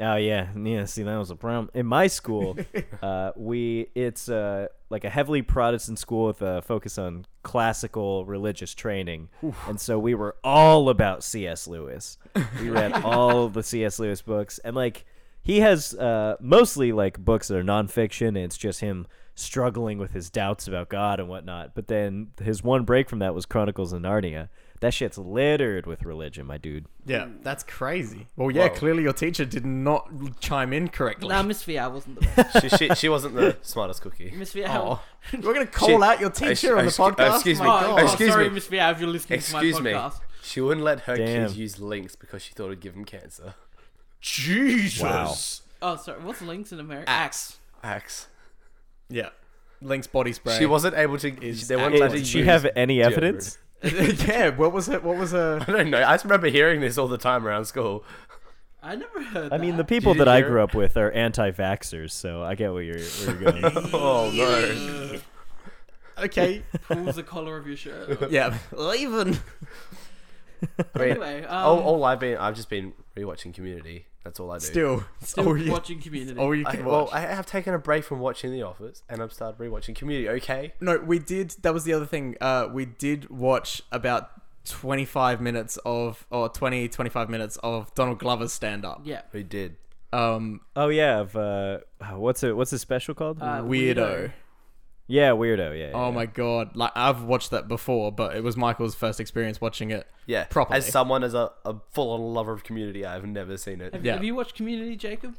[SPEAKER 4] oh yeah, yeah. See, that was a problem. In my school, uh, we it's uh, like a heavily Protestant school with a focus on classical religious training, and so we were all about C.S. Lewis. We read all the C.S. Lewis books, and like he has uh, mostly like books that are nonfiction. And it's just him struggling with his doubts about God and whatnot. But then his one break from that was Chronicles of Narnia. That shit's littered with religion, my dude.
[SPEAKER 1] yeah, that's crazy. Well, yeah,
[SPEAKER 2] Whoa.
[SPEAKER 1] clearly your teacher did not chime in correctly.
[SPEAKER 3] Nah, Miss Fiat wasn't the best.
[SPEAKER 2] She, she, she wasn't the smartest cookie.
[SPEAKER 3] Miss Fiat.
[SPEAKER 1] Oh.
[SPEAKER 3] Oh,
[SPEAKER 1] We're gonna call out your teacher
[SPEAKER 2] Ex-
[SPEAKER 1] on the
[SPEAKER 2] ex-
[SPEAKER 1] podcast.
[SPEAKER 2] excuse me.
[SPEAKER 1] My
[SPEAKER 3] oh,
[SPEAKER 1] God.
[SPEAKER 2] Excuse
[SPEAKER 3] sorry,
[SPEAKER 2] me.
[SPEAKER 3] Miss Fiat, if you're listening
[SPEAKER 2] Excuse
[SPEAKER 3] to my
[SPEAKER 2] me.
[SPEAKER 3] podcast.
[SPEAKER 2] She wouldn't let her
[SPEAKER 4] Damn.
[SPEAKER 2] kids use links because she thought it'd give them cancer.
[SPEAKER 1] Jesus.
[SPEAKER 4] Wow.
[SPEAKER 3] Oh, sorry. What's links in America?
[SPEAKER 1] Axe.
[SPEAKER 2] Axe.
[SPEAKER 1] Yeah. Link's body spray.
[SPEAKER 2] She wasn't able to.
[SPEAKER 1] Is
[SPEAKER 2] They weren't
[SPEAKER 1] Axe.
[SPEAKER 2] allowed to
[SPEAKER 4] Did she
[SPEAKER 2] use
[SPEAKER 4] have any
[SPEAKER 2] deodorant.
[SPEAKER 4] evidence?
[SPEAKER 1] yeah. What was it? What was uh, her?
[SPEAKER 2] I don't know. I just remember hearing this all the time around school.
[SPEAKER 3] I never heard
[SPEAKER 4] I
[SPEAKER 3] that.
[SPEAKER 4] mean, the people
[SPEAKER 2] Did you
[SPEAKER 4] that I
[SPEAKER 2] hear
[SPEAKER 4] grew
[SPEAKER 2] it?
[SPEAKER 4] up with are anti-vaxxers, so I get where you're, where you're going.
[SPEAKER 2] Oh no!
[SPEAKER 1] Okay.
[SPEAKER 3] pulls the collar of your shirt.
[SPEAKER 1] yeah. Leaving.
[SPEAKER 3] Anyway, um,
[SPEAKER 2] all, all I've been, I've just been rewatching Community. That's all I do.
[SPEAKER 1] Still.
[SPEAKER 2] oh,
[SPEAKER 3] still
[SPEAKER 1] all you,
[SPEAKER 3] watching Community.
[SPEAKER 1] all you
[SPEAKER 2] I,
[SPEAKER 1] can
[SPEAKER 2] well,
[SPEAKER 1] watch.
[SPEAKER 2] I have taken a break from watching The Office, and I've started rewatching Community. Okay.
[SPEAKER 1] no, we did. That was the other thing. Uh, we did watch about 25 minutes of, or 20, 25 minutes of Donald Glover's stand up.
[SPEAKER 3] yeah.
[SPEAKER 2] We did.
[SPEAKER 1] Um,
[SPEAKER 4] oh yeah, of, uh, what's it? What's his special called?
[SPEAKER 3] Uh,
[SPEAKER 1] weirdo.
[SPEAKER 4] yeah, weirdo. Yeah.
[SPEAKER 1] Oh my god! Like I've watched that before, but it was Michael's first experience watching it.
[SPEAKER 2] Yeah.
[SPEAKER 1] Properly.
[SPEAKER 2] As someone as a, a full-on lover of Community, I've never seen it.
[SPEAKER 3] Have,
[SPEAKER 1] Yeah.
[SPEAKER 3] have you watched Community, Jacob?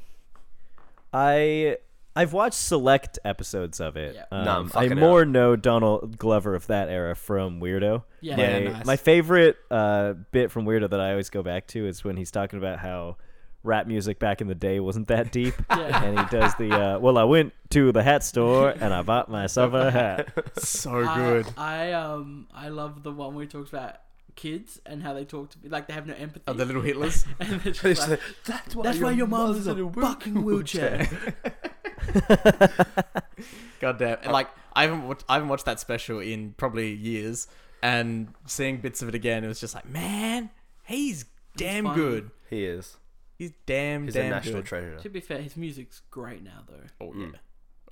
[SPEAKER 4] I I've watched select episodes of it.
[SPEAKER 3] Yeah.
[SPEAKER 4] Um,
[SPEAKER 2] Nah, I'm
[SPEAKER 4] I
[SPEAKER 2] fucking
[SPEAKER 4] more know Donald Glover of that era from Weirdo.
[SPEAKER 3] Yeah.
[SPEAKER 4] My,
[SPEAKER 1] Yeah, nice.
[SPEAKER 4] my favorite uh, bit from Weirdo that I always go back to is when he's talking about how rap music back in the day wasn't that deep,
[SPEAKER 3] Yeah.
[SPEAKER 4] and he does the uh, well. I went to the hat store and I bought myself a hat.
[SPEAKER 1] So
[SPEAKER 3] I-
[SPEAKER 1] good.
[SPEAKER 3] Uh, I, um I love the one where he talks about kids and how they talk to like they have no empathy.
[SPEAKER 1] Oh, the little Hitlers.
[SPEAKER 3] and they're
[SPEAKER 2] It's
[SPEAKER 3] just like,
[SPEAKER 2] like, that's why,
[SPEAKER 3] That's why your mother's in a fucking wheelchair.
[SPEAKER 1] Goddamn! And, Like I haven't watched, I haven't watched that special in probably years, and seeing bits of it again, it was just like, man, he's damn
[SPEAKER 3] funny.
[SPEAKER 1] good.
[SPEAKER 2] He is.
[SPEAKER 1] He's damn
[SPEAKER 2] He's
[SPEAKER 1] damn
[SPEAKER 2] a national
[SPEAKER 1] good.
[SPEAKER 2] treasure. Mm.
[SPEAKER 3] to be fair, his music's great now though.
[SPEAKER 1] oh yeah.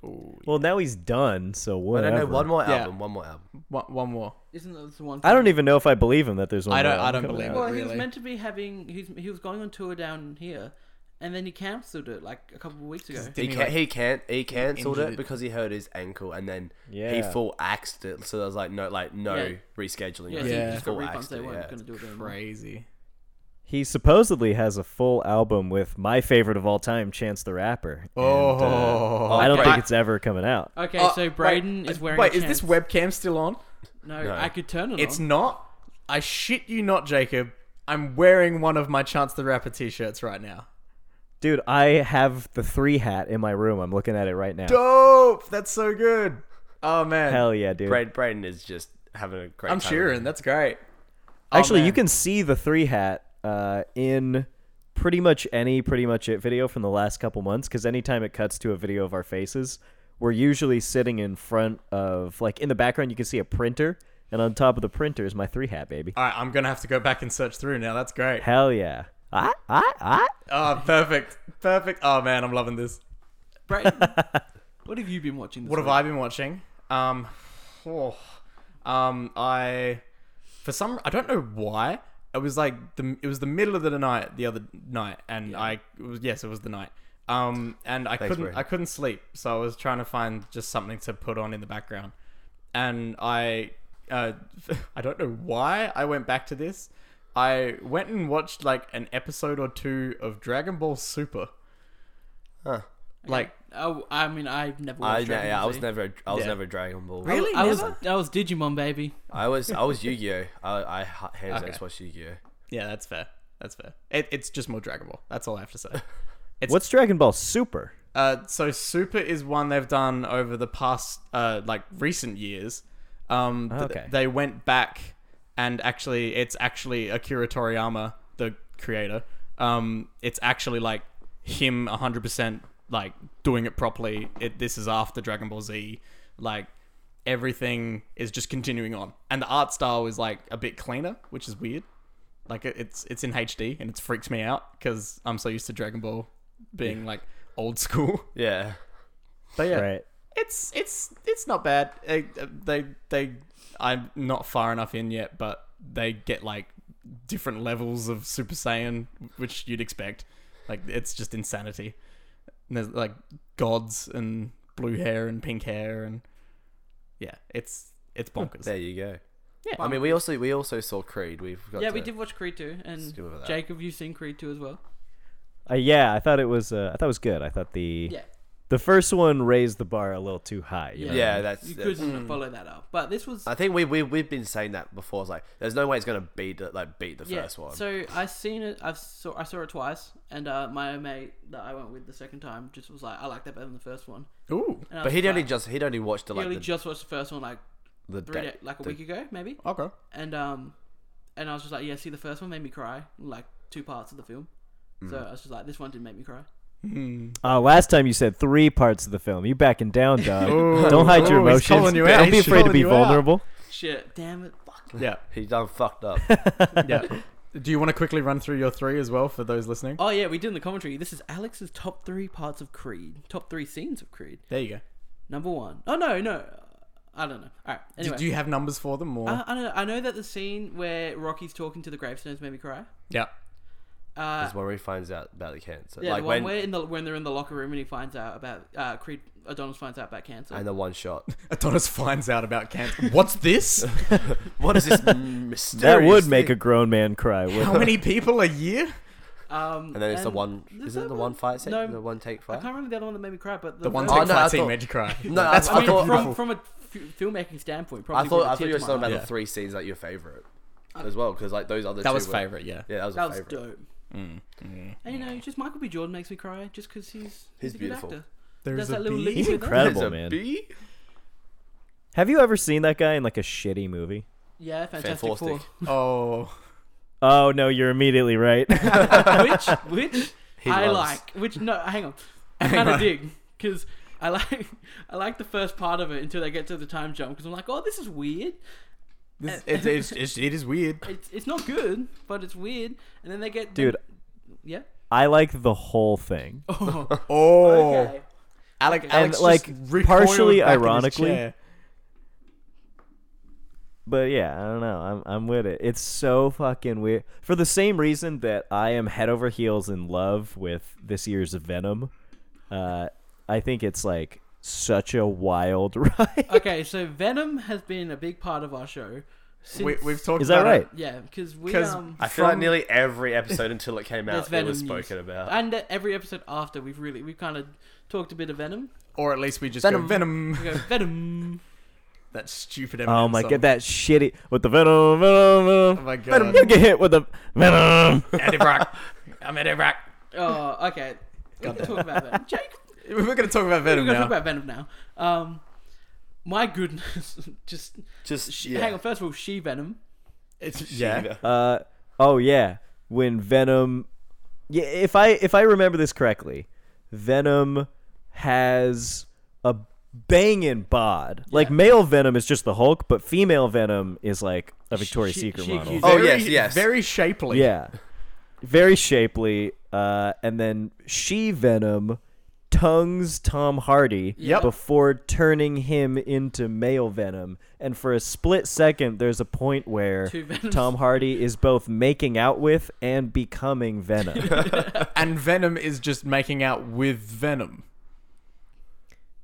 [SPEAKER 1] Oh,
[SPEAKER 4] Well, now he's done, so
[SPEAKER 2] I
[SPEAKER 4] whatever.
[SPEAKER 2] don't know. One more
[SPEAKER 1] Yeah.
[SPEAKER 2] album. One more album.
[SPEAKER 1] one, one more.
[SPEAKER 3] Isn't that the one?
[SPEAKER 4] I don't even know if I believe him that there's one.
[SPEAKER 1] I don't-
[SPEAKER 4] more
[SPEAKER 1] I don't
[SPEAKER 4] coming
[SPEAKER 1] believe
[SPEAKER 4] out.
[SPEAKER 1] it.
[SPEAKER 3] Well, he was
[SPEAKER 1] really.
[SPEAKER 3] meant to be having. He's, he was going on tour down here, and then he cancelled it like a couple of weeks ago.
[SPEAKER 1] Didn't
[SPEAKER 2] he,
[SPEAKER 1] he,
[SPEAKER 2] can,
[SPEAKER 1] like-
[SPEAKER 2] he can't. He cancelled
[SPEAKER 1] injured
[SPEAKER 2] it
[SPEAKER 1] it?
[SPEAKER 2] because he hurt his ankle, and then he
[SPEAKER 4] Yeah.
[SPEAKER 2] full axed it. So there was like no, like no
[SPEAKER 3] Yeah.
[SPEAKER 2] rescheduling.
[SPEAKER 3] Yeah,
[SPEAKER 2] Like,
[SPEAKER 3] so
[SPEAKER 1] Yeah.
[SPEAKER 3] he just got
[SPEAKER 2] full
[SPEAKER 3] refunds.
[SPEAKER 2] axed
[SPEAKER 3] They
[SPEAKER 2] it,
[SPEAKER 3] weren't
[SPEAKER 2] yeah.
[SPEAKER 3] going to do it anymore.
[SPEAKER 1] Crazy.
[SPEAKER 4] He supposedly has a full album with my favorite of all time, Chance the Rapper. and, uh,
[SPEAKER 1] Oh,
[SPEAKER 4] I don't
[SPEAKER 1] okay.
[SPEAKER 4] think it's ever coming out.
[SPEAKER 3] Okay,
[SPEAKER 1] Uh,
[SPEAKER 3] so
[SPEAKER 1] wait,
[SPEAKER 3] Braden is wearing.
[SPEAKER 1] Wait,
[SPEAKER 3] a
[SPEAKER 1] is this
[SPEAKER 3] chance.
[SPEAKER 1] webcam still on?
[SPEAKER 3] No,
[SPEAKER 2] No.
[SPEAKER 3] I could turn it
[SPEAKER 1] It's
[SPEAKER 3] on.
[SPEAKER 1] not. I shit you not, Jacob. I'm wearing one of my Chance the Rapper t-shirts right now.
[SPEAKER 4] Dude, I have the three hat in my room. I'm looking at it right now.
[SPEAKER 1] Dope. That's so good. Oh man.
[SPEAKER 4] Hell yeah, dude.
[SPEAKER 2] Brad, Braden is just having a great.
[SPEAKER 1] I'm
[SPEAKER 2] time.
[SPEAKER 1] cheering. That's great.
[SPEAKER 4] Actually,
[SPEAKER 1] man.
[SPEAKER 4] you can see the three hat uh, in pretty much any pretty much it video from the last couple months because anytime it cuts to a video of our faces, we're usually sitting in front of, like, in the background, you can see a printer, and on top of the printer is my three hat, baby.
[SPEAKER 1] All right, I'm gonna have to go back and search through now. That's great.
[SPEAKER 4] Hell yeah. Ah, ah, ah.
[SPEAKER 1] Oh, perfect, perfect. Oh man, I'm loving this.
[SPEAKER 3] Braden, what have you been watching? This
[SPEAKER 1] What have I been watching? Um, oh, um, I for some I don't know why it was like the it was the middle of the night the other night, and I it was, yes it was the night. Um, and I couldn't
[SPEAKER 2] Ray.
[SPEAKER 1] I couldn't sleep, so I was trying to find just something to put on in the background, and I uh, I don't know why I went back to this. I went and watched like an episode or two of Dragon Ball Super.
[SPEAKER 2] Huh.
[SPEAKER 1] Like
[SPEAKER 3] Oh, I mean, I never
[SPEAKER 2] I,
[SPEAKER 3] watched
[SPEAKER 2] yeah,
[SPEAKER 3] Dragon
[SPEAKER 2] yeah, I
[SPEAKER 3] Ball
[SPEAKER 2] was
[SPEAKER 3] Z.
[SPEAKER 2] never a, I was
[SPEAKER 1] Yeah.
[SPEAKER 2] never a Dragon Ball.
[SPEAKER 1] Really?
[SPEAKER 3] I was
[SPEAKER 1] Never?
[SPEAKER 3] I was Digimon baby.
[SPEAKER 2] I was I was Yu Gi Oh. I I ha- hands
[SPEAKER 1] Okay.
[SPEAKER 2] down just watched Yu Gi Oh.
[SPEAKER 1] yeah, that's fair. That's fair. It, it's just more Dragon Ball. That's all I have to say.
[SPEAKER 4] What's Dragon Ball Super?
[SPEAKER 1] Uh, so Super is one they've done over the past uh, like recent years. Um, th-
[SPEAKER 4] Okay.
[SPEAKER 1] They went back and actually, it's actually Akira Toriyama, the creator. Um, it's actually like him 100% like doing it properly. It, this is after Dragon Ball Z. Like everything is just continuing on. And the art style is like a bit cleaner, which is weird. Like it- it's it's in HD and it freaks me out because I'm so used to Dragon Ball being like old school.
[SPEAKER 2] Yeah.
[SPEAKER 1] But yeah,
[SPEAKER 4] Right.
[SPEAKER 1] it's it's it's not bad. They, they they I'm not far enough in yet, but they get like different levels of Super Saiyan, which you'd expect. Like it's just insanity. And there's like gods and blue hair and pink hair and yeah, it's it's bonkers.
[SPEAKER 2] There you go.
[SPEAKER 1] Yeah.
[SPEAKER 2] I mean, we also we also saw Creed. We've got
[SPEAKER 3] yeah,
[SPEAKER 2] to,
[SPEAKER 3] we did watch Creed 2 and
[SPEAKER 2] skip over that.
[SPEAKER 3] Jake, have you seen Creed 2 as well?
[SPEAKER 4] Uh, yeah, I thought it was. Uh, I thought it was good. I thought the
[SPEAKER 3] Yeah.
[SPEAKER 4] the first one raised the bar a little too high. you
[SPEAKER 3] Yeah.
[SPEAKER 4] know?
[SPEAKER 2] Yeah, that's.
[SPEAKER 3] You
[SPEAKER 2] that's-
[SPEAKER 3] couldn't follow that up. But this was
[SPEAKER 2] I think we we we've been saying that before. It's like there's no way it's gonna beat the, like beat the
[SPEAKER 3] yeah.
[SPEAKER 2] first one.
[SPEAKER 3] So I seen it. I saw I saw it twice, and uh, my mate that I went with the second time just was like, I like that better than the first one.
[SPEAKER 1] Ooh.
[SPEAKER 3] And I
[SPEAKER 2] but
[SPEAKER 3] was
[SPEAKER 2] he'd
[SPEAKER 3] like-
[SPEAKER 2] only just he'd only watched the
[SPEAKER 3] he
[SPEAKER 2] like
[SPEAKER 3] only
[SPEAKER 2] the,
[SPEAKER 3] just watched the first one like
[SPEAKER 2] the
[SPEAKER 3] three
[SPEAKER 2] day-
[SPEAKER 3] day, like a
[SPEAKER 2] the-
[SPEAKER 3] week ago maybe,
[SPEAKER 1] Okay.
[SPEAKER 3] and um, and I was just like, yeah, see, the first one made me cry like two parts of the film. So
[SPEAKER 2] Mm.
[SPEAKER 3] I was just like, this one didn't make me cry.
[SPEAKER 4] Uh, last time you said three parts of the film. You backing down, dog? Don't hide your
[SPEAKER 1] Ooh, he's
[SPEAKER 4] emotions.
[SPEAKER 1] calling you out.
[SPEAKER 4] Don't be
[SPEAKER 1] He's
[SPEAKER 4] afraid to
[SPEAKER 1] calling
[SPEAKER 4] be
[SPEAKER 1] you out.
[SPEAKER 4] vulnerable.
[SPEAKER 3] Shit, damn it, fuck.
[SPEAKER 1] Yeah.
[SPEAKER 2] He done fucked up.
[SPEAKER 1] Yeah. Do you want to quickly run through your three as well for those listening?
[SPEAKER 3] Oh yeah, we did in the commentary. This is Alex's top three parts of Creed, top three scenes of Creed.
[SPEAKER 1] There you go.
[SPEAKER 3] Number one. Oh no, no, I don't know. All right.
[SPEAKER 1] Do-
[SPEAKER 3] Anyway, Uh,
[SPEAKER 1] Do you have numbers for them or?
[SPEAKER 3] I, I know. I know that the scene where Rocky's talking to the gravestones made me cry.
[SPEAKER 1] yeah.
[SPEAKER 3] Uh,
[SPEAKER 2] That's where he finds out about the cancer.
[SPEAKER 3] yeah,
[SPEAKER 2] like
[SPEAKER 3] the one
[SPEAKER 2] when
[SPEAKER 3] where in the when they're in the locker room and he finds out about uh, Creed Adonis finds out about cancer.
[SPEAKER 2] and the one shot.
[SPEAKER 1] Adonis finds out about cancer. What's this?
[SPEAKER 2] What is this m- mysterious?
[SPEAKER 4] That would make a
[SPEAKER 2] thing?
[SPEAKER 4] grown man cry. Wouldn't
[SPEAKER 1] How many people a year?
[SPEAKER 3] Um,
[SPEAKER 2] And then it's the
[SPEAKER 3] and
[SPEAKER 2] one.
[SPEAKER 3] the
[SPEAKER 2] Is it
[SPEAKER 3] third
[SPEAKER 2] the one fight scene?
[SPEAKER 3] No.
[SPEAKER 2] The one take
[SPEAKER 3] I
[SPEAKER 2] fight.
[SPEAKER 3] can't remember the other one that made me cry, but the,
[SPEAKER 1] The one
[SPEAKER 3] first-
[SPEAKER 1] take
[SPEAKER 2] Oh, no, I
[SPEAKER 1] fight scene
[SPEAKER 2] thought-
[SPEAKER 1] made you cry.
[SPEAKER 2] No, I-
[SPEAKER 1] that's
[SPEAKER 2] I
[SPEAKER 1] fucking
[SPEAKER 2] thought-
[SPEAKER 1] beautiful.
[SPEAKER 3] from, from a f- filmmaking standpoint,
[SPEAKER 2] I
[SPEAKER 3] probably.
[SPEAKER 2] thought
[SPEAKER 3] brought a
[SPEAKER 2] I thought
[SPEAKER 3] tear
[SPEAKER 2] you were
[SPEAKER 3] to my
[SPEAKER 2] talking about
[SPEAKER 1] eye.
[SPEAKER 2] the three scenes that your favorite as well, because like those other
[SPEAKER 1] that
[SPEAKER 2] two
[SPEAKER 1] was
[SPEAKER 2] were-
[SPEAKER 1] favorite, yeah.
[SPEAKER 2] Yeah, that was
[SPEAKER 3] That
[SPEAKER 2] a
[SPEAKER 3] was
[SPEAKER 2] favorite.
[SPEAKER 3] dope.
[SPEAKER 1] Mm,
[SPEAKER 3] And you know, just Michael B. Jordan makes me cry just because he's he's, a
[SPEAKER 2] beautiful.
[SPEAKER 3] Good actor.
[SPEAKER 1] There's
[SPEAKER 3] Does that little
[SPEAKER 1] bee.
[SPEAKER 3] leap
[SPEAKER 4] He's
[SPEAKER 3] with it.
[SPEAKER 4] incredible,
[SPEAKER 2] There's a
[SPEAKER 4] man.
[SPEAKER 2] bee?
[SPEAKER 4] Have you ever seen that guy in like a shitty movie?
[SPEAKER 3] Yeah, Fantastic Four.
[SPEAKER 2] Fantastic.
[SPEAKER 1] Oh,
[SPEAKER 4] Oh no, you're immediately right.
[SPEAKER 3] which which
[SPEAKER 2] He
[SPEAKER 3] I
[SPEAKER 2] loves-
[SPEAKER 3] like. Which no, hang on, I kind of dig because I like I like the first part of it until they get to the time jump because I'm like, oh, this is weird.
[SPEAKER 1] this, it's, it's, it's, it is weird.
[SPEAKER 3] It's it's not good, but it's weird. And then they get
[SPEAKER 4] Dude,
[SPEAKER 3] yeah.
[SPEAKER 4] I like the whole thing.
[SPEAKER 3] Oh,
[SPEAKER 1] Oh,
[SPEAKER 3] okay.
[SPEAKER 1] Alec,
[SPEAKER 3] And,
[SPEAKER 1] Alex
[SPEAKER 4] like,
[SPEAKER 1] just recoiled
[SPEAKER 4] partially
[SPEAKER 1] back in his
[SPEAKER 4] ironically-
[SPEAKER 1] chair.
[SPEAKER 4] But yeah, I don't know. I'm I'm with it. It's so fucking weird. For the same reason that I am head over heels in love with this year's Venom. Uh, I think it's like such a wild ride.
[SPEAKER 3] Okay, so Venom has been a big part of our show. Since,
[SPEAKER 1] we, we've talked.
[SPEAKER 4] Is that
[SPEAKER 1] about
[SPEAKER 4] right?
[SPEAKER 1] It.
[SPEAKER 3] yeah, because we
[SPEAKER 1] 'Cause
[SPEAKER 3] um
[SPEAKER 2] I feel like
[SPEAKER 1] From-
[SPEAKER 2] nearly every episode until it came
[SPEAKER 3] there's
[SPEAKER 2] out, it
[SPEAKER 3] Venom
[SPEAKER 2] was
[SPEAKER 3] news.
[SPEAKER 2] spoken about.
[SPEAKER 3] and uh, every episode after we've really we've kind of talked a bit of Venom.
[SPEAKER 1] Or at least we just go
[SPEAKER 2] Venom.
[SPEAKER 1] venom.
[SPEAKER 3] We go Venom.
[SPEAKER 1] That stupid. Eminem
[SPEAKER 4] Oh my
[SPEAKER 1] song.
[SPEAKER 4] god, that shitty with the Venom, Venom,
[SPEAKER 1] Oh
[SPEAKER 4] Venom.
[SPEAKER 1] my god.
[SPEAKER 4] You get hit with the Venom.
[SPEAKER 1] Eddie Brock. I'm Eddie Brock.
[SPEAKER 3] Oh, okay. We can talk about Venom. Jake,
[SPEAKER 1] We're gonna talk about
[SPEAKER 3] we're
[SPEAKER 1] venom
[SPEAKER 3] gonna
[SPEAKER 1] now.
[SPEAKER 3] talk about Venom now. Um, my goodness, just
[SPEAKER 2] Just
[SPEAKER 3] she,
[SPEAKER 2] yeah.
[SPEAKER 3] hang on. First of all, she Venom.
[SPEAKER 1] it's,
[SPEAKER 2] Yeah.
[SPEAKER 1] yeah.
[SPEAKER 4] Uh, oh yeah, when Venom. Yeah, if I if I remember this correctly, Venom has a banging bod. Like male Venom is just the Hulk, but female Venom is like a Victoria's
[SPEAKER 3] She-
[SPEAKER 4] Secret
[SPEAKER 3] she-
[SPEAKER 4] model.
[SPEAKER 3] she-
[SPEAKER 2] Oh,
[SPEAKER 1] Very-
[SPEAKER 2] yes, yes.
[SPEAKER 1] Very shapely.
[SPEAKER 4] Yeah, very shapely. Uh, and then she Venom tongues Tom Hardy
[SPEAKER 1] Yep.
[SPEAKER 4] before turning him into male Venom. And for a split second, there's a point where
[SPEAKER 3] Two Venoms.
[SPEAKER 4] Tom Hardy is both making out with and becoming Venom.
[SPEAKER 1] And venom is just making out with venom.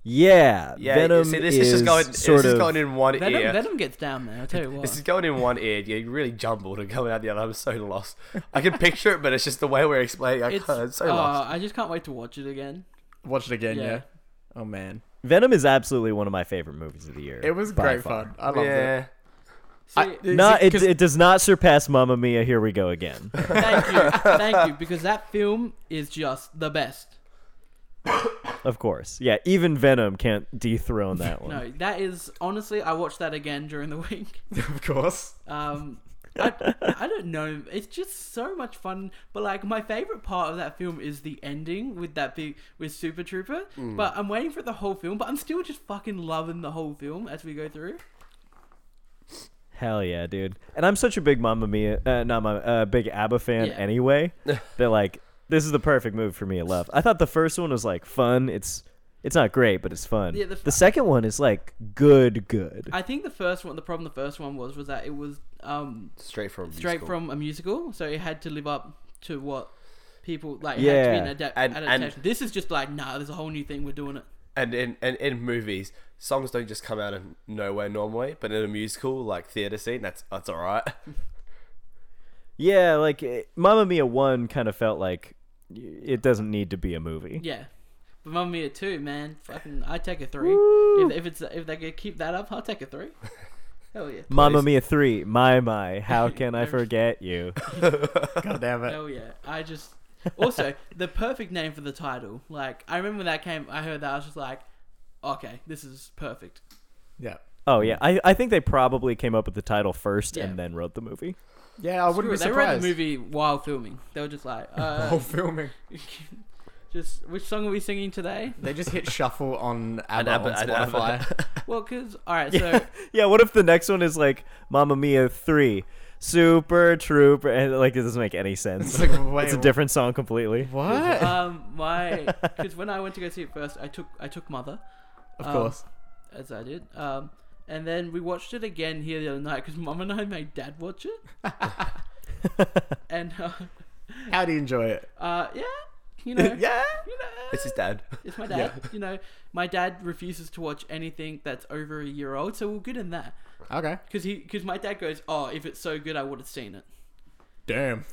[SPEAKER 4] yeah,
[SPEAKER 2] Yeah,
[SPEAKER 4] Venom
[SPEAKER 2] see, this
[SPEAKER 4] is,
[SPEAKER 2] is, just going.
[SPEAKER 4] sort
[SPEAKER 2] this
[SPEAKER 4] of
[SPEAKER 2] is going in one
[SPEAKER 3] Venom,
[SPEAKER 2] ear.
[SPEAKER 3] Venom gets down there. I will tell you
[SPEAKER 2] This is
[SPEAKER 3] what.
[SPEAKER 2] going in one ear. You really jumbled and coming out the other. I'm so lost. I can picture it, but it's just the way we're explaining. I
[SPEAKER 3] It's
[SPEAKER 2] can't, I'm so
[SPEAKER 3] uh,
[SPEAKER 2] lost.
[SPEAKER 3] I just can't wait to watch it again.
[SPEAKER 1] Watch it again, yeah.
[SPEAKER 3] Yeah.
[SPEAKER 1] Oh man,
[SPEAKER 4] Venom is absolutely one of my favorite movies of the year.
[SPEAKER 1] it was
[SPEAKER 4] by
[SPEAKER 1] great
[SPEAKER 4] far.
[SPEAKER 1] fun. I loved it.
[SPEAKER 2] yeah.
[SPEAKER 1] I-
[SPEAKER 3] See,
[SPEAKER 4] No, it,
[SPEAKER 1] 'cause-
[SPEAKER 4] it does not surpass Mamma Mia. Here we go again.
[SPEAKER 3] thank you, thank you, because that film is just the best.
[SPEAKER 4] of course, yeah. Even Venom can't dethrone that one.
[SPEAKER 3] No, that is honestly, I watched that again during the week.
[SPEAKER 1] of course.
[SPEAKER 3] Um, I, I don't know. It's just so much fun. But like, my favorite part of that film is the ending with that big with Super Trooper.
[SPEAKER 2] Mm.
[SPEAKER 3] But I'm waiting for the whole film. But I'm still just fucking loving the whole film as we go through.
[SPEAKER 4] Hell yeah, dude. And I'm such a big Mamma Mia, uh, not Mamma, uh, big ABBA fan
[SPEAKER 3] Yeah.
[SPEAKER 4] anyway. They're like, this is the perfect movie for me to love. I thought the first one was like fun. It's it's not great, but it's fun.
[SPEAKER 3] Yeah,
[SPEAKER 4] the,
[SPEAKER 3] the-
[SPEAKER 4] second one is like good, good.
[SPEAKER 3] I think the first one, the problem the first one was was that it was um
[SPEAKER 2] Straight from
[SPEAKER 3] straight
[SPEAKER 2] musical.
[SPEAKER 3] from a musical, so it had to live up to what people like. It had
[SPEAKER 4] Yeah.
[SPEAKER 3] to be an adap-
[SPEAKER 2] And- and-
[SPEAKER 3] adaptation. this is just like, nah, there's a whole new thing. We're doing it.
[SPEAKER 2] and in and in movies, songs don't just come out of nowhere normally, but in a musical like theater scene, that's that's all right.
[SPEAKER 4] yeah, like it, Mamma Mia one kind of felt like y- it doesn't need to be a movie.
[SPEAKER 3] Yeah. But Mamma Mia too, man. Fucking, I take a three. If, if it's if they could keep that up, I'll take a three. Hell yeah.
[SPEAKER 4] Mamma
[SPEAKER 2] Please.
[SPEAKER 4] Mia three, my my, how can I forget you?
[SPEAKER 1] God damn it.
[SPEAKER 3] Hell yeah. I just also the perfect name for the title. Like I remember when that came. I heard that. I was just like, okay, this is perfect.
[SPEAKER 1] Yeah.
[SPEAKER 4] Oh yeah, I, I think they probably came up with the title first
[SPEAKER 3] Yeah.
[SPEAKER 4] and then wrote the movie.
[SPEAKER 1] Yeah, I wouldn't
[SPEAKER 3] Screw it,
[SPEAKER 1] be
[SPEAKER 3] they wrote
[SPEAKER 1] surprised.
[SPEAKER 3] the movie while filming. They were just like,
[SPEAKER 1] Whole
[SPEAKER 3] uh,
[SPEAKER 1] filming.
[SPEAKER 3] just which song are we singing today?
[SPEAKER 1] They just hit shuffle on ABBA
[SPEAKER 2] ABBA-
[SPEAKER 1] on
[SPEAKER 2] an ABBA.
[SPEAKER 1] Spotify.
[SPEAKER 3] Well, cause all right, so
[SPEAKER 4] Yeah, yeah. What if the next one is like Mamma Mia three, Super Trooper, and like it doesn't make any
[SPEAKER 1] It's
[SPEAKER 4] sense.
[SPEAKER 1] like, wait,
[SPEAKER 4] it's a different song completely.
[SPEAKER 1] What?
[SPEAKER 3] um my because when I went to go see it first, I took I took mother
[SPEAKER 1] of
[SPEAKER 3] um,
[SPEAKER 1] course.
[SPEAKER 3] as I did, um, and then we watched it again here the other night because mum and I made dad watch it, and uh,
[SPEAKER 1] How do you enjoy it?
[SPEAKER 3] uh, yeah, you know,
[SPEAKER 1] Yeah.
[SPEAKER 3] you know,
[SPEAKER 2] It's his dad.
[SPEAKER 3] It's my dad. You know, my dad refuses to watch anything that's over a year old, so we're good in that.
[SPEAKER 1] Okay.
[SPEAKER 3] Because he, because my dad goes, oh, if it's so good, I would have seen it.
[SPEAKER 1] Damn.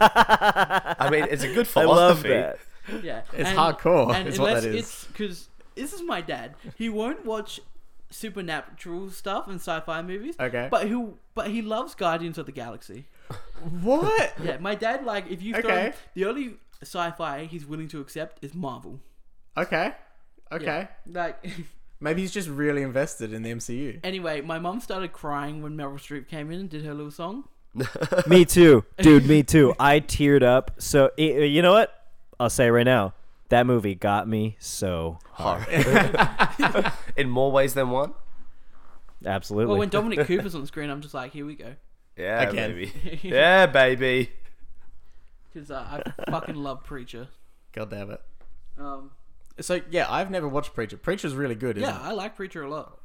[SPEAKER 2] I mean, it's a good
[SPEAKER 4] I love
[SPEAKER 2] philosophy.
[SPEAKER 4] that.
[SPEAKER 3] Yeah,
[SPEAKER 1] It's hardcore,
[SPEAKER 3] And
[SPEAKER 1] is what
[SPEAKER 3] unless
[SPEAKER 1] that is.
[SPEAKER 3] it's because this is my dad. He won't watch supernatural stuff and sci-fi movies.
[SPEAKER 1] Okay.
[SPEAKER 3] but he but he loves Guardians of the Galaxy.
[SPEAKER 1] What?
[SPEAKER 3] Yeah, my dad like if you throw
[SPEAKER 1] Okay.
[SPEAKER 3] him- the only sci-fi he's willing to accept is Marvel.
[SPEAKER 1] Okay. Okay.
[SPEAKER 3] Yeah, like
[SPEAKER 1] Maybe he's just really invested in the MCU.
[SPEAKER 3] anyway, my mum started crying when Meryl Streep came in and did her little song.
[SPEAKER 4] Me too, dude. Me too. I teared up. So i- you know what? I'll say right now, that movie got me so
[SPEAKER 2] Hard. in more ways than one.
[SPEAKER 4] absolutely.
[SPEAKER 3] Well, when Dominic Cooper's on the screen, I'm just like, here we go,
[SPEAKER 2] Yeah,
[SPEAKER 1] Again.
[SPEAKER 2] baby. Yeah, baby.
[SPEAKER 3] because uh, I fucking love Preacher.
[SPEAKER 1] God damn it.
[SPEAKER 3] Um,
[SPEAKER 1] So yeah, I've never watched Preacher. Preacher's really good, isn't
[SPEAKER 3] yeah, I like Preacher a lot.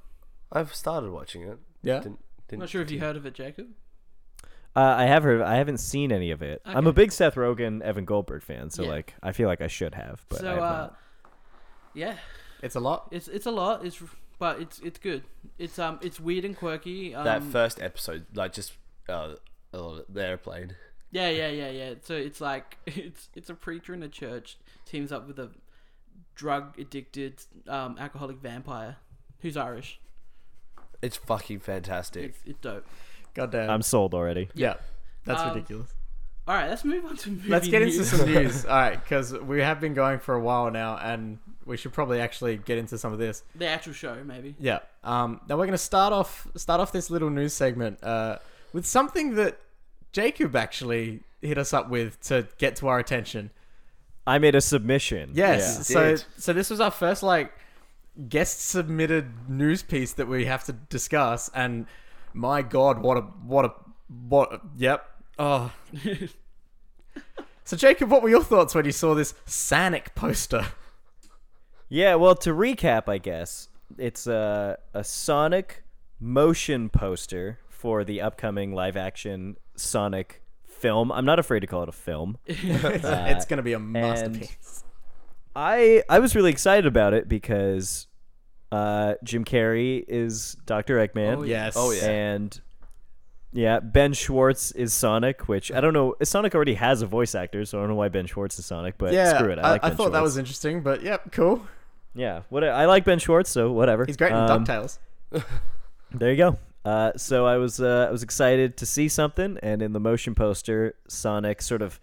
[SPEAKER 2] I've started watching it.
[SPEAKER 1] Yeah.
[SPEAKER 2] Didn't, didn't,
[SPEAKER 3] I'm not sure if you heard of it, Jacob.
[SPEAKER 4] uh, I have heard. I haven't seen any of it. I'm a
[SPEAKER 3] Okay.
[SPEAKER 4] big Seth Rogen, Evan Goldberg fan, so
[SPEAKER 3] Yeah.
[SPEAKER 4] like I feel like I should have, but
[SPEAKER 3] so,
[SPEAKER 4] I have
[SPEAKER 3] uh,
[SPEAKER 4] not.
[SPEAKER 3] yeah,
[SPEAKER 1] it? It's a lot.
[SPEAKER 3] it's it's a lot. It's but it's it's good. It's um it's weird and quirky. Um,
[SPEAKER 2] that first episode, like just uh, uh, the airplane.
[SPEAKER 3] Yeah, yeah, yeah, yeah. So it's like it's it's a preacher in a church teams up with a drug addicted um, alcoholic vampire who's Irish.
[SPEAKER 2] It's fucking fantastic.
[SPEAKER 3] It's it's dope.
[SPEAKER 1] God
[SPEAKER 3] uh,
[SPEAKER 1] damn.
[SPEAKER 4] I'm sold already.
[SPEAKER 1] yeah. That's
[SPEAKER 3] Um,
[SPEAKER 1] ridiculous.
[SPEAKER 3] All right, let's move on to movie
[SPEAKER 1] Let's get into
[SPEAKER 3] news.
[SPEAKER 1] some news. All right, because we have been going for a while now, and we should probably actually get into some of this.
[SPEAKER 3] the actual show, maybe.
[SPEAKER 1] Yeah. Um, now we're going to start off start off this little news segment uh, with something that Jacob actually hit us up with to get to our attention.
[SPEAKER 4] I made a submission.
[SPEAKER 1] Yes.
[SPEAKER 2] Yeah.
[SPEAKER 1] So
[SPEAKER 2] Did.
[SPEAKER 1] so this was our first like guest submitted news piece that we have to discuss, and my god, what a what a what? a- yep. Oh. so Jacob, what were your thoughts when you saw this Sanic poster?
[SPEAKER 4] Yeah, well, to recap, I guess it's a a Sonic motion poster for the upcoming live action Sonic film. I'm not afraid to call it a film.
[SPEAKER 1] it's, it's going to be a masterpiece.
[SPEAKER 4] I I was really excited about it because uh, Jim Carrey is Dr. Eggman.
[SPEAKER 3] Oh,
[SPEAKER 1] Yes.
[SPEAKER 2] Oh, yeah.
[SPEAKER 4] And Yeah, Ben Schwartz is Sonic, which I don't know. Sonic already has a voice actor, so I don't know why Ben Schwartz is Sonic. But
[SPEAKER 1] yeah,
[SPEAKER 4] screw it. I,
[SPEAKER 1] I,
[SPEAKER 4] like
[SPEAKER 1] I
[SPEAKER 4] ben
[SPEAKER 1] thought that
[SPEAKER 4] Schwartz.
[SPEAKER 1] was interesting, but yep, cool.
[SPEAKER 4] yeah. What I like Ben Schwartz, so whatever.
[SPEAKER 1] He's great in
[SPEAKER 4] Um,
[SPEAKER 1] Ducktales.
[SPEAKER 4] There you go. Uh, so I was uh, I was excited to see something, and in the motion poster, Sonic sort of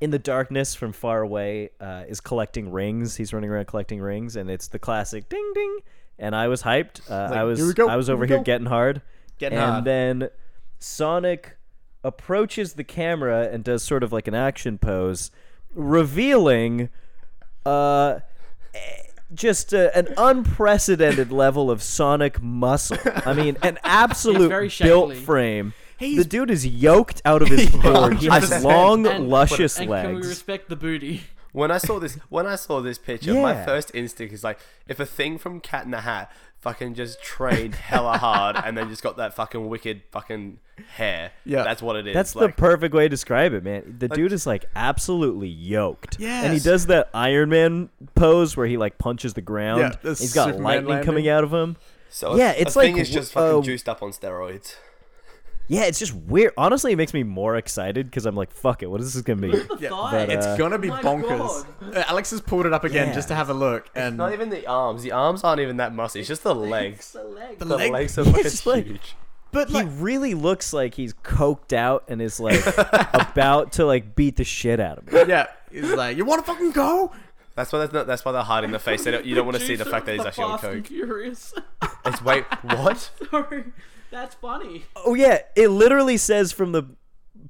[SPEAKER 4] in the darkness from far away uh, is collecting rings. He's running around collecting rings, and it's the classic ding ding. And I was hyped. Uh,
[SPEAKER 1] like,
[SPEAKER 4] I was
[SPEAKER 1] "Here we go,
[SPEAKER 4] I was
[SPEAKER 1] here
[SPEAKER 4] over
[SPEAKER 1] we
[SPEAKER 4] here
[SPEAKER 1] go."
[SPEAKER 4] getting hard.
[SPEAKER 1] Getting
[SPEAKER 4] and
[SPEAKER 1] hard.
[SPEAKER 4] then Sonic approaches the camera and does sort of like an action pose, revealing uh, just uh, an unprecedented level of sonic muscle. I mean, an absolute
[SPEAKER 3] very shapely.
[SPEAKER 4] built frame. the dude is yoked out of his
[SPEAKER 1] Yeah,
[SPEAKER 4] board. He has
[SPEAKER 2] 100%.
[SPEAKER 4] long,
[SPEAKER 3] And-
[SPEAKER 4] luscious
[SPEAKER 3] And can we
[SPEAKER 4] legs.
[SPEAKER 3] respect the booty?
[SPEAKER 2] When I saw this, when I saw this picture, my
[SPEAKER 4] Yeah.
[SPEAKER 2] first instinct is like, if a thing from Cat in the Hat fucking just trained hella hard and then just got that fucking wicked fucking hair,
[SPEAKER 1] Yeah.
[SPEAKER 2] that's what it is.
[SPEAKER 4] That's
[SPEAKER 2] like,
[SPEAKER 4] the perfect way to describe it, man. The dude is like absolutely yoked. And he
[SPEAKER 1] Yes.
[SPEAKER 4] does that Iron Man pose where he like punches the ground.
[SPEAKER 1] Yeah, the
[SPEAKER 4] He's got
[SPEAKER 1] Superman
[SPEAKER 4] lightning
[SPEAKER 1] landing.
[SPEAKER 4] coming out of him.
[SPEAKER 2] so
[SPEAKER 4] yeah,
[SPEAKER 2] a-
[SPEAKER 4] it's
[SPEAKER 2] a thing
[SPEAKER 4] like,
[SPEAKER 2] is just
[SPEAKER 4] w-
[SPEAKER 2] fucking
[SPEAKER 4] uh,
[SPEAKER 2] juiced up on steroids.
[SPEAKER 4] Yeah, it's just weird. Honestly, it makes me more excited because I'm like, fuck it, what is this gonna be?
[SPEAKER 3] The
[SPEAKER 1] Yeah,
[SPEAKER 3] thighs.
[SPEAKER 4] but, uh,
[SPEAKER 1] It's gonna be
[SPEAKER 3] My
[SPEAKER 1] bonkers. Uh, Alex has pulled it up again
[SPEAKER 4] Yeah.
[SPEAKER 1] just to have a look, and
[SPEAKER 2] Not even the arms. The arms aren't even that muscly. It's just the legs.
[SPEAKER 3] The legs.
[SPEAKER 2] The
[SPEAKER 1] leg-
[SPEAKER 2] legs are
[SPEAKER 4] Yeah,
[SPEAKER 2] fucking
[SPEAKER 4] it's like-
[SPEAKER 2] huge.
[SPEAKER 1] but
[SPEAKER 4] he
[SPEAKER 1] like,
[SPEAKER 4] really looks like he's coked out and is like about to like beat the shit out of me.
[SPEAKER 1] yeah, he's like, you want to fucking go?
[SPEAKER 2] That's why that's not, that's why they're hard in the face. They don't, you don't want to see the fact that he's actually on
[SPEAKER 3] Fast and
[SPEAKER 2] coke.
[SPEAKER 3] Furious.
[SPEAKER 2] It's wait, what?
[SPEAKER 3] Sorry, that's funny.
[SPEAKER 4] Oh yeah, it literally says from the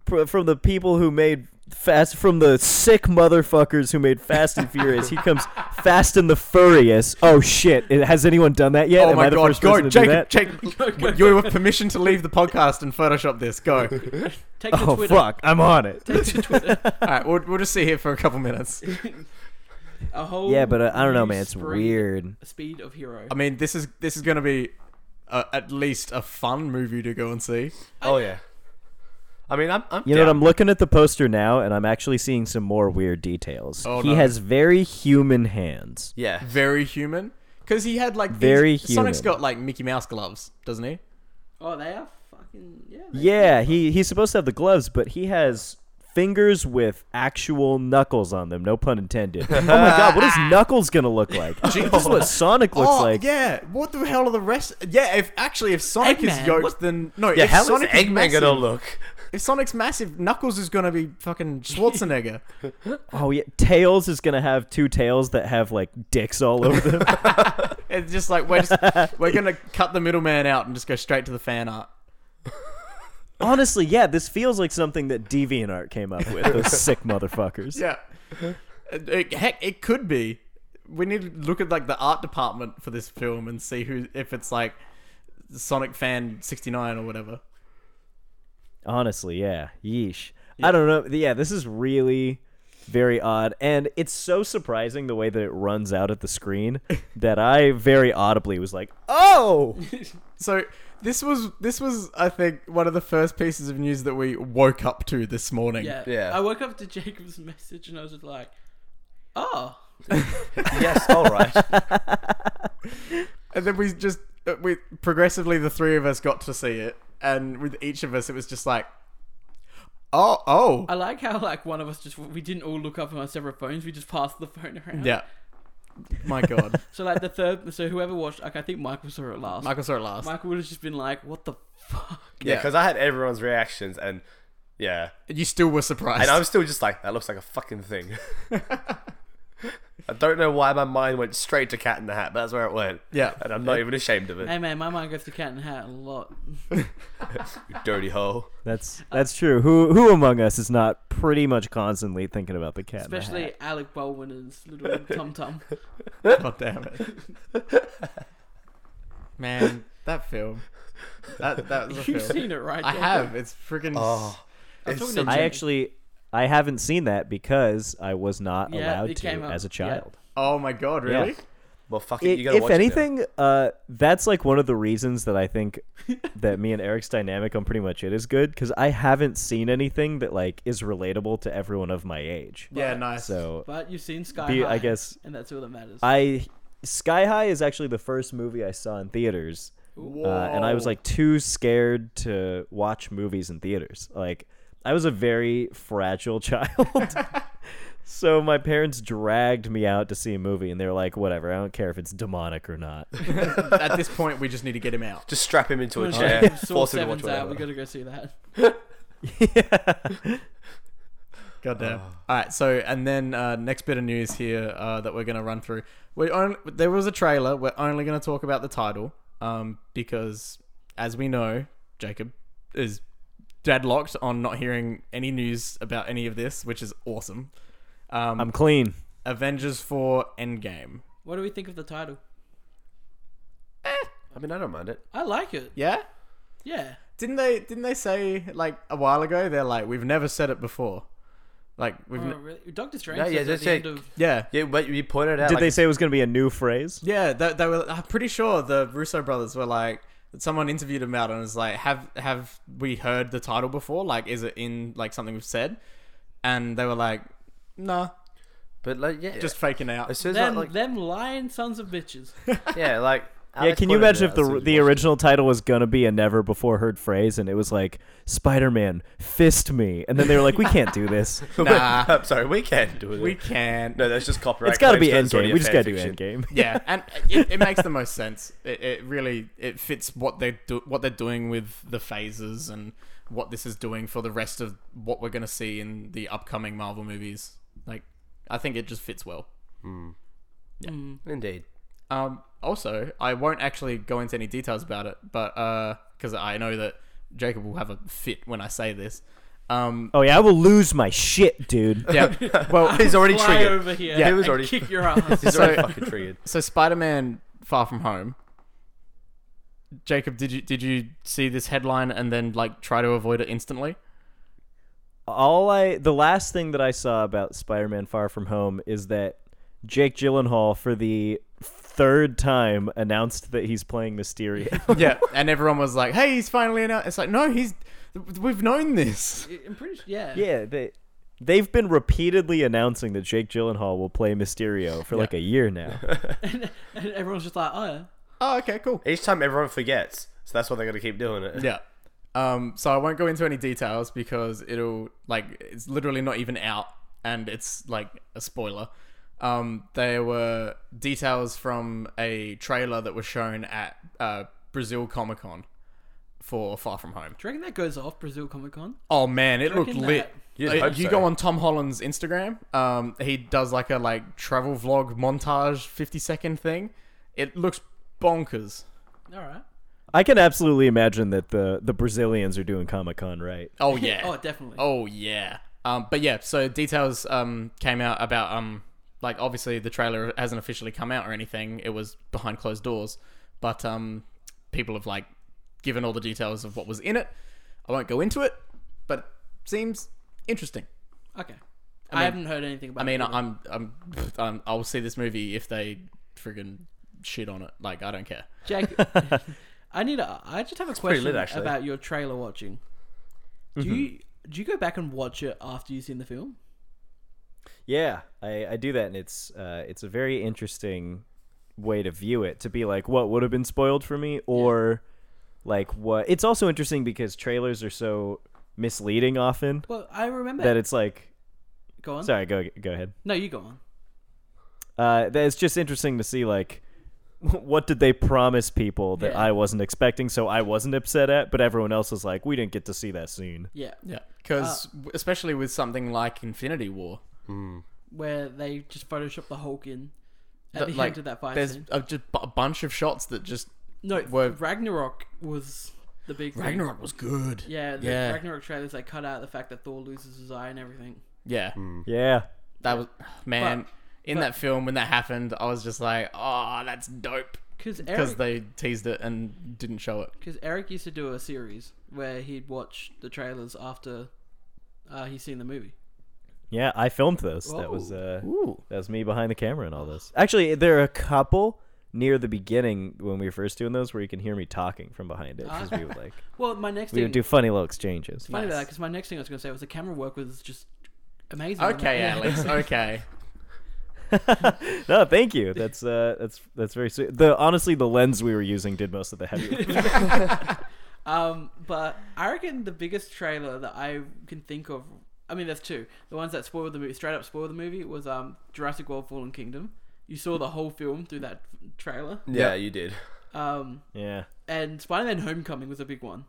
[SPEAKER 4] pr- from the people who made fast from the sick motherfuckers who made Fast and Furious. He comes Fast and the Furious. Oh shit! It, has anyone done that yet?
[SPEAKER 1] Oh
[SPEAKER 4] Am I
[SPEAKER 1] my
[SPEAKER 4] the
[SPEAKER 1] god,
[SPEAKER 4] first
[SPEAKER 1] go,
[SPEAKER 4] person to do
[SPEAKER 1] Jacob,
[SPEAKER 4] that?
[SPEAKER 1] Jacob, you have permission to leave the podcast and Photoshop this. Go.
[SPEAKER 3] Take to
[SPEAKER 4] Oh
[SPEAKER 3] Twitter.
[SPEAKER 4] fuck! I'm on it.
[SPEAKER 3] Take to Twitter.
[SPEAKER 1] All right, we'll, we'll just sit here for a couple minutes.
[SPEAKER 3] A whole
[SPEAKER 4] Yeah, but uh, I don't know,
[SPEAKER 3] new
[SPEAKER 4] man. It's
[SPEAKER 3] spree-
[SPEAKER 4] weird.
[SPEAKER 3] Speed of hero.
[SPEAKER 1] I mean, this is this is gonna be uh, at least a fun movie to go and see.
[SPEAKER 2] Oh yeah. I mean, I'm. I'm
[SPEAKER 4] You know what?
[SPEAKER 2] down.
[SPEAKER 4] I'm looking at the poster now, and I'm actually seeing some more weird details.
[SPEAKER 1] Oh,
[SPEAKER 4] he
[SPEAKER 1] no.
[SPEAKER 4] has very human hands.
[SPEAKER 2] Yeah.
[SPEAKER 1] Very human, because he had like these-
[SPEAKER 4] Very
[SPEAKER 1] Sonic's
[SPEAKER 4] human.
[SPEAKER 1] got like Mickey Mouse gloves, doesn't he?
[SPEAKER 3] Oh, they are fucking yeah. they-
[SPEAKER 4] Yeah, he he's supposed to have the gloves, but he has fingers with actual knuckles on them. No pun intended. oh my god, what is knuckles gonna look like? this is what Sonic looks
[SPEAKER 1] oh
[SPEAKER 4] like.
[SPEAKER 1] yeah. What the hell are the rest? Yeah, if actually if Sonic
[SPEAKER 3] Eggman?
[SPEAKER 1] is yoked,
[SPEAKER 3] What-
[SPEAKER 1] then no.
[SPEAKER 2] Yeah.
[SPEAKER 1] if
[SPEAKER 2] How is
[SPEAKER 1] Sonic is
[SPEAKER 2] Eggman gonna
[SPEAKER 1] massive-
[SPEAKER 2] look?
[SPEAKER 1] If Sonic's massive, Knuckles is gonna be fucking Schwarzenegger.
[SPEAKER 4] Oh yeah, Tails is gonna have two tails that have like dicks all over them.
[SPEAKER 1] it's just like we're just, we're gonna cut the middleman out and just go straight to the fan art.
[SPEAKER 4] Honestly, yeah, this feels like something that DeviantArt came up with. Those sick motherfuckers.
[SPEAKER 1] Yeah. It- it- heck, it could be. We need to look at like the art department for this film and see who if it's like Sonic Fan sixty nine or whatever.
[SPEAKER 4] Honestly, yeah. Yeesh. I don't know. Yeah, this is really very odd. And it's so surprising the way that it runs out at the screen that I very audibly was like, oh!
[SPEAKER 1] So this was this was I think one of the first pieces of news that we woke up to this morning.
[SPEAKER 3] yeah.
[SPEAKER 2] Yeah.
[SPEAKER 3] I woke up to Jacob's message and I was just like, oh,
[SPEAKER 2] yes. All right.
[SPEAKER 1] And then we just uh, we progressively the three of us got to see it, and with each of us it was just like, oh oh
[SPEAKER 3] I like how like one of us just we didn't all look up on our separate phones. We just passed the phone around.
[SPEAKER 1] yeah, my god,
[SPEAKER 3] So like the third, so whoever watched, like I think Michael saw it last.
[SPEAKER 1] Michael saw it last.
[SPEAKER 3] Michael would have just been like, what the fuck?
[SPEAKER 2] Yeah. Because I had everyone's reactions and. Yeah,
[SPEAKER 1] you still were surprised.
[SPEAKER 2] and I'm still just like that looks like a fucking thing. I don't know why my mind went straight to Cat in the Hat, but that's where it went.
[SPEAKER 1] Yeah.
[SPEAKER 2] and I'm not even ashamed of it.
[SPEAKER 3] Hey man, my mind goes to Cat and Hat a lot.
[SPEAKER 2] You dirty hoe.
[SPEAKER 4] That's that's true. Who who among us is not pretty much constantly thinking about the cat? in the hat?
[SPEAKER 3] Especially Alec Baldwin and his little tum tum.
[SPEAKER 1] God damn it. Man, that film. That that was a
[SPEAKER 3] You've
[SPEAKER 1] film.
[SPEAKER 3] seen it, right?
[SPEAKER 1] I
[SPEAKER 3] Jacob?
[SPEAKER 1] have. It's freaking.
[SPEAKER 2] Oh,
[SPEAKER 3] I'm
[SPEAKER 2] it's
[SPEAKER 3] talking
[SPEAKER 2] so-
[SPEAKER 3] to
[SPEAKER 4] I
[SPEAKER 3] Jimmy.
[SPEAKER 4] actually I haven't seen that because I was not
[SPEAKER 3] Yeah,
[SPEAKER 4] allowed
[SPEAKER 3] it
[SPEAKER 4] to
[SPEAKER 3] came up.
[SPEAKER 4] as a
[SPEAKER 3] Yeah.
[SPEAKER 4] child.
[SPEAKER 1] Oh my god! Really?
[SPEAKER 4] Yeah.
[SPEAKER 2] well, fuck
[SPEAKER 4] I-
[SPEAKER 2] it. You gotta
[SPEAKER 4] if
[SPEAKER 2] watch it now.
[SPEAKER 4] anything, uh, that's like one of the reasons that I think that me and Eric's dynamic on pretty much it is good because I haven't seen anything that like is relatable to everyone of my age.
[SPEAKER 1] Yeah. Nice.
[SPEAKER 4] So
[SPEAKER 3] But you've seen Sky
[SPEAKER 4] Be-
[SPEAKER 3] High,
[SPEAKER 4] I guess-
[SPEAKER 3] and that's all that matters.
[SPEAKER 4] I Sky High is actually the first movie I saw in theaters Uh, and I was like too scared to watch movies in theaters. Like I was a very fragile child. so my parents dragged me out to see a movie and they were like, whatever, I don't care if it's demonic or not.
[SPEAKER 1] Mm. At this point, we just need to get him out.
[SPEAKER 2] Just strap him into a
[SPEAKER 3] Saw
[SPEAKER 2] chair, force him to watch
[SPEAKER 3] Seven's out.
[SPEAKER 2] whatever.
[SPEAKER 3] We gotta go see that.
[SPEAKER 1] Goddamn. All right. So, and then uh, next bit of news here uh, that we're going to run through. We on, there was a trailer. We're only going to talk about the title um, because, as we know, Jacob is deadlocked on not hearing any news about any of this, which is awesome. Um,
[SPEAKER 4] I'm clean.
[SPEAKER 1] Avengers Four Endgame.
[SPEAKER 3] What do we think of the title?
[SPEAKER 2] I mean, I don't mind it.
[SPEAKER 3] I like it.
[SPEAKER 1] Yeah.
[SPEAKER 3] Yeah.
[SPEAKER 1] Didn't they? Didn't they say like a while ago? They're like, we've never said it before. Like we've.
[SPEAKER 3] Oh,
[SPEAKER 1] ne-
[SPEAKER 3] really? Doctor Strange.
[SPEAKER 2] No, yeah,
[SPEAKER 3] says at
[SPEAKER 2] just
[SPEAKER 3] the end
[SPEAKER 2] check.
[SPEAKER 3] of-
[SPEAKER 1] yeah.
[SPEAKER 2] Yeah, but you pointed out.
[SPEAKER 4] Did
[SPEAKER 2] like,
[SPEAKER 4] they say it was going to be a new phrase?
[SPEAKER 1] Yeah, they, they were. I'm pretty sure the Russo brothers were like. Someone interviewed him out and was like, "Have have we heard the title before? Like, is it in like something we've said?" And they were like, "Nah,
[SPEAKER 2] But like, yeah,
[SPEAKER 1] just faking
[SPEAKER 2] as
[SPEAKER 1] out."
[SPEAKER 2] soon as I,
[SPEAKER 3] Them,
[SPEAKER 2] like,
[SPEAKER 3] them lying sons of bitches.
[SPEAKER 2] yeah, like.
[SPEAKER 4] Yeah,
[SPEAKER 2] Alex
[SPEAKER 4] can you
[SPEAKER 2] pointed it
[SPEAKER 4] imagine if
[SPEAKER 2] out
[SPEAKER 4] the
[SPEAKER 2] as soon as
[SPEAKER 4] the
[SPEAKER 2] we watched
[SPEAKER 4] original title was gonna be a never before heard phrase and it was like Spider-Man fist me and then they were like we can't do this.
[SPEAKER 2] it.
[SPEAKER 1] Nah.
[SPEAKER 2] I'm sorry, we can't do it.
[SPEAKER 1] we can't.
[SPEAKER 2] No, that's just copyright.
[SPEAKER 4] It's got to be
[SPEAKER 2] claims, that's already
[SPEAKER 4] Endgame.
[SPEAKER 2] a
[SPEAKER 4] We just
[SPEAKER 2] fan
[SPEAKER 4] got to do
[SPEAKER 2] fiction.
[SPEAKER 4] Endgame.
[SPEAKER 1] yeah, and it, it makes the most sense. It, it really it fits what they do, what they're doing with the phases and what this is doing for the rest of what we're gonna see in the upcoming Marvel movies. Like, I think it just fits well.
[SPEAKER 2] Indeed.
[SPEAKER 1] Um, also, I won't actually go into any details about it, but because I know that Jacob will have a fit when I say this. Um,
[SPEAKER 4] Oh yeah, I will lose my shit, dude.
[SPEAKER 1] yeah. Well,
[SPEAKER 2] He's already
[SPEAKER 3] Fly
[SPEAKER 2] triggered.
[SPEAKER 3] over here.
[SPEAKER 1] Yeah,
[SPEAKER 2] he was
[SPEAKER 3] and
[SPEAKER 2] already-
[SPEAKER 3] kick your ass.
[SPEAKER 2] He's already
[SPEAKER 1] So-
[SPEAKER 2] fucking triggered.
[SPEAKER 1] so Spider-Man: Far From Home. Jacob, did you did you see this headline and then like try to avoid it instantly?
[SPEAKER 4] All I the last thing that I saw about Spider-Man Far From Home is that Jake Gyllenhaal for the third time announced that he's playing Mysterio.
[SPEAKER 1] Yeah, and everyone was like, "Hey, he's finally announced." It's like, no, he's. We've known this.
[SPEAKER 3] I'm pretty sure. Yeah.
[SPEAKER 4] yeah, they they've been repeatedly announcing that Jake Gyllenhaal will play Mysterio for like a year now.
[SPEAKER 3] And everyone's just like, oh, yeah.
[SPEAKER 1] Oh, okay, cool.
[SPEAKER 2] Each time everyone forgets, so that's why they're gonna keep doing it.
[SPEAKER 1] Yeah. Um, so I won't go into any details because it'll like it's literally not even out and it's like a spoiler. Um, there were details from a trailer that was shown at uh, Brazil Comic Con for Far From Home.
[SPEAKER 3] Do you reckon that goes off Brazil Comic Con?
[SPEAKER 1] Oh man, it looked
[SPEAKER 3] reckon
[SPEAKER 1] lit.
[SPEAKER 2] that-
[SPEAKER 1] Uh,
[SPEAKER 2] You'd hope
[SPEAKER 1] you
[SPEAKER 2] so.
[SPEAKER 1] go on Tom Holland's Instagram. Um, he does like a like travel vlog montage, fifty second thing. It looks bonkers.
[SPEAKER 3] All right.
[SPEAKER 4] I can absolutely imagine that the the Brazilians are doing Comic-Con right.
[SPEAKER 1] Oh yeah.
[SPEAKER 3] Oh, definitely.
[SPEAKER 1] Oh yeah. Um, but yeah, so details um, came out about um, like obviously the trailer hasn't officially come out or anything. It was behind closed doors, but um, people have like given all the details of what was in it. I won't go into it, but it seems interesting.
[SPEAKER 3] Okay. I, haven't heard anything about
[SPEAKER 1] I mean,
[SPEAKER 3] it.
[SPEAKER 1] I- I'm, I'm, I'm, I'll see this movie if they friggin' shit on it. Like I don't care.
[SPEAKER 3] Jake, I need a. I just have a
[SPEAKER 2] pretty
[SPEAKER 3] question
[SPEAKER 2] lit, actually.
[SPEAKER 3] about your trailer watching. Do you do you go back and watch it after you've seen the film?
[SPEAKER 4] Yeah, I, I do that, and it's uh, it's a very interesting way to view it. To be like, what would have been spoiled for me, or like what? It's also interesting because trailers are so misleading often
[SPEAKER 3] Well, I remember.
[SPEAKER 4] that it's like,
[SPEAKER 3] go on.
[SPEAKER 4] sorry, go go ahead.
[SPEAKER 3] No, you go on.
[SPEAKER 4] Uh, that it's just interesting to see like. What did they promise people that
[SPEAKER 3] Yeah.
[SPEAKER 4] I wasn't expecting, so I wasn't upset at, but everyone else was like, we didn't get to see that scene.
[SPEAKER 3] Yeah, Uh,
[SPEAKER 1] Yeah, because especially with something like Infinity War,
[SPEAKER 3] where they just Photoshop the Hulk in at
[SPEAKER 1] that,
[SPEAKER 3] the
[SPEAKER 1] like
[SPEAKER 3] end of that fight
[SPEAKER 1] there's
[SPEAKER 3] scene.
[SPEAKER 1] uh, just bu- a bunch of shots that just
[SPEAKER 3] No,
[SPEAKER 1] were-
[SPEAKER 3] Ragnarok was the big thing.
[SPEAKER 1] Ragnarok was good.
[SPEAKER 3] Yeah, the
[SPEAKER 1] Yeah.
[SPEAKER 3] Ragnarok trailers they cut out the fact that Thor loses his eye and everything.
[SPEAKER 1] Yeah,
[SPEAKER 3] Mm-hmm.
[SPEAKER 4] Yeah.
[SPEAKER 1] that was man.
[SPEAKER 3] But-
[SPEAKER 1] in that film, when that happened, I was just like, "Oh, that's dope,"
[SPEAKER 3] Because
[SPEAKER 1] because
[SPEAKER 3] Eric,
[SPEAKER 1] they teased it and didn't show it.
[SPEAKER 3] because Eric used to do a series where he'd watch the trailers after uh, he's seen the movie.
[SPEAKER 4] Yeah, I filmed those. That was
[SPEAKER 3] Whoa.
[SPEAKER 4] uh,
[SPEAKER 1] Ooh.
[SPEAKER 4] that was me behind the camera and all this. Actually, there are a couple near the beginning when we were first doing those where you can hear me talking from behind it because we would like
[SPEAKER 3] Well, my next
[SPEAKER 4] we
[SPEAKER 3] thing,
[SPEAKER 4] would do funny little exchanges.
[SPEAKER 1] Nice.
[SPEAKER 3] funny about that because my next thing I was going to say was the camera work was just amazing.
[SPEAKER 1] Okay,
[SPEAKER 3] Yeah.
[SPEAKER 1] Alex. Okay.
[SPEAKER 4] no, thank you. That's uh, that's that's very sweet. The honestly, the lens we were using did most of the heavy. lifting.
[SPEAKER 3] Um, but I reckon the biggest trailer that I can think of. I mean, there's two. The ones that spoiled the movie, straight up spoiled the movie, was um, Jurassic World: Fallen Kingdom. You saw the whole film through that trailer.
[SPEAKER 2] Yeah, you did.
[SPEAKER 3] Um,
[SPEAKER 4] yeah,
[SPEAKER 3] and Spider-Man: Homecoming was a big one.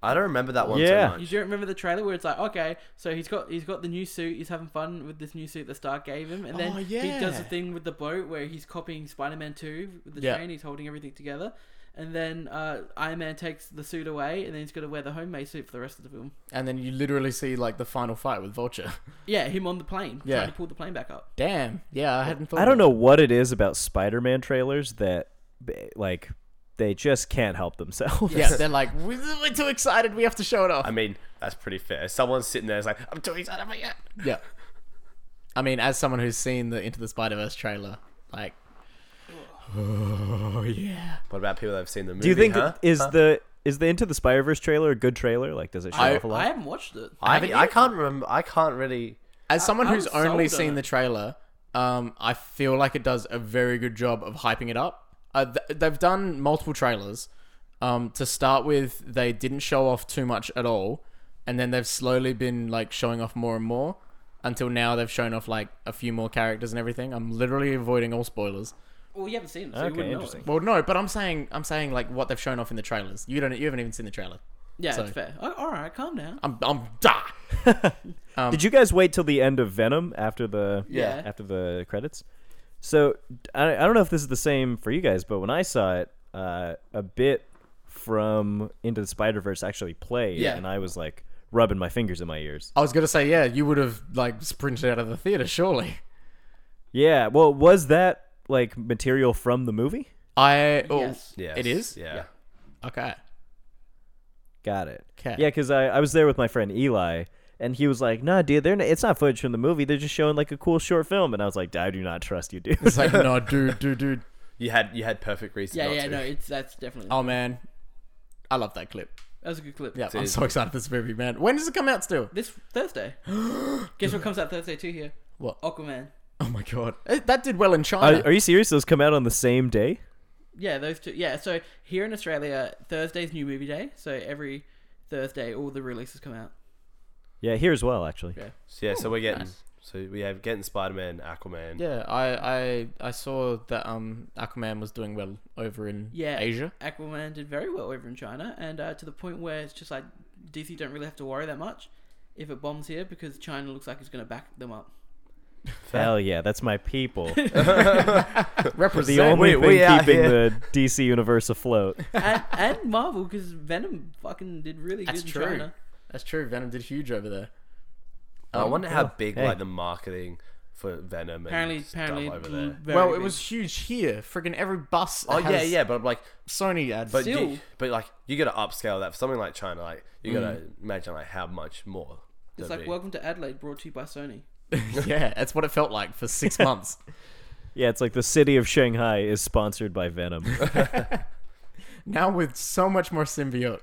[SPEAKER 2] I don't remember that one
[SPEAKER 4] Yeah.
[SPEAKER 2] so
[SPEAKER 3] You
[SPEAKER 2] much.
[SPEAKER 3] don't remember the trailer where it's like, okay, so he's got he's got the new suit, he's having fun with this new suit that Stark gave him, and then
[SPEAKER 1] Oh,
[SPEAKER 3] he does
[SPEAKER 1] yeah.
[SPEAKER 3] the thing with the boat where he's copying Spider-Man Two with the
[SPEAKER 1] Yeah.
[SPEAKER 3] train, he's holding everything together, and then uh, Iron Man takes the suit away, and then he's got to wear the homemade suit for the rest of the film.
[SPEAKER 1] And then you literally see like the final fight with Vulture.
[SPEAKER 3] Yeah, him on the plane
[SPEAKER 1] Yeah.
[SPEAKER 3] trying to pull the plane back up.
[SPEAKER 1] Damn. Yeah, I hadn't thought.
[SPEAKER 4] I don't
[SPEAKER 1] about
[SPEAKER 4] know what it is about Spider-Man trailers that b- like they just can't help themselves.
[SPEAKER 1] that. Yeah, they're like "We- we're too excited. We have to show it off.
[SPEAKER 2] I mean, that's pretty fair. Someone's sitting there, is like, I'm too excited about it.
[SPEAKER 1] yeah. I mean, as someone who's seen the Into the Spider Verse trailer, like, oh yeah.
[SPEAKER 2] What about people that have seen the movie?
[SPEAKER 4] Do you think
[SPEAKER 2] huh?
[SPEAKER 4] is
[SPEAKER 2] Huh?
[SPEAKER 4] the is the Into the Spider Verse trailer a good trailer? Like, does it show
[SPEAKER 1] I-
[SPEAKER 4] off a lot?
[SPEAKER 3] I haven't watched it.
[SPEAKER 2] I, I can't remember. I can't really.
[SPEAKER 1] As someone
[SPEAKER 3] I
[SPEAKER 1] who's
[SPEAKER 3] was sold
[SPEAKER 1] only
[SPEAKER 3] on
[SPEAKER 1] seen
[SPEAKER 3] it.
[SPEAKER 1] the trailer, um, I feel like it does a very good job of hyping it up. Uh, th- they've done multiple trailers. Um, to start with, they didn't show off too much at all, and then they've slowly been like showing off more and more until now they've shown off like a few more characters and everything. I'm literally avoiding all spoilers.
[SPEAKER 3] Well, you haven't seen it, so you
[SPEAKER 4] okay,
[SPEAKER 3] wouldn't
[SPEAKER 4] interesting.
[SPEAKER 3] know.
[SPEAKER 1] Well, no, but I'm saying I'm saying like what they've shown off in the trailers. You don't you haven't even seen the trailer.
[SPEAKER 3] It. Yeah,
[SPEAKER 1] So-
[SPEAKER 3] it's fair. Oh, all right, calm down.
[SPEAKER 1] I'm I'm da.
[SPEAKER 4] Did you guys wait till the end of Venom after the
[SPEAKER 3] Yeah.
[SPEAKER 4] after the credits? So I, I don't know if this is the same for you guys, but when I saw it, uh, a bit from Into the Spider Verse actually played,
[SPEAKER 1] Yeah.
[SPEAKER 4] and I was like rubbing my fingers in my ears.
[SPEAKER 1] I was gonna say yeah, you would have like sprinted out of the theater surely.
[SPEAKER 4] Yeah, well, was that like material from the movie?
[SPEAKER 1] I oh,
[SPEAKER 3] Yes.
[SPEAKER 2] Yes.
[SPEAKER 1] it is
[SPEAKER 2] Yeah.
[SPEAKER 1] okay.
[SPEAKER 4] Got it.
[SPEAKER 1] 'Kay.
[SPEAKER 4] Yeah, because I, I was there with my friend Eli, and he was like, "Nah, dude, they're n it's not footage from the movie. They're just showing like a cool short film." And I was like, "I do not trust you, dude."
[SPEAKER 1] It's like, no, dude, dude, dude.
[SPEAKER 2] You had you had perfect reason.
[SPEAKER 3] yeah,
[SPEAKER 2] not
[SPEAKER 3] yeah,
[SPEAKER 2] to.
[SPEAKER 3] no, it's that's definitely
[SPEAKER 1] Oh man, I love that clip.
[SPEAKER 3] that was a good clip.
[SPEAKER 1] Yeah, I'm so excited for this movie, man. When does it come out? Still?
[SPEAKER 3] This Thursday. Guess what comes out Thursday too here?
[SPEAKER 1] What?
[SPEAKER 3] Aquaman.
[SPEAKER 1] Oh my god, Eh, that did well in China.
[SPEAKER 4] Are, are you serious? Those come out on the same day?
[SPEAKER 3] Yeah, those two. Yeah, so here in Australia, Thursday's new movie day. So every Thursday, all the releases come out.
[SPEAKER 4] Yeah, here as well, actually.
[SPEAKER 3] Yeah.
[SPEAKER 2] So, yeah, so we're getting. So we have getting Spider Man, Aquaman.
[SPEAKER 1] yeah, I, I I saw that um Aquaman was doing well over in
[SPEAKER 3] Yeah.
[SPEAKER 1] Asia.
[SPEAKER 3] Aquaman did very well over in China, and uh, to the point where it's just like DC don't really have to worry that much if it bombs here because China looks like it's going to back them up.
[SPEAKER 4] Hell yeah, that's my people.
[SPEAKER 1] Represent.
[SPEAKER 4] The only
[SPEAKER 2] we-
[SPEAKER 4] thing
[SPEAKER 2] we out
[SPEAKER 4] keeping
[SPEAKER 2] here.
[SPEAKER 4] the DC universe afloat.
[SPEAKER 3] and, and Marvel because Venom fucking did really good
[SPEAKER 1] That's
[SPEAKER 3] in
[SPEAKER 1] true.
[SPEAKER 3] China.
[SPEAKER 1] That's true. Venom did huge over there. Um,
[SPEAKER 2] I wonder how big
[SPEAKER 4] Hey.
[SPEAKER 2] like the marketing for Venom and
[SPEAKER 3] Apparently,
[SPEAKER 2] stuff
[SPEAKER 3] apparently,
[SPEAKER 2] over there.
[SPEAKER 3] very
[SPEAKER 1] well, it
[SPEAKER 3] big.
[SPEAKER 1] was huge here. Friggin' every bus.
[SPEAKER 2] Oh yeah,
[SPEAKER 1] has
[SPEAKER 2] yeah, but I'm like,
[SPEAKER 1] Sony ads.
[SPEAKER 2] but
[SPEAKER 3] Still.
[SPEAKER 2] you, but like, you gotta upscale that for something like China. Like, you gotta imagine like how much more.
[SPEAKER 3] It's
[SPEAKER 2] there'd
[SPEAKER 3] like
[SPEAKER 2] be.
[SPEAKER 3] Welcome to Adelaide, brought to you by Sony.
[SPEAKER 1] yeah, that's what it felt like for six months.
[SPEAKER 4] Yeah, it's like the city of Shanghai is sponsored by Venom.
[SPEAKER 1] Now with so much more symbiote.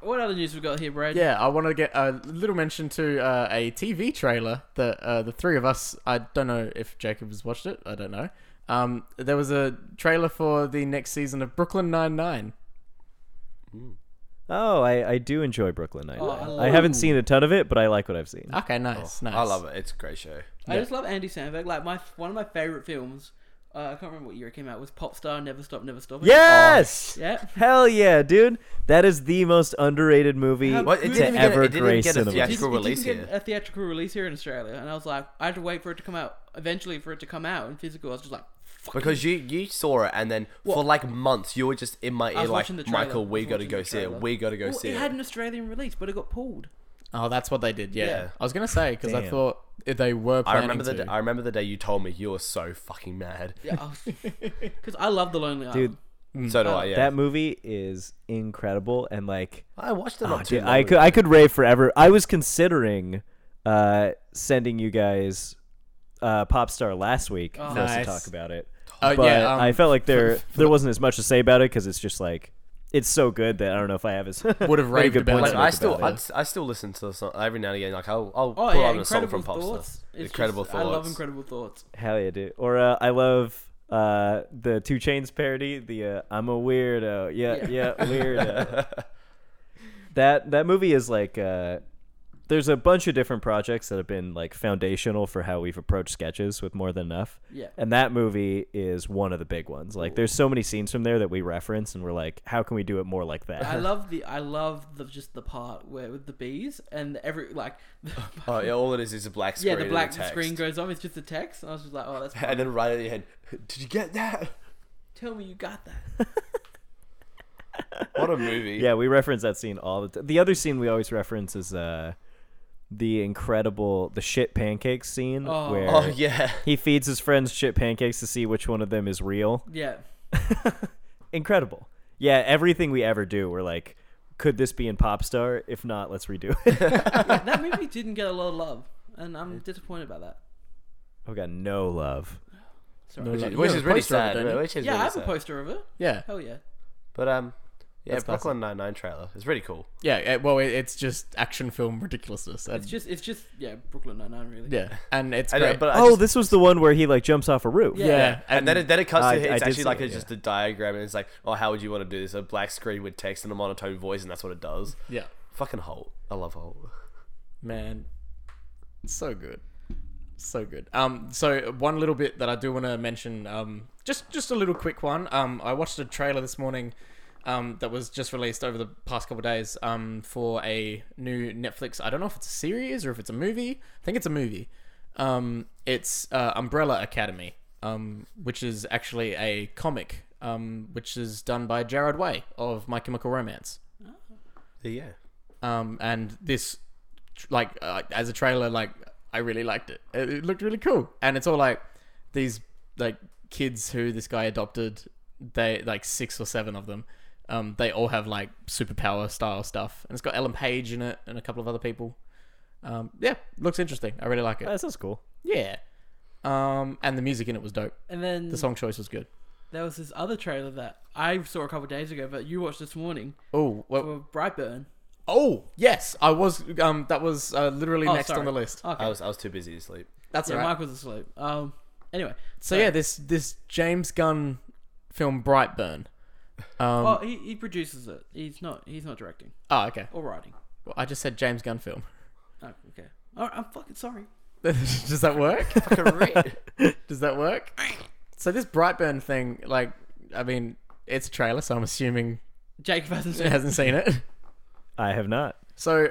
[SPEAKER 3] What other news we got here, Brad?
[SPEAKER 1] Yeah, I want to get a little mention to uh, a TV trailer that uh, the three of us. I don't know if Jacob has watched it. I don't know. Um, there was a trailer for the next season of Brooklyn Nine Nine.
[SPEAKER 4] oh, I, I do enjoy Brooklyn Nine.
[SPEAKER 3] Oh, I
[SPEAKER 4] I haven't seen a ton of it, but I like what I've seen.
[SPEAKER 1] Okay, nice, nice.
[SPEAKER 2] Oh, I love it. It's a great show.
[SPEAKER 3] I just love Andy Samberg. Like my one of my favorite films. Uh, I can't remember what year it came out. Was Popstar, Never Stop, Never Stop.
[SPEAKER 4] Yes!
[SPEAKER 3] Yeah.
[SPEAKER 4] Hell yeah, dude! That is the most underrated movie
[SPEAKER 2] What? It
[SPEAKER 4] to
[SPEAKER 2] didn't even get a-
[SPEAKER 4] ever
[SPEAKER 2] it didn't
[SPEAKER 4] grace
[SPEAKER 2] get a
[SPEAKER 4] cinema.
[SPEAKER 2] theatrical-
[SPEAKER 3] It didn't
[SPEAKER 2] release
[SPEAKER 3] get
[SPEAKER 2] here.
[SPEAKER 3] A theatrical release here in Australia, and I was like, I had to wait for it to come out. Eventually, for it to come out in physical, I was just like, fuck.
[SPEAKER 2] Because you you saw it and then for like months you were just in my ear
[SPEAKER 3] was
[SPEAKER 2] like
[SPEAKER 3] watching the trailer.
[SPEAKER 2] Michael,
[SPEAKER 3] I
[SPEAKER 2] we
[SPEAKER 3] was
[SPEAKER 2] gotta
[SPEAKER 3] watching
[SPEAKER 2] go
[SPEAKER 3] the
[SPEAKER 2] see it.
[SPEAKER 3] trailer.
[SPEAKER 2] We gotta go
[SPEAKER 3] Well,
[SPEAKER 2] see
[SPEAKER 3] it
[SPEAKER 2] it.
[SPEAKER 3] had an Australian release, but it got pulled.
[SPEAKER 1] Oh, that's what they did. Yeah,
[SPEAKER 2] Yeah.
[SPEAKER 1] I was gonna say because I
[SPEAKER 4] Damn.
[SPEAKER 1] thought they were.
[SPEAKER 2] I
[SPEAKER 1] Planning
[SPEAKER 2] remember the
[SPEAKER 1] to.
[SPEAKER 2] day, I remember the day you told me you were so fucking mad.
[SPEAKER 3] Yeah, because I love The Lonely Island.
[SPEAKER 4] Dude,
[SPEAKER 2] So
[SPEAKER 3] Uh,
[SPEAKER 2] do I. Yeah.
[SPEAKER 4] that movie is incredible, and like,
[SPEAKER 2] I watched it
[SPEAKER 4] oh,
[SPEAKER 2] not too
[SPEAKER 4] dude,
[SPEAKER 2] long
[SPEAKER 4] I could
[SPEAKER 2] ago.
[SPEAKER 4] I could rave forever. I was considering uh, sending you guys uh, Popstar last week for us to
[SPEAKER 1] Nice.
[SPEAKER 4] talk about it,
[SPEAKER 1] Oh,
[SPEAKER 4] but
[SPEAKER 1] yeah, um,
[SPEAKER 4] I felt like there there wasn't as much to say about it because it's just like it's so good that I don't know if I have his.
[SPEAKER 1] Would have raved
[SPEAKER 4] good
[SPEAKER 1] about
[SPEAKER 4] point.
[SPEAKER 1] it.
[SPEAKER 2] Like
[SPEAKER 4] talk
[SPEAKER 2] I still,
[SPEAKER 4] about
[SPEAKER 2] I'd, I still listen to the song every now and again. Like I'll, I'll
[SPEAKER 3] Oh
[SPEAKER 2] pull
[SPEAKER 3] yeah,
[SPEAKER 2] out a song
[SPEAKER 3] incredible
[SPEAKER 2] from Popstar.
[SPEAKER 3] thoughts. It's
[SPEAKER 2] Incredible
[SPEAKER 3] just-
[SPEAKER 2] thoughts.
[SPEAKER 3] I love incredible thoughts.
[SPEAKER 4] Hell yeah, dude. Or uh, I love uh, the Two Chains parody. The uh, I'm a weirdo. Yeah, yeah, weirdo. that that movie is like. Uh, there's a bunch of different projects that have been like foundational for how we've approached sketches with more than enough.
[SPEAKER 3] Yeah.
[SPEAKER 4] And that movie is one of the big ones. Like there's so many scenes from there that we reference and we're like, how can we do it more like that?
[SPEAKER 3] I love the I love the just the part where with the bees and every like
[SPEAKER 2] Oh yeah, all it is is a black screen.
[SPEAKER 3] yeah the
[SPEAKER 2] and
[SPEAKER 3] black
[SPEAKER 2] text.
[SPEAKER 3] screen goes off. It's just the text, and I was just like, oh, that's
[SPEAKER 2] and then right at the end, did you get that?
[SPEAKER 3] tell me you got that.
[SPEAKER 2] What a movie!
[SPEAKER 4] Yeah, we reference that scene all the time. The other scene we always reference is uh, the incredible the shit pancakes scene
[SPEAKER 3] Oh.
[SPEAKER 4] where
[SPEAKER 2] Oh yeah.
[SPEAKER 4] he feeds his friends shit pancakes to see which one of them is real.
[SPEAKER 3] yeah,
[SPEAKER 4] Incredible. Yeah, everything we ever do, we're like, could this be in Popstar? If not, let's redo it.
[SPEAKER 3] Yeah, that movie didn't get a lot of love, and I'm disappointed about that.
[SPEAKER 4] we got no love.
[SPEAKER 3] Sorry.
[SPEAKER 1] No,
[SPEAKER 2] Which
[SPEAKER 1] like-
[SPEAKER 2] is,
[SPEAKER 1] you
[SPEAKER 2] which
[SPEAKER 1] have
[SPEAKER 2] is
[SPEAKER 1] a
[SPEAKER 2] really
[SPEAKER 1] poster of it,
[SPEAKER 2] sad.
[SPEAKER 1] don't you?
[SPEAKER 2] Which is
[SPEAKER 3] yeah,
[SPEAKER 2] really
[SPEAKER 3] I have a
[SPEAKER 2] sad.
[SPEAKER 3] poster of it.
[SPEAKER 1] Yeah,
[SPEAKER 3] Hell yeah.
[SPEAKER 2] But um, yeah,
[SPEAKER 1] That's classic.
[SPEAKER 2] Brooklyn Nine Nine trailer. It's pretty cool.
[SPEAKER 1] yeah. eh, Well, it, it's just action film ridiculousness.
[SPEAKER 3] It's
[SPEAKER 1] That's
[SPEAKER 3] just it's just yeah Brooklyn Nine Nine really.
[SPEAKER 1] yeah, and it's
[SPEAKER 2] I
[SPEAKER 1] great.
[SPEAKER 2] know, but I
[SPEAKER 4] oh,
[SPEAKER 2] just-
[SPEAKER 4] this was the one where he like jumps off a roof.
[SPEAKER 1] yeah,
[SPEAKER 3] Yeah.
[SPEAKER 2] and, then it then it cuts
[SPEAKER 4] I-
[SPEAKER 2] to here,
[SPEAKER 4] I
[SPEAKER 2] it's
[SPEAKER 4] did
[SPEAKER 2] actually
[SPEAKER 4] see
[SPEAKER 2] like
[SPEAKER 4] it,
[SPEAKER 2] it's
[SPEAKER 4] yeah.
[SPEAKER 2] just a diagram and it's like, oh, how would you want to do this? A black screen with text and a monotone voice, and that's what it does.
[SPEAKER 1] yeah,
[SPEAKER 2] Fucking Holt. I love Holt.
[SPEAKER 1] man, so good, so good. Um, so one little bit that I do want to mention, um, just just a little quick one. Um, I watched a trailer this morning, um, that was just released over the past couple of days, um, for a new Netflix. I don't know if it's a series or if it's a movie. I think it's a movie. Um, it's uh, Umbrella Academy, um, which is actually a comic, um, which is done by Jared Way of My Chemical Romance.
[SPEAKER 2] Yeah.
[SPEAKER 1] um, and this tr- like uh, as a trailer like i really liked it. it it looked really cool and it's all like these like kids who this guy adopted they like six or seven of them um, they all have like superpower style stuff and it's got ellen page in it and a couple of other people um, yeah looks interesting i really like it
[SPEAKER 4] that sounds cool.
[SPEAKER 1] yeah um, and the music in it was dope
[SPEAKER 3] And then
[SPEAKER 1] the song choice was good
[SPEAKER 3] there was this other trailer that I saw a couple days ago, but you watched this morning
[SPEAKER 1] oh well,
[SPEAKER 3] for Brightburn.
[SPEAKER 1] oh yes i was um, that was uh, literally
[SPEAKER 3] Oh,
[SPEAKER 1] next on
[SPEAKER 3] sorry.
[SPEAKER 1] the list
[SPEAKER 3] Okay.
[SPEAKER 2] I was I was too busy to sleep.
[SPEAKER 1] that's
[SPEAKER 3] yeah,
[SPEAKER 1] all right.
[SPEAKER 3] Mike was asleep. Um. Anyway,
[SPEAKER 1] So yeah, this this James Gunn film Brightburn. Um,
[SPEAKER 3] well, Oh, he, he produces it. He's not he's not directing
[SPEAKER 1] oh, okay.
[SPEAKER 3] or writing.
[SPEAKER 1] Well, I just said James Gunn film.
[SPEAKER 3] Oh, okay. All right, I'm fucking sorry.
[SPEAKER 1] Does that work? Does that work? So this Brightburn thing, like, I mean, it's a trailer, so I'm assuming
[SPEAKER 3] Jake Patterson.
[SPEAKER 1] it hasn't seen it.
[SPEAKER 4] I have not.
[SPEAKER 1] So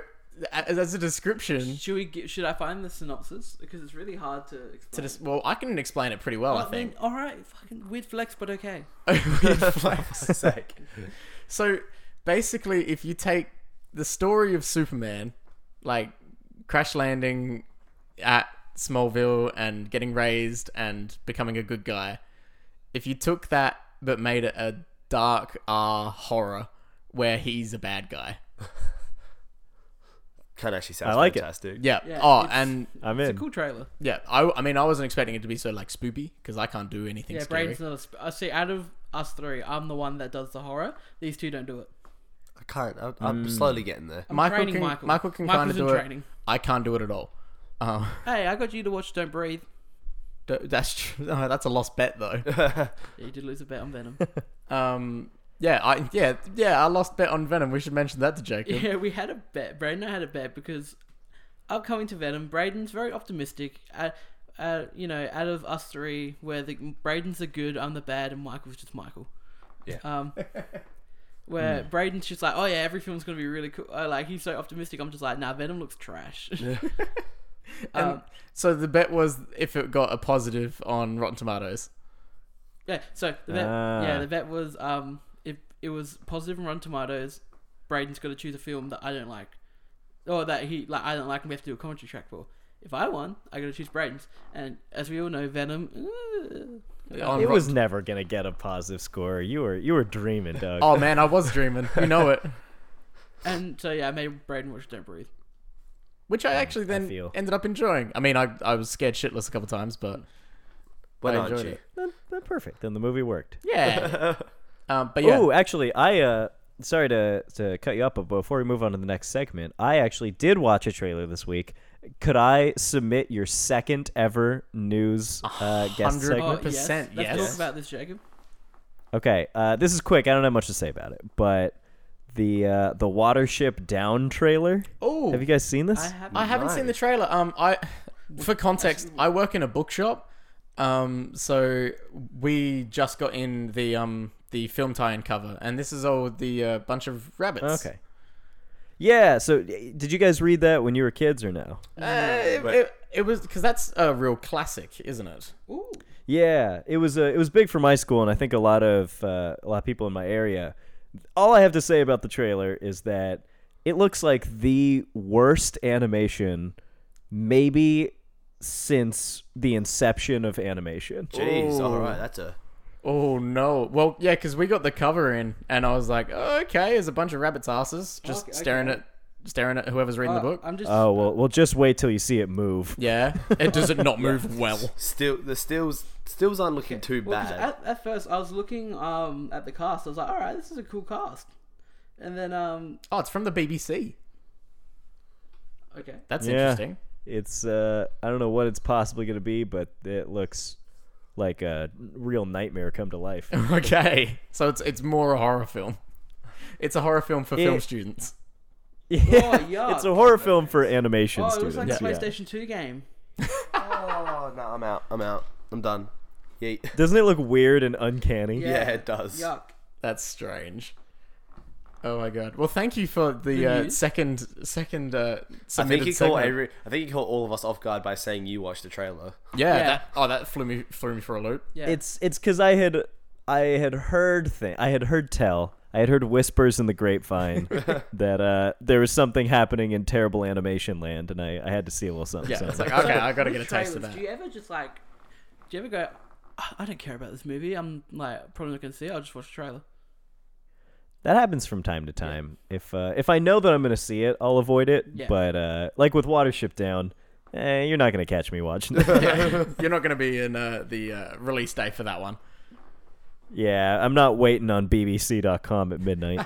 [SPEAKER 1] a- as a description,
[SPEAKER 3] Should we get, should I find the synopsis because it's really hard to explain.
[SPEAKER 1] to dis- well, I can explain it pretty well, I
[SPEAKER 3] Well, then,
[SPEAKER 1] think.
[SPEAKER 3] all right, fucking weird flex, but okay.
[SPEAKER 1] Weird flex.
[SPEAKER 2] Sake.
[SPEAKER 1] So basically, if you take the story of Superman, like crash landing at Smallville and getting raised and becoming a good guy, if you took that but made it a dark R horror where he's a bad guy.
[SPEAKER 2] Kind of actually sounds
[SPEAKER 4] I like it.
[SPEAKER 2] fantastic.
[SPEAKER 1] Yeah.
[SPEAKER 3] Yeah,
[SPEAKER 1] oh,
[SPEAKER 3] it's-
[SPEAKER 1] and
[SPEAKER 4] I'm
[SPEAKER 3] It's a
[SPEAKER 4] in.
[SPEAKER 3] cool trailer.
[SPEAKER 1] yeah, I, I mean, I wasn't expecting it to be so like spoopy because I can't do anything
[SPEAKER 3] Yeah,
[SPEAKER 1] scary.
[SPEAKER 3] Brain's not. A sp- I see. Out of us three, I'm the one that does the horror. These two don't do it.
[SPEAKER 2] I can't. I'm, I'm slowly getting there.
[SPEAKER 3] I'm
[SPEAKER 1] Michael
[SPEAKER 3] training
[SPEAKER 1] can,
[SPEAKER 3] Michael.
[SPEAKER 1] Michael can kind of do
[SPEAKER 3] Michael's in
[SPEAKER 1] it.
[SPEAKER 3] training.
[SPEAKER 1] I can't do it at all. Um,
[SPEAKER 3] Hey, I got you to watch Don't Breathe.
[SPEAKER 1] that's true. that's a lost bet though.
[SPEAKER 3] Yeah, you did lose a bet on Venom.
[SPEAKER 1] Um. Yeah. I. Yeah. Yeah. I lost bet on Venom. We should mention that to Jacob.
[SPEAKER 3] yeah, we had a bet. Braden and I had a bet because upcoming to Venom, Braden's very optimistic. Uh, uh, you know, out of us three, where the Braden's the good, I'm the bad, and Michael's just Michael.
[SPEAKER 2] Yeah.
[SPEAKER 3] Um, where Braden's just like, oh yeah, every film's gonna be really cool. Uh, like he's so optimistic. I'm just like, nah, Venom looks trash.
[SPEAKER 1] And
[SPEAKER 3] um,
[SPEAKER 1] so the bet was if it got a positive on Rotten Tomatoes.
[SPEAKER 3] Yeah, so the vet, yeah,
[SPEAKER 4] Ah.
[SPEAKER 3] the vet was um, if it was positive and Run Tomatoes, Braden's got to choose a film that I don't like, or that he like I don't like, and we have to do a commentary track for. If I won, I got to choose Braden's, and as we all know, Venom. uh,
[SPEAKER 1] On
[SPEAKER 4] It
[SPEAKER 1] Rot-
[SPEAKER 4] was never gonna get a positive score. You were you were dreaming, Doug.
[SPEAKER 1] Oh man, I was dreaming. You know it.
[SPEAKER 3] and so yeah, I made Braden watch Don't Breathe.
[SPEAKER 1] Which I actually then
[SPEAKER 4] feel.
[SPEAKER 1] ended up enjoying. I mean, I I was scared shitless a couple times, but
[SPEAKER 2] When
[SPEAKER 1] I
[SPEAKER 2] aren't
[SPEAKER 1] enjoyed
[SPEAKER 2] you?
[SPEAKER 1] it.
[SPEAKER 4] Then- then perfect. Then the movie worked.
[SPEAKER 1] yeah. um. But yeah.
[SPEAKER 4] Oh, actually, I uh, sorry to to cut you up, but before we move on to the next segment, I actually did watch a trailer this week. Could I submit your second ever news uh,
[SPEAKER 1] hundred-
[SPEAKER 4] guest segment?
[SPEAKER 3] Oh, yes.
[SPEAKER 1] 100%,
[SPEAKER 3] Let's
[SPEAKER 1] yes.
[SPEAKER 3] talk about this, Jacob.
[SPEAKER 4] Okay, uh, this is quick. I don't have much to say about it, but the uh, the Watership Down trailer.
[SPEAKER 1] Oh,
[SPEAKER 4] Have you guys seen this?
[SPEAKER 3] I have.
[SPEAKER 1] I haven't seen the trailer. Um, I, for context, I work in a bookshop. Um, so we just got in the um the film tie-in cover, and this is all the uh, bunch of rabbits.
[SPEAKER 4] Okay. Yeah. So, d- did you guys read that when you were kids or no?
[SPEAKER 1] Uh, it, it, it was because that's a real classic, isn't it?
[SPEAKER 3] Ooh.
[SPEAKER 4] Yeah, it was uh, it was big for my school, and I think a lot of uh, a lot of people in my area. All I have to say about the trailer is that it looks like the worst animation, maybe since the inception of animation.
[SPEAKER 2] Jeez,
[SPEAKER 1] Ooh.
[SPEAKER 2] all right, that's a
[SPEAKER 1] Oh no! Well, yeah, because we got the cover in, and I was like, oh, okay, there's a bunch of rabbits' asses just
[SPEAKER 3] Okay,
[SPEAKER 1] staring
[SPEAKER 3] okay.
[SPEAKER 1] at staring at whoever's reading
[SPEAKER 3] Uh,
[SPEAKER 1] the book.
[SPEAKER 3] I'm just.
[SPEAKER 4] Oh well, well, just wait till you see it move.
[SPEAKER 1] Yeah, it does it not move well.
[SPEAKER 2] still the stills stills aren't looking too
[SPEAKER 3] Well, 'cause
[SPEAKER 2] bad.
[SPEAKER 3] At, at first, I was looking um, at the cast. I was like, all right, this is a cool cast. And then, um,
[SPEAKER 1] Oh, it's from the BBC.
[SPEAKER 3] okay.
[SPEAKER 1] That's
[SPEAKER 4] Yeah.
[SPEAKER 1] interesting.
[SPEAKER 4] It's uh, I don't know what it's possibly gonna be, but it looks like a real nightmare come to life.
[SPEAKER 3] Oh,
[SPEAKER 1] Okay, so it's it's more a horror film. It's a horror film for film
[SPEAKER 4] It-
[SPEAKER 1] students.
[SPEAKER 3] Oh, yeah.
[SPEAKER 4] it's a horror film for animation
[SPEAKER 3] Oh, it
[SPEAKER 4] students.
[SPEAKER 3] was like a
[SPEAKER 4] yeah.
[SPEAKER 3] PlayStation 2 game.
[SPEAKER 2] oh no, I'm out. I'm out. I'm done. Yeet.
[SPEAKER 4] Doesn't it look weird and uncanny?
[SPEAKER 2] Yeah, it does.
[SPEAKER 3] Yuck.
[SPEAKER 1] That's strange. Oh my god. Well, thank you for the,
[SPEAKER 3] The
[SPEAKER 1] uh,
[SPEAKER 3] news?
[SPEAKER 1] second second uh,
[SPEAKER 2] I think
[SPEAKER 1] submitted
[SPEAKER 2] he caught
[SPEAKER 1] segment.
[SPEAKER 2] every. I think he caught all of us off guard by saying you watched the trailer.
[SPEAKER 1] Yeah.
[SPEAKER 3] Yeah.
[SPEAKER 1] That, oh, that flew me flew me for a loop.
[SPEAKER 3] Yeah.
[SPEAKER 4] It's it's because I had I had heard thing I had heard tell I had heard whispers in the grapevine that uh, there was something happening in terrible animation land, and I, I had to see a little something.
[SPEAKER 1] Yeah. It's
[SPEAKER 4] something.
[SPEAKER 1] like okay, I gotta get a
[SPEAKER 3] With
[SPEAKER 1] taste of
[SPEAKER 3] trailers,
[SPEAKER 1] that.
[SPEAKER 3] Do you ever just like. Do you ever go, "Ah, I don't care about this movie. I'm like, probably not going to see it. I'll just watch the trailer.
[SPEAKER 4] that happens from time to time. If uh, if I know that I'm gonna see it, I'll avoid it.
[SPEAKER 3] Yeah.
[SPEAKER 4] But uh, like with Watership Down, eh, you're not gonna catch me watching. it.
[SPEAKER 1] Yeah. You're not gonna be in uh, the uh, release day for that one.
[SPEAKER 4] yeah, I'm not waiting on BBC.com at midnight.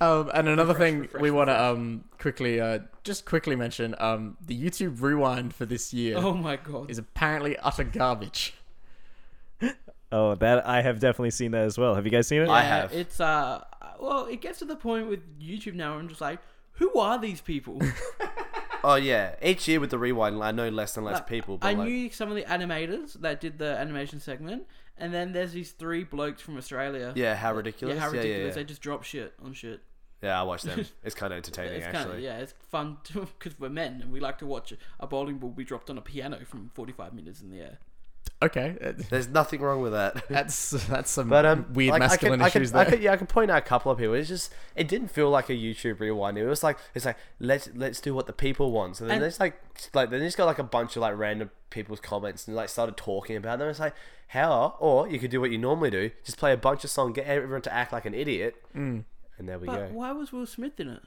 [SPEAKER 1] Um, and another thing we want to um, quickly uh, just quickly mention um, the YouTube rewind for this year
[SPEAKER 3] Oh my god.
[SPEAKER 1] is apparently utter garbage.
[SPEAKER 4] oh, that I have definitely seen that as well. Have you guys seen it?
[SPEAKER 2] I
[SPEAKER 3] Yeah,
[SPEAKER 2] have.
[SPEAKER 3] It's, uh, well, it gets to the point with YouTube now where I'm just like, who are these people?
[SPEAKER 2] Oh yeah. Each year with the rewind, I know less and less
[SPEAKER 3] Like,
[SPEAKER 2] people. But
[SPEAKER 3] I
[SPEAKER 2] like,
[SPEAKER 3] knew some of the animators that did the animation segment, and then there's these three blokes from Australia.
[SPEAKER 2] yeah, how ridiculous.
[SPEAKER 3] Yeah, how ridiculous!
[SPEAKER 2] Yeah, yeah,
[SPEAKER 3] They just drop shit on shit.
[SPEAKER 2] Yeah, I watched them. It's kind of entertaining
[SPEAKER 3] It's
[SPEAKER 2] actually.
[SPEAKER 3] kind of yeah, it's fun because we're men and we like to watch a bowling ball be dropped on a piano from 45 minutes in the air.
[SPEAKER 1] Okay, that-
[SPEAKER 2] There's nothing wrong with that.
[SPEAKER 1] that's that's some
[SPEAKER 2] But um,
[SPEAKER 1] weird
[SPEAKER 2] like,
[SPEAKER 1] masculine
[SPEAKER 2] I can,
[SPEAKER 1] issues
[SPEAKER 2] I can, I
[SPEAKER 1] there.
[SPEAKER 2] could, yeah, I can point out a couple of people. It's just it didn't feel like a YouTube rewind. It was like it's like let's let's do what the people want. So then
[SPEAKER 3] And-
[SPEAKER 2] there's like like then they just got like a bunch of like random people's comments and like started talking about them. It's like how or you could do what you normally do, just play a bunch of songs, get everyone to act like an idiot,
[SPEAKER 1] Mm.
[SPEAKER 2] and there we
[SPEAKER 3] But
[SPEAKER 2] go.
[SPEAKER 3] why was Will Smith in it?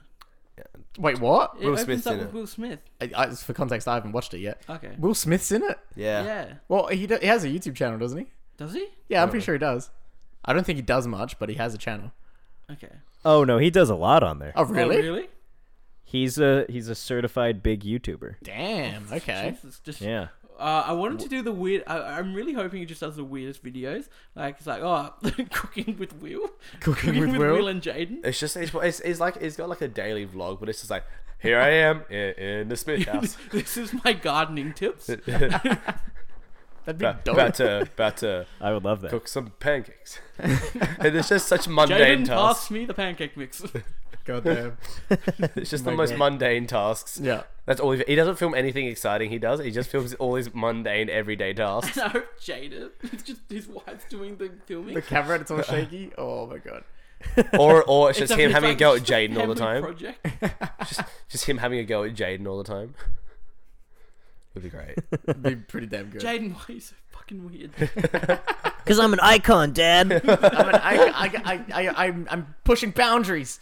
[SPEAKER 1] Wait, what?
[SPEAKER 3] It
[SPEAKER 2] Will
[SPEAKER 3] opens
[SPEAKER 2] Smith's
[SPEAKER 3] up
[SPEAKER 2] in
[SPEAKER 3] with
[SPEAKER 2] it.
[SPEAKER 3] Will Smith.
[SPEAKER 1] I, I, for context, I haven't watched it yet.
[SPEAKER 3] Okay.
[SPEAKER 1] Will Smith's in it.
[SPEAKER 2] Yeah.
[SPEAKER 3] yeah.
[SPEAKER 1] Well, he, do, he has a YouTube channel, doesn't he?
[SPEAKER 3] Does he?
[SPEAKER 1] Yeah, I'm pretty sure he does. I don't think he does much, but he has a channel.
[SPEAKER 3] Okay.
[SPEAKER 4] Oh no, he does a lot on there.
[SPEAKER 1] Oh,
[SPEAKER 3] Oh,
[SPEAKER 1] really?
[SPEAKER 3] really?
[SPEAKER 4] He's a he's a certified big YouTuber.
[SPEAKER 1] Damn. Okay.
[SPEAKER 3] Jesus, just
[SPEAKER 4] Yeah.
[SPEAKER 3] Uh, I wanted to do the weird. I, I'm really hoping he just does the weirdest videos. Like it's like oh, cooking with Will,
[SPEAKER 1] Cooking with Will?
[SPEAKER 3] and Jaden.
[SPEAKER 2] It's just it's, it's, it's like it's got like a daily vlog, but it's just like here I am in, in the Smith house.
[SPEAKER 3] this is my gardening tips.
[SPEAKER 1] That'd be
[SPEAKER 2] about,
[SPEAKER 1] dope.
[SPEAKER 2] about to about to
[SPEAKER 4] I would love that.
[SPEAKER 2] cook some pancakes. and it's just such mundane
[SPEAKER 3] Jaden
[SPEAKER 2] tasks.
[SPEAKER 3] passed me the pancake mix.
[SPEAKER 1] Goddamn.
[SPEAKER 2] It's just the
[SPEAKER 1] my
[SPEAKER 2] most
[SPEAKER 1] God.
[SPEAKER 2] mundane tasks.
[SPEAKER 1] yeah.
[SPEAKER 2] That's all he, he doesn't film anything exciting. He does. He just films all his mundane everyday tasks.
[SPEAKER 3] I hope Jaden. It's just his wife's doing the filming.
[SPEAKER 1] The camera, it's all shaky. Oh my god.
[SPEAKER 2] Or or it's
[SPEAKER 3] It's
[SPEAKER 2] just
[SPEAKER 3] a-
[SPEAKER 2] him
[SPEAKER 3] it's
[SPEAKER 2] having
[SPEAKER 3] like
[SPEAKER 2] a go at
[SPEAKER 3] just a
[SPEAKER 2] Jaden all
[SPEAKER 3] family
[SPEAKER 2] the time.
[SPEAKER 3] Project.
[SPEAKER 2] Just just him having a go at Jaden all the time. Would be great.
[SPEAKER 1] It'd be pretty damn good.
[SPEAKER 3] Jaden, why are you so fucking weird?
[SPEAKER 4] Because I'm an icon, Dad.
[SPEAKER 1] I'm, an, I, I, I, I, I'm, I'm pushing boundaries.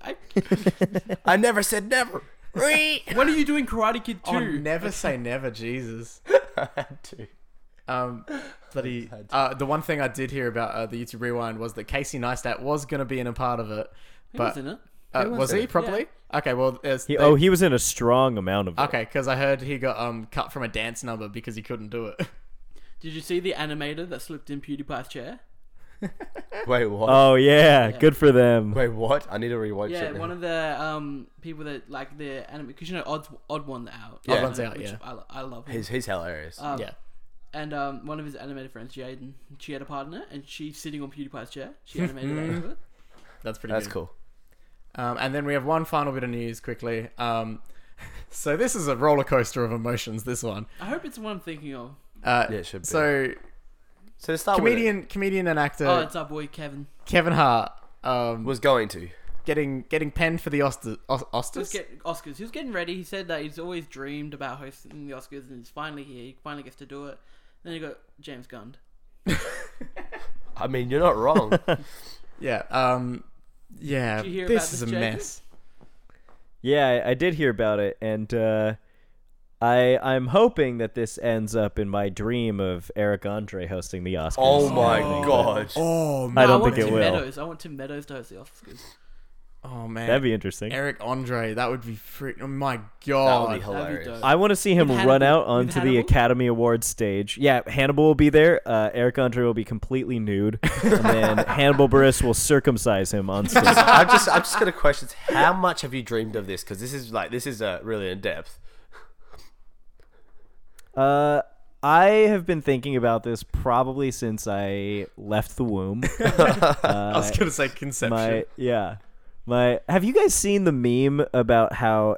[SPEAKER 3] I,
[SPEAKER 2] I never said never.
[SPEAKER 1] Dude.
[SPEAKER 3] when are you doing Karate Kid
[SPEAKER 1] Oh,
[SPEAKER 3] two?
[SPEAKER 1] never say never, Jesus.
[SPEAKER 2] I had to.
[SPEAKER 1] Um, bloody. Uh, the one thing I did hear about uh, the YouTube rewind was that Casey Neistat was going to be in a part of it,
[SPEAKER 3] He
[SPEAKER 1] but
[SPEAKER 3] was in it.
[SPEAKER 1] uh,
[SPEAKER 2] He was
[SPEAKER 1] was,
[SPEAKER 2] in
[SPEAKER 1] he
[SPEAKER 2] it.
[SPEAKER 1] properly? Okay, well, it's,
[SPEAKER 4] He,
[SPEAKER 1] they-
[SPEAKER 4] oh, he was in a strong amount of. it.
[SPEAKER 1] okay, because I heard he got um cut from a dance number because he couldn't do it.
[SPEAKER 3] Did you see the animator that slipped in PewDiePie's chair?
[SPEAKER 2] Wait, what?
[SPEAKER 4] Oh yeah, good for them.
[SPEAKER 2] Wait, what? I need to rewatch
[SPEAKER 3] Yeah,
[SPEAKER 2] it. now.
[SPEAKER 3] one of the um people that like the anime because you know Odd's Odd one's out.
[SPEAKER 2] Yeah.
[SPEAKER 1] One's out,
[SPEAKER 3] Which
[SPEAKER 1] yeah.
[SPEAKER 3] I, lo- I love him.
[SPEAKER 2] he's he's hilarious.
[SPEAKER 3] Um,
[SPEAKER 1] yeah.
[SPEAKER 3] And um, one of his animated friends, Jaden, she had a partner, and she's sitting on PewDiePie's chair. She animated that over it.
[SPEAKER 1] That's pretty
[SPEAKER 2] That's
[SPEAKER 1] good.
[SPEAKER 2] cool.
[SPEAKER 1] Um, and then we have one final bit of news quickly. Um, so this is a roller coaster of emotions. This one.
[SPEAKER 3] I hope it's the one I'm thinking of.
[SPEAKER 1] Uh,
[SPEAKER 2] Yeah, it should be.
[SPEAKER 1] So
[SPEAKER 2] So to start with,
[SPEAKER 1] comedian, comedian and actor
[SPEAKER 3] Oh, it's our boy Kevin.
[SPEAKER 1] Kevin Hart um,
[SPEAKER 2] it, was going to.
[SPEAKER 1] getting getting penned for the Oscar, Os-
[SPEAKER 3] He was
[SPEAKER 1] Oscars.
[SPEAKER 3] get Oscars. He was getting ready. He said that he's always dreamed about hosting the Oscars, and he's finally here. He finally gets to do it. Then you got James Gunn.
[SPEAKER 2] I mean, you're not wrong.
[SPEAKER 1] yeah. Um, yeah.
[SPEAKER 3] Did you hear
[SPEAKER 1] This
[SPEAKER 3] about
[SPEAKER 1] is
[SPEAKER 3] this,
[SPEAKER 1] a
[SPEAKER 3] Jacob?
[SPEAKER 1] mess.
[SPEAKER 4] Yeah, I, I did hear about it, and uh, I I'm hoping that this ends up in my dream of Eric Andre hosting the Oscars.
[SPEAKER 2] oh my
[SPEAKER 3] Oh.
[SPEAKER 2] god.
[SPEAKER 1] Oh
[SPEAKER 4] I
[SPEAKER 1] man.
[SPEAKER 4] don't
[SPEAKER 3] I want
[SPEAKER 4] think it
[SPEAKER 3] Tim
[SPEAKER 4] will.
[SPEAKER 3] Meadows. I want Tim Meadows to host the Oscars.
[SPEAKER 1] Oh man.
[SPEAKER 4] That'd be interesting.
[SPEAKER 1] Eric Andre. That would be freak. Oh my
[SPEAKER 2] That would be
[SPEAKER 1] god.
[SPEAKER 2] hilarious.
[SPEAKER 3] dope.
[SPEAKER 4] I want to see him
[SPEAKER 3] With
[SPEAKER 4] run
[SPEAKER 3] Hannibal-
[SPEAKER 4] out
[SPEAKER 3] with
[SPEAKER 4] onto the
[SPEAKER 3] Hannibal?
[SPEAKER 4] Academy Awards stage. Yeah, Hannibal will be there. Uh, Eric Andre will be completely nude, and then Hannibal Buress will circumcise him on stage.
[SPEAKER 2] I'm just I'm just gonna question how much have you dreamed of this? Because this is like this is uh, really in depth.
[SPEAKER 4] Uh, I have been thinking about this probably since I left the womb.
[SPEAKER 1] I was gonna say conception.
[SPEAKER 4] my yeah, my. Have you guys seen the meme about how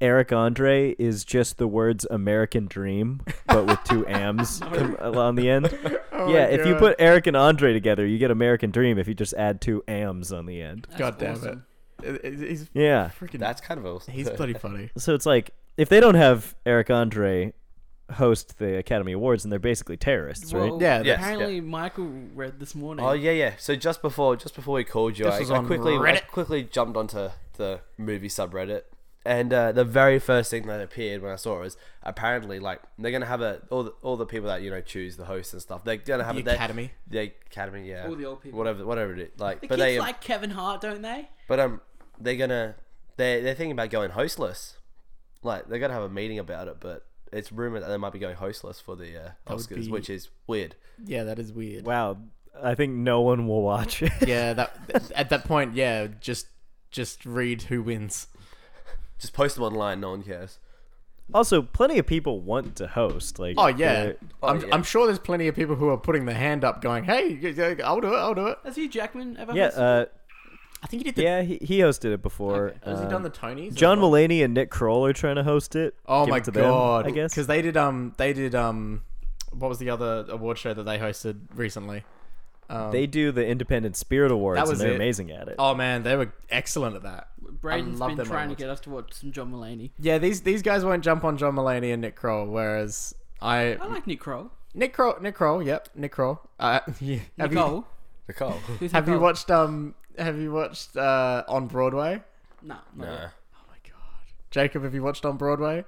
[SPEAKER 4] Eric Andre is just the words "American Dream" but with two "ams" com- uh, on the end? yeah, if you
[SPEAKER 1] God.
[SPEAKER 4] put Eric and Andre together, you get American Dream. If you just add two "ams" on the end,
[SPEAKER 1] god damn
[SPEAKER 3] awesome.
[SPEAKER 1] it. It- it- He's
[SPEAKER 4] yeah.
[SPEAKER 1] freaking.
[SPEAKER 2] That's kind of awesome.
[SPEAKER 1] he's bloody funny.
[SPEAKER 4] So it's like if they don't have Eric Andre host the Academy Awards, and they're basically terrorists, right?
[SPEAKER 3] Well,
[SPEAKER 1] Yeah,
[SPEAKER 2] yes,
[SPEAKER 3] apparently Michael read this morning.
[SPEAKER 2] Oh yeah, yeah. So just before just before we called you,
[SPEAKER 1] This
[SPEAKER 2] I,
[SPEAKER 1] was
[SPEAKER 2] I
[SPEAKER 1] on
[SPEAKER 2] quickly I
[SPEAKER 1] Reddit.
[SPEAKER 2] quickly jumped onto the movie subreddit, and uh, the very first thing that appeared when I saw it was apparently like they're gonna have a all the, all the people that you know choose the hosts and stuff. They're gonna have
[SPEAKER 1] The
[SPEAKER 2] a they-
[SPEAKER 1] Academy.
[SPEAKER 2] the academy, yeah,
[SPEAKER 3] All the old people.
[SPEAKER 2] whatever, whatever it is. Like,
[SPEAKER 3] the
[SPEAKER 2] but
[SPEAKER 3] kids
[SPEAKER 2] they
[SPEAKER 3] like Kevin Hart, don't they?
[SPEAKER 2] But um, they're gonna they they're thinking about going hostless. Like they're gonna have a meeting about it, but it's rumored that they might be going hostless for the uh,
[SPEAKER 1] would
[SPEAKER 2] Oscars,
[SPEAKER 1] be-
[SPEAKER 2] which is weird.
[SPEAKER 1] Yeah, that is weird.
[SPEAKER 4] Wow, I think no one will watch it.
[SPEAKER 1] Yeah, that at that point, yeah, just just read who wins.
[SPEAKER 2] Just post them online. No one cares.
[SPEAKER 4] Also, plenty of people want to host. Like,
[SPEAKER 1] Oh yeah,
[SPEAKER 4] they're-
[SPEAKER 1] I'm,
[SPEAKER 2] yeah.
[SPEAKER 1] I'm sure there's plenty of people who are putting their hand up, going, "Hey, y- y- I'll do it, I'll do it."
[SPEAKER 3] Has Hugh Jackman ever
[SPEAKER 4] yeah,
[SPEAKER 3] hosted?
[SPEAKER 4] uh,
[SPEAKER 1] I think he did. The,
[SPEAKER 4] yeah. He, he hosted it before.
[SPEAKER 1] Has he
[SPEAKER 4] Um,
[SPEAKER 1] done the Tonys?
[SPEAKER 4] John Mulaney and Nick Kroll are trying to host it.
[SPEAKER 1] Oh
[SPEAKER 4] Give
[SPEAKER 1] my
[SPEAKER 4] it to them,
[SPEAKER 1] god!
[SPEAKER 4] I guess
[SPEAKER 1] because they did um they did um what was the other award show that they hosted recently? Um,
[SPEAKER 4] they do the Independent Spirit Awards,
[SPEAKER 1] That was
[SPEAKER 4] and they're
[SPEAKER 1] it.
[SPEAKER 4] amazing at it.
[SPEAKER 1] oh man, they were excellent at that.
[SPEAKER 3] Braden's
[SPEAKER 1] love
[SPEAKER 3] been
[SPEAKER 1] them
[SPEAKER 3] trying to
[SPEAKER 1] awards.
[SPEAKER 3] get us to watch some John Mulaney.
[SPEAKER 1] Yeah, these these guys won't jump on John Mulaney and Nick Kroll, whereas I
[SPEAKER 3] I like Nick Kroll.
[SPEAKER 1] Nick Kroll Nick Kroll, yep, Nick Kroll. Uh, yeah. Have you-
[SPEAKER 3] Nicole.
[SPEAKER 2] Nicole,
[SPEAKER 3] Who's
[SPEAKER 1] Have you
[SPEAKER 3] Nicole?
[SPEAKER 1] watched um Have you watched uh on Broadway?
[SPEAKER 3] No, no.
[SPEAKER 2] nah.
[SPEAKER 1] Oh my god, Jacob, have you watched on Broadway?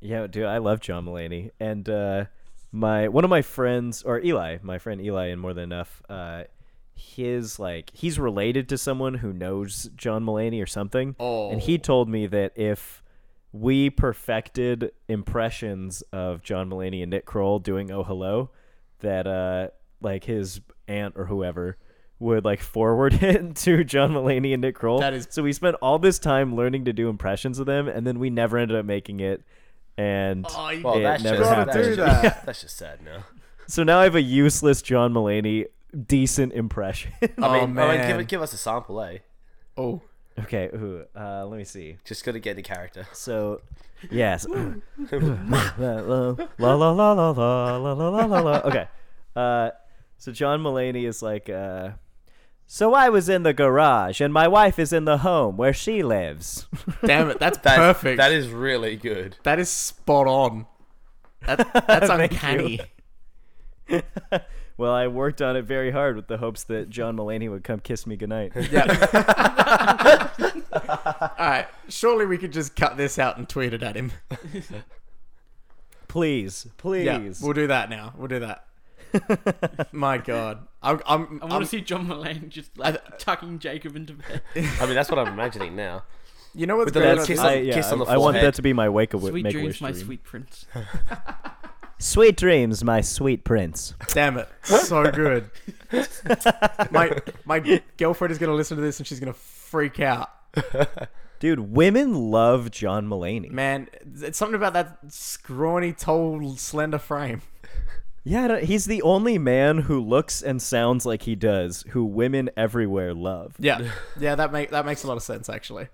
[SPEAKER 4] Yeah, dude, I love John Mulaney, and uh, my one of my friends, or Eli, my friend Eli, and more than enough, uh, his like he's related to someone who knows John Mulaney or something, and
[SPEAKER 1] Oh.
[SPEAKER 4] he told me that if we perfected impressions of John Mulaney and Nick Kroll doing "Oh Hello," that uh, like his aunt or whoever would like forward it to John Mulaney and Nick Kroll.
[SPEAKER 1] That is-
[SPEAKER 4] so we spent all this time learning to do impressions of them, and then we never ended up making it. And
[SPEAKER 1] you
[SPEAKER 2] Well,
[SPEAKER 4] it
[SPEAKER 2] that's
[SPEAKER 4] never
[SPEAKER 2] just,
[SPEAKER 1] happened.
[SPEAKER 2] that's,
[SPEAKER 1] Gotta do
[SPEAKER 2] just-
[SPEAKER 1] that.
[SPEAKER 2] that's just sad now.
[SPEAKER 4] so now I have a useless John Mulaney decent impression.
[SPEAKER 1] oh
[SPEAKER 2] I mean, I mean,
[SPEAKER 1] man,
[SPEAKER 2] give it- give us a sample, eh?
[SPEAKER 1] oh
[SPEAKER 4] okay, ooh, uh, let me see.
[SPEAKER 2] Just gotta get the character.
[SPEAKER 4] So, yes. la la la la la la la la la la. Okay. Uh, so John Mulaney is like, uh, so I was in the garage and my wife is in the home where she lives.
[SPEAKER 1] damn it, that's
[SPEAKER 2] That-
[SPEAKER 1] perfect.
[SPEAKER 2] That is really good.
[SPEAKER 1] that is spot on. That, that's
[SPEAKER 4] Thank
[SPEAKER 1] uncanny.
[SPEAKER 4] you. well, I worked on it very hard with the hopes that John Mulaney would come kiss me goodnight.
[SPEAKER 1] Yeah. All right. Surely we could just cut this out and tweet it at him.
[SPEAKER 4] Please, please.
[SPEAKER 1] Yeah, we'll do that now. We'll do that. My God, I'm. I'm,
[SPEAKER 3] I
[SPEAKER 1] I'm
[SPEAKER 3] want to see John Mulaney just like tucking Jacob into bed.
[SPEAKER 2] I mean, that's what I'm imagining now.
[SPEAKER 1] you know what's
[SPEAKER 2] the
[SPEAKER 1] going
[SPEAKER 2] little
[SPEAKER 1] on?
[SPEAKER 2] kiss
[SPEAKER 1] This-
[SPEAKER 2] on-
[SPEAKER 4] I, yeah,
[SPEAKER 2] kiss on the
[SPEAKER 4] I want
[SPEAKER 2] forehead.
[SPEAKER 4] that to be my wake up
[SPEAKER 3] Sweet
[SPEAKER 4] make
[SPEAKER 3] dreams,
[SPEAKER 4] wish
[SPEAKER 3] my
[SPEAKER 4] dream.
[SPEAKER 3] sweet prince.
[SPEAKER 4] Sweet dreams, my sweet prince.
[SPEAKER 1] Damn it, so good. my my girlfriend is gonna listen to this and she's gonna freak out.
[SPEAKER 4] Dude, women love John Mulaney.
[SPEAKER 1] Man, it's something about that scrawny, tall, slender frame.
[SPEAKER 4] Yeah, I don't- he's the only man who looks and sounds like he does, who women everywhere love.
[SPEAKER 1] Yeah, yeah, that make that makes a lot of sense actually.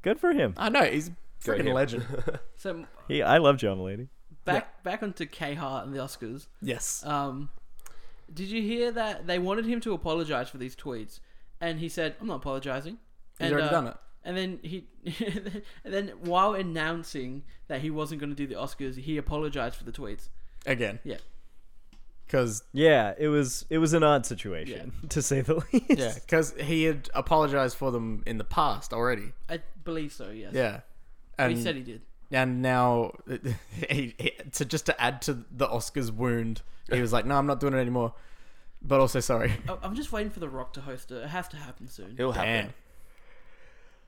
[SPEAKER 4] Good for him.
[SPEAKER 1] I know he's
[SPEAKER 2] Great
[SPEAKER 1] freaking
[SPEAKER 2] him.
[SPEAKER 1] legend.
[SPEAKER 3] So
[SPEAKER 4] He, I love John Mulaney.
[SPEAKER 3] back back onto K Hart and the Oscars.
[SPEAKER 1] Yes.
[SPEAKER 3] Um, did you hear that they wanted him to apologize for these tweets, and he said, "I'm not apologizing." And, uh,
[SPEAKER 1] already done it.
[SPEAKER 3] And then he, and then while announcing that he wasn't going to do the Oscars, he apologized for the tweets.
[SPEAKER 1] Again,
[SPEAKER 3] Yeah,
[SPEAKER 1] because
[SPEAKER 4] Yeah, it was it was an odd situation to say the least.
[SPEAKER 1] yeah, because he had apologized for them in the past already.
[SPEAKER 3] I believe so. Yes.
[SPEAKER 1] Yeah,
[SPEAKER 3] He
[SPEAKER 1] and
[SPEAKER 3] said he did.
[SPEAKER 1] and now he, he, to just to add to the Oscars wound, he was like, "No, I'm not doing it anymore." But also, sorry.
[SPEAKER 3] I- Oh, I'm just waiting for The Rock to host it. It has to happen soon.
[SPEAKER 2] It'll happen.
[SPEAKER 1] Damn.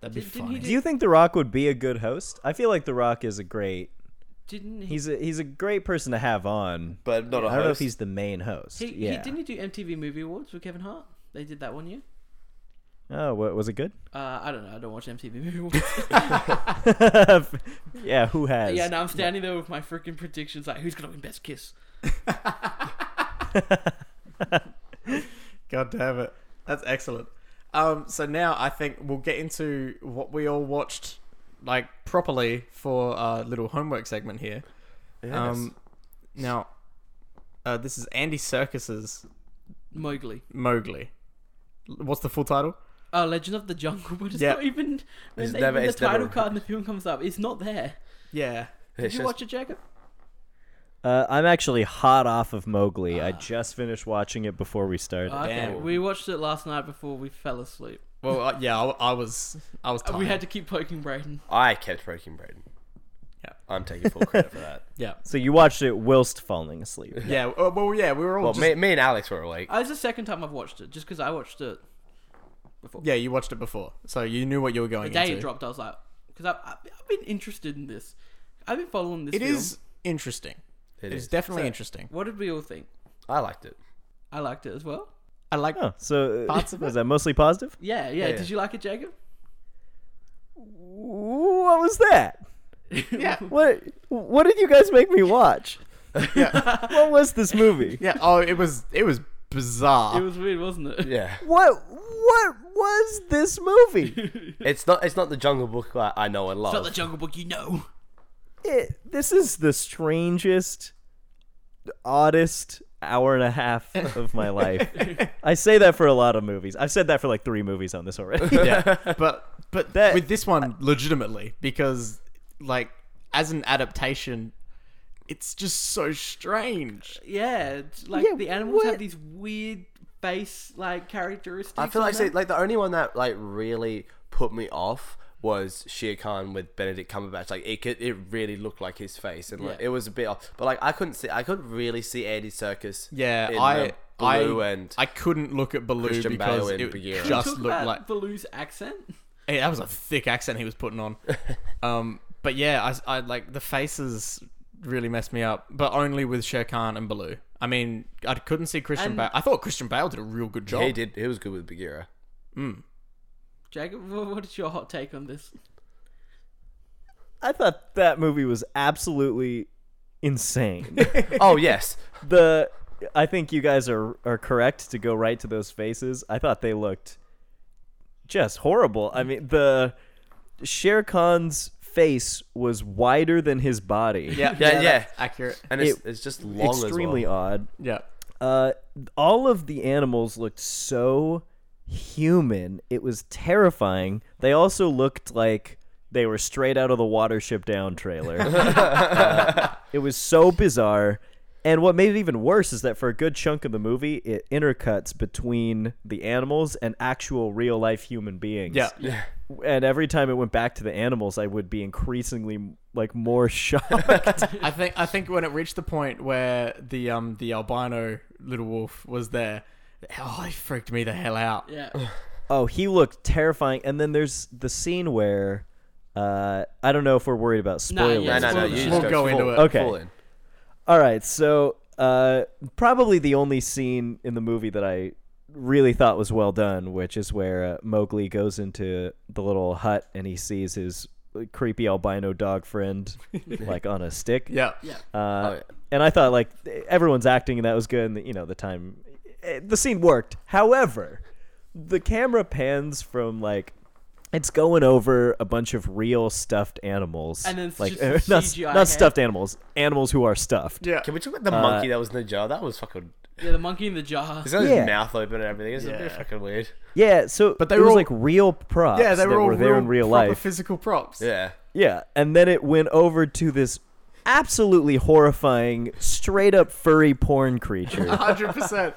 [SPEAKER 1] That'd be
[SPEAKER 3] Did- didn't he
[SPEAKER 1] funny.
[SPEAKER 4] Do you think The Rock would be a good host? I feel like The Rock is a great
[SPEAKER 3] Didn't he?
[SPEAKER 4] he's a he's a great person to have on.
[SPEAKER 2] But not a
[SPEAKER 4] I don't know if
[SPEAKER 2] host.
[SPEAKER 4] he's the main host.
[SPEAKER 3] he,
[SPEAKER 4] yeah.
[SPEAKER 3] he didn't he do MTV Movie Awards with Kevin Hart? They did that one year.
[SPEAKER 4] Oh, what, was it good?
[SPEAKER 3] Uh, I don't know. I don't watch MTV Movie Awards.
[SPEAKER 4] yeah, who has?
[SPEAKER 3] yeah, now I'm standing there with my freaking predictions, like who's gonna win Best Kiss?
[SPEAKER 1] God damn it. That's excellent. Um, so now I think we'll get into what we all watched like properly for our little homework segment here. Um, now, uh, this is Andy Circus's
[SPEAKER 3] Mowgli.
[SPEAKER 1] Mowgli. What's the full title?
[SPEAKER 3] Oh, Legend of the Jungle, but it's
[SPEAKER 1] Yeah.
[SPEAKER 3] not even when
[SPEAKER 2] It's
[SPEAKER 3] they-
[SPEAKER 2] never-
[SPEAKER 3] when the
[SPEAKER 2] it's never-
[SPEAKER 3] title card in the film comes up. It's not there.
[SPEAKER 1] Yeah.
[SPEAKER 3] Did
[SPEAKER 2] It's
[SPEAKER 3] you
[SPEAKER 2] just-
[SPEAKER 3] watch it, Jacob?
[SPEAKER 4] Uh, I'm actually hot off of Mowgli. I just finished watching it before we started.
[SPEAKER 3] Okay,
[SPEAKER 1] Damn.
[SPEAKER 3] we watched it last night before we fell asleep.
[SPEAKER 1] Well, uh, yeah, I, I was, I was. Tired.
[SPEAKER 3] We had to keep poking Brayden.
[SPEAKER 2] I kept breaking Braden.
[SPEAKER 1] Yeah.
[SPEAKER 2] I'm taking full credit for that.
[SPEAKER 1] yeah,
[SPEAKER 4] so you watched it whilst falling asleep.
[SPEAKER 1] yeah. uh, Well, yeah, we were all.
[SPEAKER 2] Well,
[SPEAKER 1] just- Uh,
[SPEAKER 2] me, me and Alex were awake.
[SPEAKER 3] Oh, it's the second time I've watched it, just because I watched it
[SPEAKER 1] yeah, you watched it before, so you knew what you were
[SPEAKER 3] the
[SPEAKER 1] going
[SPEAKER 3] day it
[SPEAKER 1] into.
[SPEAKER 3] dropped. I was like, because I've, I've I've been interested in this. I've been following this.
[SPEAKER 1] It
[SPEAKER 3] film.
[SPEAKER 1] is interesting.
[SPEAKER 2] It
[SPEAKER 1] It is
[SPEAKER 2] is.
[SPEAKER 1] definitely interesting.
[SPEAKER 3] What did we all think?
[SPEAKER 2] I liked it.
[SPEAKER 3] I liked it as well.
[SPEAKER 1] I like.
[SPEAKER 4] Oh, so uh,
[SPEAKER 1] Parts of
[SPEAKER 4] was that mostly positive?
[SPEAKER 3] Yeah, yeah.
[SPEAKER 2] Yeah.
[SPEAKER 3] Did you like it, Jacob?
[SPEAKER 4] What was that?
[SPEAKER 1] Yeah,
[SPEAKER 4] What What did you guys make me watch? what was this movie?
[SPEAKER 1] yeah. Oh, it was, it was bizarre.
[SPEAKER 3] It was weird, wasn't it?
[SPEAKER 2] Yeah.
[SPEAKER 4] What What was this movie?
[SPEAKER 2] It's not. It's not the Jungle Book I, I know and love.
[SPEAKER 3] It's not the Jungle Book, you know.
[SPEAKER 4] It- this is the strangest, oddest hour and a half of my life. I say that for a lot of movies. I've said that for like three movies on this already.
[SPEAKER 1] yeah, but but
[SPEAKER 4] That-
[SPEAKER 1] with this one, legitimately, because like as an adaptation, it's just so strange.
[SPEAKER 3] Yeah, it's like
[SPEAKER 4] Yeah,
[SPEAKER 3] the animals
[SPEAKER 4] what?
[SPEAKER 3] have these weird face like characteristics.
[SPEAKER 2] I feel
[SPEAKER 3] on
[SPEAKER 2] like see,
[SPEAKER 3] them.
[SPEAKER 2] like the only one that like really put me off was Shere Khan with Benedict Cumberbatch. Like it could, it really looked like his face, and like
[SPEAKER 3] Yeah.
[SPEAKER 2] it was a bit off. But like I couldn't see, I couldn't really see Andy Circus.
[SPEAKER 1] Yeah,
[SPEAKER 2] in
[SPEAKER 1] I
[SPEAKER 2] the blue
[SPEAKER 1] I
[SPEAKER 2] and
[SPEAKER 1] I couldn't look at Baloo
[SPEAKER 2] Christian
[SPEAKER 1] because
[SPEAKER 2] Bale and
[SPEAKER 1] it
[SPEAKER 2] Bagheera.
[SPEAKER 1] just
[SPEAKER 3] Talk
[SPEAKER 1] looked
[SPEAKER 3] about
[SPEAKER 1] like
[SPEAKER 3] Baloo's accent.
[SPEAKER 1] hey, that was a thick accent he was putting on. um, but yeah, I, I like the faces really messed me up, but only with Shere Khan and Baloo. I mean, I couldn't see Christian
[SPEAKER 3] And-
[SPEAKER 1] Bale. I thought Christian Bale did a real good job.
[SPEAKER 2] he did. He was good with Bagheera.
[SPEAKER 3] Jacob, wha- what is your hot take on this?
[SPEAKER 4] I thought that movie was absolutely insane.
[SPEAKER 2] oh yes,
[SPEAKER 4] the I think you guys are are correct to go right to those faces. I thought they looked just horrible. I mean, the Shere Khan's face was wider than his body.
[SPEAKER 1] Yeah,
[SPEAKER 2] Yeah, yeah.
[SPEAKER 1] that's accurate.
[SPEAKER 2] and it's,
[SPEAKER 4] It-
[SPEAKER 2] it's just long as
[SPEAKER 4] extremely
[SPEAKER 2] well.
[SPEAKER 4] odd.
[SPEAKER 1] Yeah,
[SPEAKER 4] Uh, all of the animals looked so human. It was terrifying. They also looked like they were straight out of the Watership Down trailer. Uh, it was so bizarre. And what made it even worse is that for a good chunk of the movie, it intercuts between the animals and actual real life human beings.
[SPEAKER 1] yeah,
[SPEAKER 4] and every time it went back to the animals, I would be increasingly like more shocked.
[SPEAKER 1] I think I think when it reached the point where the um the albino little wolf was there, oh, it freaked me the hell out.
[SPEAKER 3] Yeah.
[SPEAKER 4] oh, he looked terrifying. And then there's the scene where uh, I don't know if we're worried about
[SPEAKER 3] Nah, yeah,
[SPEAKER 4] spoilers.
[SPEAKER 2] No, no, no.
[SPEAKER 3] Spoilers.
[SPEAKER 2] You just
[SPEAKER 1] We'll
[SPEAKER 2] go,
[SPEAKER 1] go
[SPEAKER 2] full-
[SPEAKER 1] into it.
[SPEAKER 4] Okay.
[SPEAKER 2] full in.
[SPEAKER 4] All right, so uh, probably the only scene in the movie that I really thought was well done, which is where uh, Mowgli goes into the little hut and he sees his creepy albino dog friend like on a stick.
[SPEAKER 1] Yeah.
[SPEAKER 3] Yeah.
[SPEAKER 4] Uh,
[SPEAKER 2] Oh, yeah.
[SPEAKER 4] And I thought like everyone's acting and that was good, and the, you know the time, eh, the scene worked. However, the camera pans from like. It's going over a bunch of real stuffed animals,
[SPEAKER 3] And then it's
[SPEAKER 4] like
[SPEAKER 3] just a
[SPEAKER 4] eh, not,
[SPEAKER 3] CGI
[SPEAKER 4] not
[SPEAKER 3] head.
[SPEAKER 4] stuffed animals, animals who are stuffed.
[SPEAKER 1] Yeah.
[SPEAKER 2] Can we talk about
[SPEAKER 4] Uh,
[SPEAKER 2] the monkey that was in the jar? That was fucking.
[SPEAKER 3] Yeah, the monkey in the jar.
[SPEAKER 2] He's got his
[SPEAKER 4] Yeah.
[SPEAKER 2] mouth open and everything. It's a bit
[SPEAKER 1] Yeah.
[SPEAKER 2] fucking weird.
[SPEAKER 4] Yeah, so but
[SPEAKER 1] they
[SPEAKER 4] they
[SPEAKER 1] were
[SPEAKER 4] were
[SPEAKER 1] all-
[SPEAKER 4] like real props.
[SPEAKER 1] Yeah, they were
[SPEAKER 4] that
[SPEAKER 1] all
[SPEAKER 4] were there in real
[SPEAKER 1] proper
[SPEAKER 4] life.
[SPEAKER 1] physical props.
[SPEAKER 2] Yeah.
[SPEAKER 4] yeah, and then it went over to this absolutely horrifying, straight up furry porn creature.
[SPEAKER 1] Hundred percent.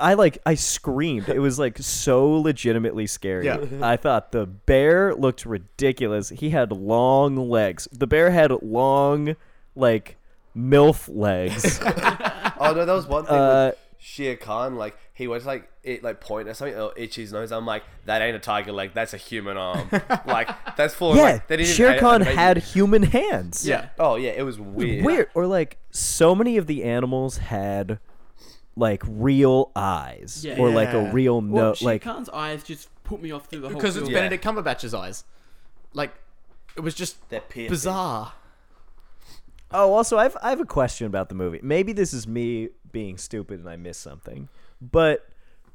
[SPEAKER 4] I like, I screamed. It was like so legitimately scary.
[SPEAKER 1] Yeah.
[SPEAKER 2] Mm-hmm.
[SPEAKER 4] I thought the bear looked ridiculous. He had long legs. The bear had long, like milf legs.
[SPEAKER 2] Oh no, that was one thing
[SPEAKER 4] Uh,
[SPEAKER 2] with Shere Khan. Like he was like it like point or something. It'll itch his nose. I'm like that ain't a tiger leg. That's a human arm. like that's full.
[SPEAKER 4] yeah,
[SPEAKER 2] like, they didn't
[SPEAKER 4] Shere
[SPEAKER 2] anim-
[SPEAKER 4] Khan
[SPEAKER 2] animate-
[SPEAKER 4] had human hands.
[SPEAKER 1] Yeah.
[SPEAKER 2] Oh yeah, it was weird.
[SPEAKER 4] weird or like so many of the animals had like real eyes
[SPEAKER 3] Yeah.
[SPEAKER 4] or like a
[SPEAKER 1] Yeah.
[SPEAKER 4] real
[SPEAKER 3] well,
[SPEAKER 4] no
[SPEAKER 3] Shere
[SPEAKER 4] like
[SPEAKER 3] Khan's eyes just put me off through the whole
[SPEAKER 1] Because it's
[SPEAKER 3] film.
[SPEAKER 2] Yeah.
[SPEAKER 1] Benedict Cumberbatch's eyes. Like it was just
[SPEAKER 2] They're piercing.
[SPEAKER 1] bizarre.
[SPEAKER 4] oh also I've I have a question about the movie. Maybe this is me being stupid and I missed something. But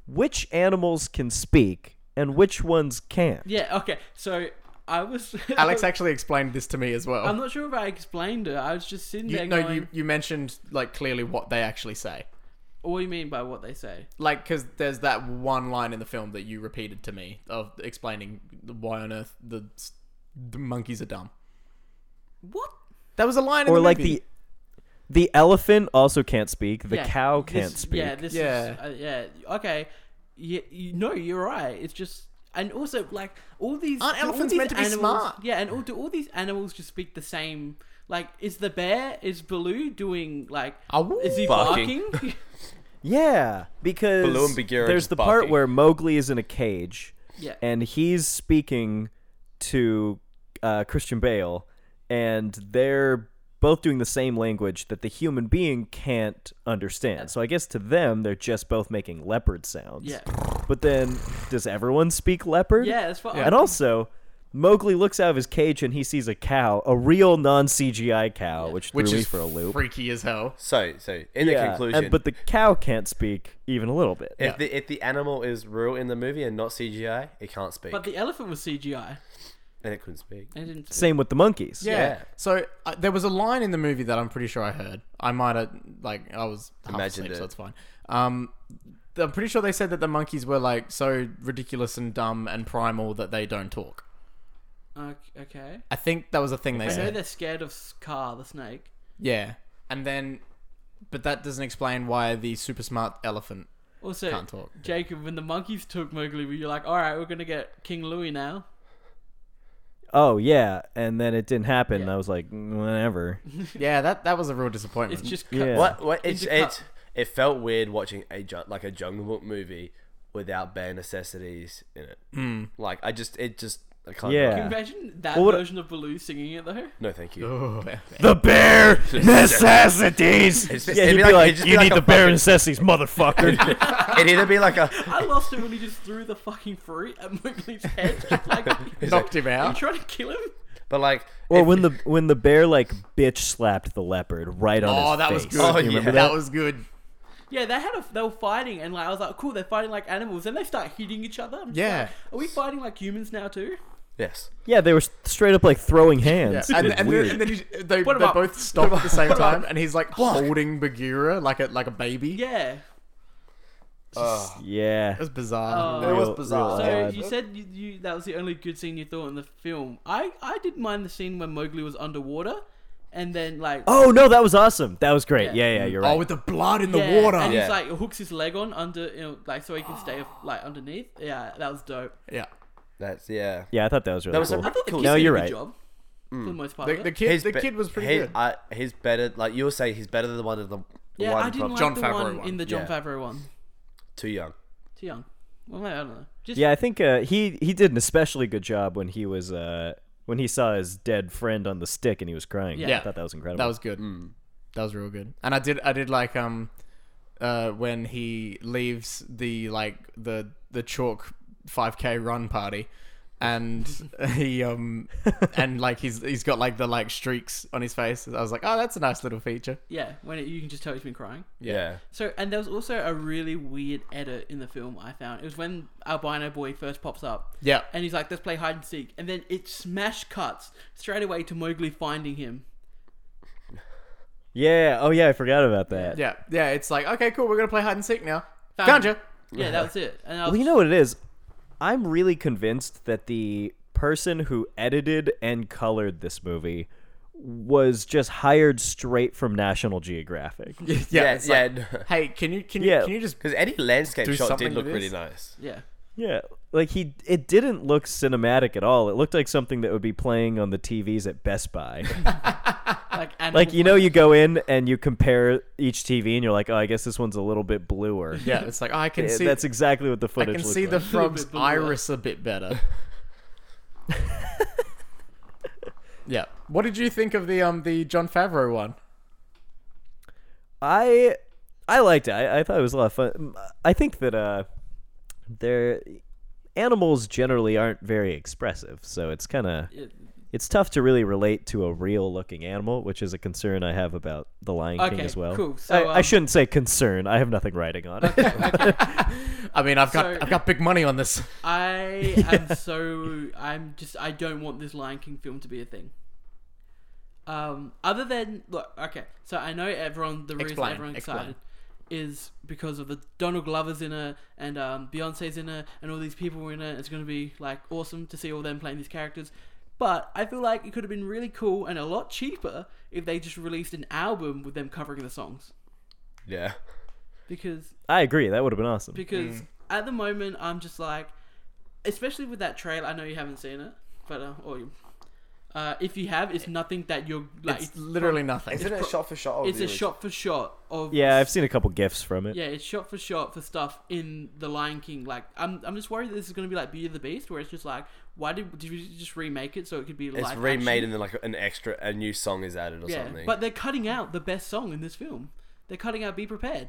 [SPEAKER 4] which animals can speak and which ones can't?
[SPEAKER 3] Yeah, okay. So I was
[SPEAKER 1] Alex actually explained this to me as well.
[SPEAKER 3] I'm not sure if I explained it. I was just sitting
[SPEAKER 1] you,
[SPEAKER 3] there
[SPEAKER 1] no,
[SPEAKER 3] going,
[SPEAKER 1] you you mentioned like clearly what they actually say.
[SPEAKER 3] "What do you mean by what they say?"
[SPEAKER 1] Like, because there's that one line in the film that you repeated to me of explaining why on earth the the monkeys are dumb.
[SPEAKER 3] What?
[SPEAKER 1] That was a line. In
[SPEAKER 4] Or
[SPEAKER 1] the
[SPEAKER 4] like
[SPEAKER 1] movie.
[SPEAKER 4] the the elephant also can't speak. The
[SPEAKER 3] Yeah,
[SPEAKER 4] cow
[SPEAKER 3] this-
[SPEAKER 4] can't speak.
[SPEAKER 3] Yeah, this
[SPEAKER 1] Yeah.
[SPEAKER 3] is uh, yeah. Okay, yeah, you, no, you're right. It's just and also like all these
[SPEAKER 1] Aren't
[SPEAKER 3] do all
[SPEAKER 1] elephants
[SPEAKER 3] these
[SPEAKER 1] meant to be
[SPEAKER 3] animals-
[SPEAKER 1] smart?
[SPEAKER 3] Yeah, and all, do all these animals just speak the same? Like, is the bear is Baloo doing like?
[SPEAKER 1] Awoo.
[SPEAKER 3] Is he barking?
[SPEAKER 2] Barking.
[SPEAKER 4] Yeah, because
[SPEAKER 2] Baloo and Bagheera
[SPEAKER 4] there's
[SPEAKER 2] just
[SPEAKER 4] the part
[SPEAKER 2] barking.
[SPEAKER 4] where Mowgli is in a cage,
[SPEAKER 3] Yeah.
[SPEAKER 4] and he's speaking to uh, Christian Bale, and they're both doing the same language that the human being can't understand. So I guess to them, they're just both making leopard sounds.
[SPEAKER 3] yeah,
[SPEAKER 4] But then, does everyone speak leopard?
[SPEAKER 3] yeah. That's what.
[SPEAKER 1] Yeah.
[SPEAKER 3] I
[SPEAKER 4] And also. Mowgli looks out of his cage and he sees a cow, a real non CGI cow, which threw
[SPEAKER 1] which
[SPEAKER 4] me
[SPEAKER 1] is
[SPEAKER 4] for a loop.
[SPEAKER 1] freaky as hell.
[SPEAKER 2] So so in
[SPEAKER 4] Yeah,
[SPEAKER 2] the
[SPEAKER 4] and-
[SPEAKER 2] conclusion,
[SPEAKER 4] but the cow can't speak even a little bit.
[SPEAKER 2] if
[SPEAKER 1] Yeah.
[SPEAKER 2] the if the animal is real in the movie and not CGI, it can't speak
[SPEAKER 3] But the elephant was CGI.
[SPEAKER 2] and it couldn't speak.
[SPEAKER 3] They didn't.
[SPEAKER 4] Same with the monkeys.
[SPEAKER 1] Yeah.
[SPEAKER 2] Yeah.
[SPEAKER 1] So uh, there was a line in the movie that I'm pretty sure I heard. I might have like I was half
[SPEAKER 2] Imagined
[SPEAKER 1] asleep, so
[SPEAKER 2] it.
[SPEAKER 1] it's fine. Um, th- I'm pretty sure they said that the monkeys were like so ridiculous and dumb and primal that they don't talk.
[SPEAKER 3] Uh, okay.
[SPEAKER 1] I think that was a thing they
[SPEAKER 3] I know
[SPEAKER 1] said.
[SPEAKER 3] they're scared of Scar the snake.
[SPEAKER 1] yeah. And then, but that doesn't explain why the super smart elephant
[SPEAKER 3] Also,
[SPEAKER 1] can't talk.
[SPEAKER 3] Jacob, when the monkeys took Mowgli, were you like, "All right, we're gonna get King Louis now"?
[SPEAKER 4] Oh yeah, and then it didn't happen. and I was like, "Mm, whatever.
[SPEAKER 1] Yeah, that that was a real disappointment.
[SPEAKER 3] It's just cut.
[SPEAKER 4] Mm, Yeah.
[SPEAKER 2] What what it's,
[SPEAKER 3] the cup.
[SPEAKER 2] it it felt weird watching a ju- like a Jungle Book movie without bare necessities in it. Mm. Like I just it just I can't.
[SPEAKER 4] Yeah.
[SPEAKER 3] Can you imagine that
[SPEAKER 4] Well, what-
[SPEAKER 3] version of Baloo singing it though?
[SPEAKER 2] No, thank you.
[SPEAKER 1] Oh,
[SPEAKER 4] The bare necessities.
[SPEAKER 2] It's just-
[SPEAKER 4] yeah,
[SPEAKER 2] it'd be
[SPEAKER 4] he'd be
[SPEAKER 2] like-
[SPEAKER 4] like,
[SPEAKER 2] it'd just
[SPEAKER 4] you
[SPEAKER 2] be
[SPEAKER 4] need
[SPEAKER 2] like a
[SPEAKER 4] the bare
[SPEAKER 2] fucking-
[SPEAKER 4] necessities, motherfucker.
[SPEAKER 2] It'd either be like a
[SPEAKER 3] I lost it when he just threw the fucking fruit at Mowgli's head. Like, are
[SPEAKER 1] knocked him
[SPEAKER 3] you
[SPEAKER 1] out.
[SPEAKER 3] trying to kill him?
[SPEAKER 2] but like
[SPEAKER 4] or
[SPEAKER 2] if-
[SPEAKER 4] when the when the bear like bitch slapped the leopard right on his
[SPEAKER 1] Oh, that was
[SPEAKER 4] face.
[SPEAKER 1] good.
[SPEAKER 2] Oh,
[SPEAKER 4] You
[SPEAKER 2] yeah.
[SPEAKER 4] remember
[SPEAKER 1] that?
[SPEAKER 4] that?
[SPEAKER 1] was good.
[SPEAKER 3] Yeah, they had a they were fighting and like I was like, cool, they're fighting like animals. Then they start hitting each other. I'm just
[SPEAKER 1] Yeah.
[SPEAKER 3] like, are we fighting like humans now too?
[SPEAKER 2] yes.
[SPEAKER 4] Yeah, they were s- straight up like throwing hands.
[SPEAKER 1] And,
[SPEAKER 4] It's
[SPEAKER 1] and
[SPEAKER 4] weird.
[SPEAKER 1] then, and then you, they, they
[SPEAKER 3] What about-
[SPEAKER 1] both stop at the same time, and he's like holding Bagheera like a like a baby.
[SPEAKER 3] Yeah.
[SPEAKER 1] It
[SPEAKER 4] yeah.
[SPEAKER 1] was bizarre.
[SPEAKER 3] Oh. It
[SPEAKER 2] was
[SPEAKER 4] Ah, Real-
[SPEAKER 2] bizarre.
[SPEAKER 4] real
[SPEAKER 3] So
[SPEAKER 1] Uh,
[SPEAKER 4] odd.
[SPEAKER 3] you said you, you that was the only good scene you thought in the film. I I didn't mind the scene when Mowgli was underwater, and then like
[SPEAKER 4] oh no, that was awesome. That was great.
[SPEAKER 3] Yeah.
[SPEAKER 4] Yeah, yeah, you're
[SPEAKER 1] Oh,
[SPEAKER 4] right.
[SPEAKER 1] with the blood in the
[SPEAKER 3] Yeah,
[SPEAKER 1] water.
[SPEAKER 3] and
[SPEAKER 2] Yeah.
[SPEAKER 3] he's like hooks his leg on under you know, like so he can stay like underneath. Yeah, that was dope.
[SPEAKER 1] Yeah.
[SPEAKER 2] That's yeah.
[SPEAKER 4] Yeah, I thought that was really
[SPEAKER 2] That was a
[SPEAKER 4] cool.
[SPEAKER 3] I thought the
[SPEAKER 2] Cool.
[SPEAKER 3] kids
[SPEAKER 4] No,
[SPEAKER 3] did
[SPEAKER 4] you're
[SPEAKER 3] a good
[SPEAKER 4] right.
[SPEAKER 3] job for the most part.
[SPEAKER 1] The,
[SPEAKER 3] of
[SPEAKER 1] the
[SPEAKER 3] it.
[SPEAKER 1] kid,
[SPEAKER 2] He's
[SPEAKER 1] the
[SPEAKER 2] be-
[SPEAKER 1] kid was pretty
[SPEAKER 2] he-
[SPEAKER 1] good.
[SPEAKER 2] I, he's better. Like you were saying, he's better than one of the.
[SPEAKER 3] yeah,
[SPEAKER 2] one
[SPEAKER 3] I didn't
[SPEAKER 2] from-
[SPEAKER 3] like
[SPEAKER 1] John
[SPEAKER 3] the
[SPEAKER 1] Favreau
[SPEAKER 3] one,
[SPEAKER 1] one.
[SPEAKER 3] in the John
[SPEAKER 2] Yeah.
[SPEAKER 3] Favreau one.
[SPEAKER 2] too young.
[SPEAKER 3] Too young. Well, I don't know. Just
[SPEAKER 4] Yeah, I think uh, he he did an especially good job when he was uh, when he saw his dead friend on the stick and he was crying.
[SPEAKER 3] Yeah.
[SPEAKER 4] I thought that was incredible.
[SPEAKER 1] that was good.
[SPEAKER 4] Hmm.
[SPEAKER 1] That was real good. And I did I did like um uh when he leaves the like the the chalk 5k run party and he um and like he's he's got like the like streaks on his face. I was like, "Oh, that's a nice little feature."
[SPEAKER 3] yeah, when it, you can just tell he's been crying.
[SPEAKER 2] Yeah.
[SPEAKER 3] So, and there was also a really weird edit in the film I found. It was when Albino Boy first pops up.
[SPEAKER 1] Yeah.
[SPEAKER 3] And he's like, let's play hide and seek. And then it smash cuts straight away to Mowgli finding him.
[SPEAKER 4] yeah. Oh yeah, I forgot about that.
[SPEAKER 1] Yeah. Yeah, it's like, "Okay, cool. We're going to play hide and seek now."
[SPEAKER 3] Found
[SPEAKER 1] Found
[SPEAKER 3] him.
[SPEAKER 1] you.
[SPEAKER 3] Yeah, that was it. And I was,
[SPEAKER 4] Well, you know what it is. I'm really convinced that the person who edited and colored this movie was just hired straight from National Geographic.
[SPEAKER 1] Yeah.
[SPEAKER 2] Yeah,
[SPEAKER 1] it's like,
[SPEAKER 2] yeah.
[SPEAKER 1] hey, can you can you
[SPEAKER 4] Yeah.
[SPEAKER 1] can you just
[SPEAKER 2] Because any landscape
[SPEAKER 1] Do
[SPEAKER 2] shot
[SPEAKER 1] something
[SPEAKER 2] did look
[SPEAKER 1] with
[SPEAKER 2] really
[SPEAKER 1] this.
[SPEAKER 2] nice.
[SPEAKER 3] yeah.
[SPEAKER 4] Yeah, like he, it didn't look cinematic at all. It looked like something that would be playing on the TVs at Best Buy.
[SPEAKER 3] Like, animal
[SPEAKER 4] like you know, you go in and you compare each TV, and you're like, oh, I guess this one's a little bit bluer.
[SPEAKER 1] Yeah, it's like, oh, "I can
[SPEAKER 4] Yeah,
[SPEAKER 1] see
[SPEAKER 4] that's exactly what the
[SPEAKER 1] I
[SPEAKER 4] footage.
[SPEAKER 1] can
[SPEAKER 4] looked
[SPEAKER 1] see the
[SPEAKER 4] like.
[SPEAKER 1] frog's
[SPEAKER 3] bit blue.
[SPEAKER 1] iris a bit better. yeah. What did you think of the um the John Favreau one?
[SPEAKER 4] I I liked it. I, I thought it was a lot of fun. I think that uh, they're animals generally aren't very expressive, so it's kind of
[SPEAKER 3] It-
[SPEAKER 4] it's tough to really relate to a real looking animal, which is a concern I have about the Lion King
[SPEAKER 3] Okay,
[SPEAKER 4] as well.
[SPEAKER 3] cool. So,
[SPEAKER 4] I, I
[SPEAKER 3] um,
[SPEAKER 4] shouldn't say concern. I have nothing writing on it.
[SPEAKER 1] I mean, I've got
[SPEAKER 3] So-
[SPEAKER 1] I've got big money on this.
[SPEAKER 3] I am so I'm just I don't want this Lion King film to be a thing. Um, other than look, okay, so I know everyone the reason
[SPEAKER 1] Explain,
[SPEAKER 3] everyone's
[SPEAKER 1] explain.
[SPEAKER 3] excited is because of the Donald Glover's in it and um, Beyonce's in it and all these people were in it. It's gonna be like awesome to see all them playing these characters. But I feel like it could have been really cool and a lot cheaper if they just released an album with them covering the songs
[SPEAKER 2] Yeah.
[SPEAKER 3] because
[SPEAKER 4] I agree. That would have been awesome.
[SPEAKER 3] because at the moment I'm just like, especially with that trailer. I know you haven't seen it, but uh, or you, uh, if you have, it's nothing that you're like.
[SPEAKER 1] It's literally nothing.
[SPEAKER 2] Isn't it a shot for shot?
[SPEAKER 3] it's a shot for shot of
[SPEAKER 4] yeah, I've seen a couple gifs from it.
[SPEAKER 3] yeah, it's shot for shot for stuff in The Lion King. Like, I'm, I'm just worried that this is gonna be like Beauty and the Beast, where it's just like, why did did we just remake it so it could be
[SPEAKER 2] It's
[SPEAKER 3] like
[SPEAKER 2] remade and then like an extra, a new song is added or
[SPEAKER 3] yeah,
[SPEAKER 2] something.
[SPEAKER 3] but they're cutting out the best song in this film. They're cutting out "Be Prepared."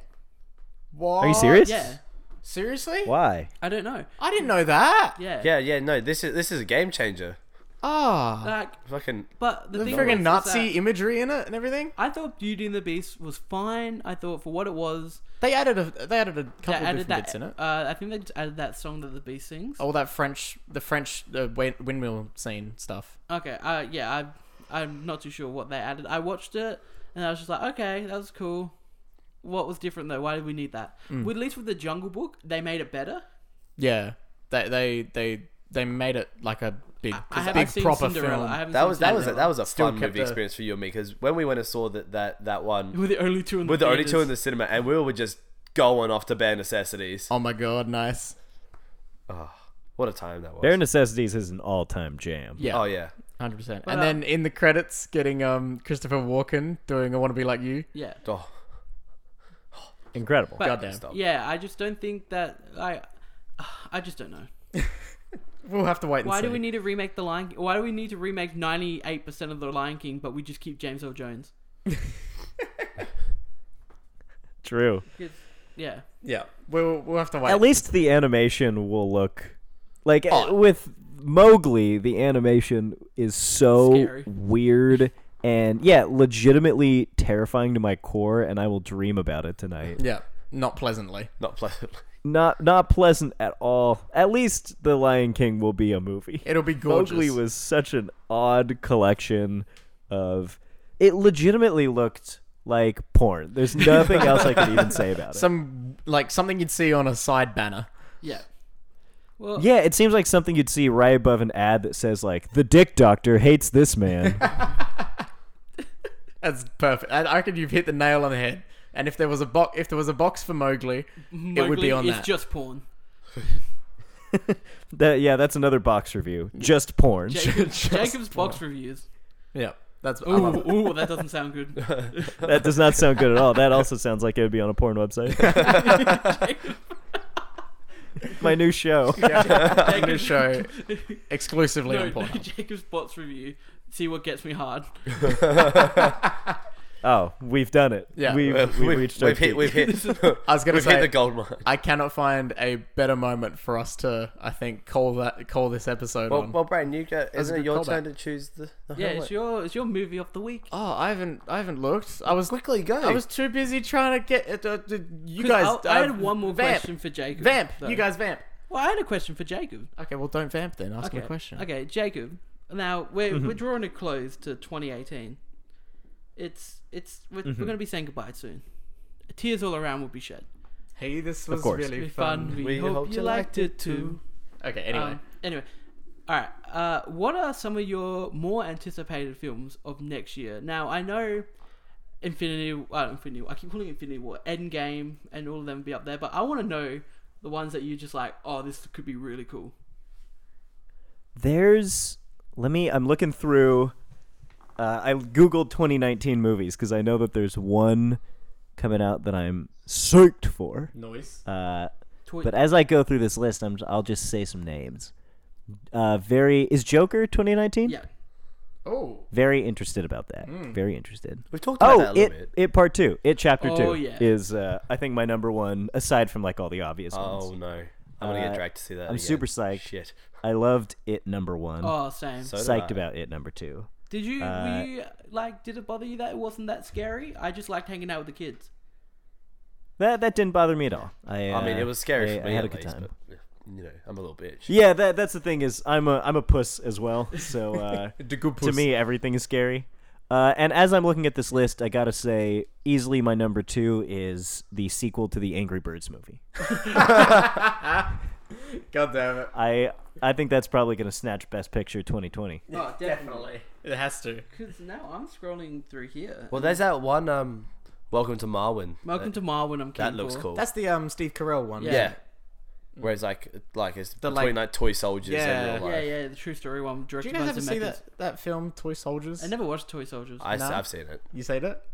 [SPEAKER 1] What?
[SPEAKER 4] Are you serious?
[SPEAKER 3] Yeah,
[SPEAKER 1] Seriously?
[SPEAKER 4] Why?
[SPEAKER 3] I don't know.
[SPEAKER 1] I didn't know that.
[SPEAKER 3] Yeah,
[SPEAKER 2] yeah, yeah, no, this is this is a game changer.
[SPEAKER 1] Ah,
[SPEAKER 3] Like,
[SPEAKER 2] Fucking
[SPEAKER 3] but the,
[SPEAKER 1] the
[SPEAKER 3] thing
[SPEAKER 1] friggin'
[SPEAKER 3] was is that-
[SPEAKER 1] Nazi imagery in it and everything.
[SPEAKER 3] I thought Beauty and the Beast was fine. I thought for what it was,
[SPEAKER 1] They added a they added a couple
[SPEAKER 3] they
[SPEAKER 1] of
[SPEAKER 3] added
[SPEAKER 1] different
[SPEAKER 3] that.
[SPEAKER 1] bits in it. Oh.
[SPEAKER 3] Uh, I think they just added that song that the Beast sings.
[SPEAKER 1] All that French, the French uh, wi- windmill scene stuff.
[SPEAKER 3] Okay. Uh, yeah. I, I'm not too sure what they added. I watched it and I was just like, okay, that was cool. What was different though? Why did we need that?
[SPEAKER 1] Hmm.
[SPEAKER 3] With, at least with the Jungle Book, they made it better.
[SPEAKER 1] Yeah, they they they they made it like a big,
[SPEAKER 3] I haven't
[SPEAKER 1] big
[SPEAKER 3] seen
[SPEAKER 1] proper
[SPEAKER 3] Cinderella. I
[SPEAKER 1] film.
[SPEAKER 3] haven't
[SPEAKER 2] that
[SPEAKER 3] seen
[SPEAKER 2] was that was a, that
[SPEAKER 3] Cinderella.
[SPEAKER 2] was a
[SPEAKER 1] Still
[SPEAKER 2] fun
[SPEAKER 1] kept
[SPEAKER 2] movie
[SPEAKER 1] a-
[SPEAKER 2] experience for you and me because when we went and saw that that that one,
[SPEAKER 3] We're the only two in the
[SPEAKER 2] we're the only two
[SPEAKER 3] theaters.
[SPEAKER 2] in the cinema, and we were just going off to bare necessities. Ah,
[SPEAKER 1] Oh my god, nice.
[SPEAKER 2] What a time that was!
[SPEAKER 4] Bare necessities is an all time jam.
[SPEAKER 1] Yeah.
[SPEAKER 2] Oh yeah,
[SPEAKER 1] Hundred percent.
[SPEAKER 3] But,
[SPEAKER 1] And then in the credits, getting um Christopher Walken doing "I Want to Be Like You."
[SPEAKER 3] Yeah.
[SPEAKER 2] oh,
[SPEAKER 4] Incredible.
[SPEAKER 3] But-
[SPEAKER 1] Goddamn.
[SPEAKER 2] Stop.
[SPEAKER 3] Yeah. I just don't think that I. I just don't know.
[SPEAKER 1] We'll have to wait. And
[SPEAKER 3] Why
[SPEAKER 1] see.
[SPEAKER 3] do we need to remake the Lion? Why do we need to remake ninety eight percent of the Lion King, but we just keep James Earl Jones?
[SPEAKER 4] True.
[SPEAKER 3] 'Cause- Yeah.
[SPEAKER 1] Yeah, we'll we'll have to wait.
[SPEAKER 4] At least the animation will look like uh, with Mowgli, the animation is so
[SPEAKER 3] Scary.
[SPEAKER 4] weird and yeah, legitimately terrifying to my core and I will dream about it tonight.
[SPEAKER 1] Yeah, not pleasantly.
[SPEAKER 2] not pleasantly.
[SPEAKER 4] Not not pleasant at all. At least The Lion King will be a movie.
[SPEAKER 1] It'll be gorgeous.
[SPEAKER 4] Mowgli was such an odd collection of it legitimately looked like porn. There's nothing else I could even say about it.
[SPEAKER 1] some like something you'd see on a side banner.
[SPEAKER 3] Yeah. Well,
[SPEAKER 4] Yeah, it seems like something you'd see right above an ad that says like "The Dick Doctor hates this man."
[SPEAKER 1] That's perfect. I, I reckon you've hit the nail on the head. And if there was a box, if there was a box for Mowgli, it would
[SPEAKER 3] Mowgli
[SPEAKER 1] be on
[SPEAKER 3] is
[SPEAKER 1] that.
[SPEAKER 3] just porn.
[SPEAKER 4] that yeah, that's another box review. Just porn.
[SPEAKER 3] Jacob,
[SPEAKER 1] Just
[SPEAKER 3] Jacob's box
[SPEAKER 1] porn.
[SPEAKER 3] reviews.
[SPEAKER 1] Yeah, that's I love
[SPEAKER 3] Ooh, ooh, that doesn't sound good.
[SPEAKER 4] that does not sound good at all. That also sounds like it would be on a porn website.
[SPEAKER 3] Jacob,
[SPEAKER 4] My new show.
[SPEAKER 1] Yeah.
[SPEAKER 3] Jacob-
[SPEAKER 1] New show exclusively
[SPEAKER 3] no,
[SPEAKER 1] on
[SPEAKER 3] no,
[SPEAKER 1] Pornhub. Uh-huh,
[SPEAKER 3] Jacob's bots review. See what gets me hard.
[SPEAKER 4] Oh, we've done it.
[SPEAKER 1] Yeah.
[SPEAKER 4] we've, we've, reached our
[SPEAKER 2] we've hit,
[SPEAKER 4] peak.
[SPEAKER 2] we've hit,
[SPEAKER 1] I was gonna
[SPEAKER 2] we've
[SPEAKER 1] say-
[SPEAKER 2] hit the gold mine.
[SPEAKER 1] I cannot find a better moment for us to, I think, call that call this episode
[SPEAKER 2] Well,
[SPEAKER 1] on.
[SPEAKER 2] well, Brayden, you go.
[SPEAKER 1] was a
[SPEAKER 2] Isn't it
[SPEAKER 1] good
[SPEAKER 2] your
[SPEAKER 1] callback.
[SPEAKER 2] turn to choose the? the
[SPEAKER 3] Yeah,
[SPEAKER 2] highlight?
[SPEAKER 3] it's your it's your movie of the week.
[SPEAKER 1] oh, I haven't, I haven't looked. I was
[SPEAKER 2] Quickly go.
[SPEAKER 1] I was too busy trying to get uh, uh, you
[SPEAKER 3] 'Cause
[SPEAKER 1] guys.
[SPEAKER 3] I'll- I
[SPEAKER 1] uh,
[SPEAKER 3] had one more
[SPEAKER 1] vamp.
[SPEAKER 3] question for Jacob.
[SPEAKER 1] Vamp,
[SPEAKER 3] though.
[SPEAKER 1] you guys vamp.
[SPEAKER 3] Well, I had a question for Jacob.
[SPEAKER 1] Okay, well, don't vamp then. Ask
[SPEAKER 3] Okay.
[SPEAKER 1] me a question.
[SPEAKER 3] Okay, Jacob. Now we're we're drawing a close to 2018. It's it's we're, we're going to be saying goodbye soon. Tears all around will be shed.
[SPEAKER 1] Hey, this was
[SPEAKER 4] course.
[SPEAKER 1] really
[SPEAKER 3] Be
[SPEAKER 1] fun.
[SPEAKER 3] fun. We, hope, you liked it too.
[SPEAKER 1] Okay, anyway,
[SPEAKER 3] Um, anyway, all right. Uh, what are some of your more anticipated films of next year? Now I know Infinity, uh, Infinity. I keep calling it Infinity War, Endgame, and all of them be up there. But I want to know the ones that you just like. Oh, this could be really cool.
[SPEAKER 4] There's let me I'm looking through uh, I googled 2019 movies because I know that there's one coming out that I'm psyched for.
[SPEAKER 1] noise.
[SPEAKER 4] Uh,
[SPEAKER 3] Toy-
[SPEAKER 4] but as I go through this list, I'm I'll just say some names. Uh, very is Joker 2019?
[SPEAKER 3] yeah,
[SPEAKER 1] Oh,
[SPEAKER 4] Very interested about that. Very interested.
[SPEAKER 2] We've talked Hmm. about that a
[SPEAKER 4] Oh,
[SPEAKER 2] little
[SPEAKER 4] it,
[SPEAKER 2] bit.
[SPEAKER 4] it part two, it chapter
[SPEAKER 3] Oh,
[SPEAKER 4] two
[SPEAKER 3] yeah.
[SPEAKER 4] is uh, I think my number one aside from like all the obvious
[SPEAKER 2] Oh
[SPEAKER 4] ones.
[SPEAKER 2] no, I'm gonna
[SPEAKER 4] Uh,
[SPEAKER 2] get dragged to see that.
[SPEAKER 4] I'm
[SPEAKER 2] again.
[SPEAKER 4] super psyched.
[SPEAKER 2] Shit.
[SPEAKER 4] I loved it number one.
[SPEAKER 3] Oh, same.
[SPEAKER 2] So did
[SPEAKER 4] Psyched
[SPEAKER 2] I.
[SPEAKER 4] about it number two.
[SPEAKER 3] did you,
[SPEAKER 4] uh,
[SPEAKER 3] were you like? Did it bother you that it wasn't that scary? I just liked hanging out with the kids.
[SPEAKER 4] That that didn't bother me at all. I,
[SPEAKER 2] I mean,
[SPEAKER 4] uh,
[SPEAKER 2] it was scary
[SPEAKER 4] I,
[SPEAKER 2] for
[SPEAKER 4] I
[SPEAKER 2] me.
[SPEAKER 4] had a
[SPEAKER 2] at
[SPEAKER 4] good
[SPEAKER 2] least,
[SPEAKER 4] time.
[SPEAKER 2] but, you know, I'm a little bitch.
[SPEAKER 4] Yeah, that that's the thing is I'm a I'm a puss as well. So uh,
[SPEAKER 1] the good
[SPEAKER 4] to me, everything is scary. Uh, and as I'm looking at this list, I gotta say, easily my number two is the sequel to the Angry Birds movie.
[SPEAKER 1] God damn it.
[SPEAKER 4] I I think that's probably gonna snatch Best Picture 2020.
[SPEAKER 3] Oh, definitely.
[SPEAKER 1] It has to.
[SPEAKER 3] Because now I'm scrolling through here.
[SPEAKER 2] Well, there's that one. Um, Welcome to Marwin.
[SPEAKER 3] Welcome to Marwin. I'm
[SPEAKER 2] That
[SPEAKER 3] keen
[SPEAKER 2] looks
[SPEAKER 3] for.
[SPEAKER 2] cool.
[SPEAKER 1] That's the um Steve Carell one.
[SPEAKER 3] Yeah.
[SPEAKER 2] yeah. Where it's like, like it's
[SPEAKER 1] The, like-
[SPEAKER 2] between like, toy soldiers
[SPEAKER 1] Yeah.
[SPEAKER 2] and real
[SPEAKER 3] Yeah,
[SPEAKER 2] life.
[SPEAKER 3] yeah, the true story one.
[SPEAKER 1] Do
[SPEAKER 3] Directed
[SPEAKER 1] you guys
[SPEAKER 3] by
[SPEAKER 1] ever see
[SPEAKER 3] Zemeckis.
[SPEAKER 1] that, that film Toy Soldiers?
[SPEAKER 3] I never watched Toy Soldiers.
[SPEAKER 2] I,
[SPEAKER 1] No.
[SPEAKER 2] have seen it.
[SPEAKER 1] You say that?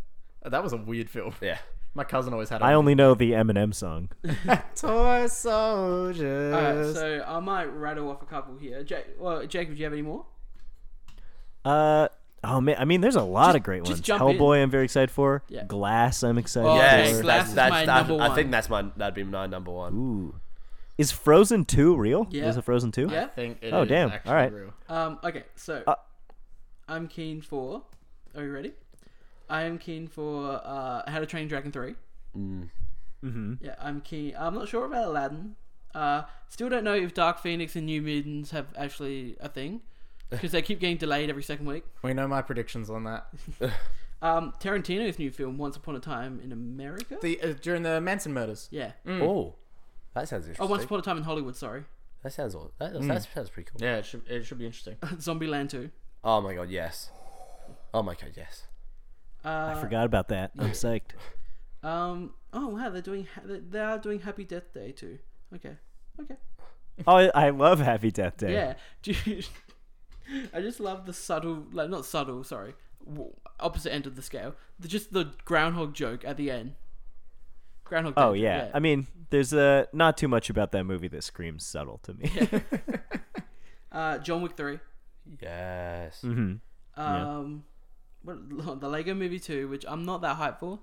[SPEAKER 1] Uh, That was a weird film.
[SPEAKER 2] Yeah.
[SPEAKER 1] My cousin always had. it.
[SPEAKER 4] I only know the Eminem song.
[SPEAKER 1] Toy
[SPEAKER 3] Alright,
[SPEAKER 1] Soldiers.
[SPEAKER 3] so I might rattle off a couple here. Ja- well, Jacob, do you have any more?
[SPEAKER 4] Uh oh man, I mean, there's a lot of great
[SPEAKER 3] just
[SPEAKER 4] ones.
[SPEAKER 3] jump in.
[SPEAKER 4] Hellboy, I'm very excited for.
[SPEAKER 3] Yeah.
[SPEAKER 4] Glass, I'm excited
[SPEAKER 3] Oh,
[SPEAKER 4] for.
[SPEAKER 2] yeah,
[SPEAKER 3] okay,
[SPEAKER 2] that's,
[SPEAKER 3] Glass is
[SPEAKER 2] that's,
[SPEAKER 3] my
[SPEAKER 2] that's-
[SPEAKER 3] number
[SPEAKER 2] I
[SPEAKER 3] one.
[SPEAKER 2] think that's my that'd be my number one.
[SPEAKER 4] Ooh. Is Frozen 2 real?
[SPEAKER 3] Yeah.
[SPEAKER 4] There's a Frozen 2?
[SPEAKER 3] Yeah.
[SPEAKER 1] I think it
[SPEAKER 4] Oh,
[SPEAKER 1] is
[SPEAKER 4] damn.
[SPEAKER 1] actually
[SPEAKER 4] Alright.
[SPEAKER 1] real.
[SPEAKER 3] Um, okay, so
[SPEAKER 4] Uh,
[SPEAKER 3] I'm keen for. Are you ready? I am keen for uh, How to Train Dragon Three.
[SPEAKER 4] Mm-hmm.
[SPEAKER 3] Yeah, I'm keen. I'm not sure about Aladdin. Uh, still don't know if Dark Phoenix and New Mutants have actually a thing because they keep getting delayed every second week.
[SPEAKER 1] We know my predictions on that.
[SPEAKER 3] Um, Tarantino's new film, Once Upon a Time in America.
[SPEAKER 1] The uh, during the Manson murders.
[SPEAKER 3] yeah.
[SPEAKER 2] Oh, that sounds interesting.
[SPEAKER 3] Mm. Oh, Once Upon a Time in Hollywood. Sorry,
[SPEAKER 2] that sounds aw- that,
[SPEAKER 4] Mm.
[SPEAKER 2] that sounds pretty cool.
[SPEAKER 1] Yeah, it should it should be interesting.
[SPEAKER 3] Zombieland Two.
[SPEAKER 2] Oh my god, yes. Oh my god, yes.
[SPEAKER 3] Uh,
[SPEAKER 4] I forgot about that. I'm psyched.
[SPEAKER 3] Um. Oh wow, they're doing ha- they- they are doing Happy Death Day too. Okay. Okay.
[SPEAKER 4] Oh, I, I love Happy Death Day.
[SPEAKER 3] Yeah. Do you- I just love the subtle, like not subtle, sorry, w- opposite end of the scale. The, just the groundhog joke at the end. Groundhog. Day
[SPEAKER 4] Oh
[SPEAKER 3] joke,
[SPEAKER 4] yeah. I mean, there's uh, not too much about that movie that screams subtle to me.
[SPEAKER 3] uh, John Wick three.
[SPEAKER 2] Yes.
[SPEAKER 4] Mhm.
[SPEAKER 3] Um, what, the Lego Movie two, which I'm not that hyped for.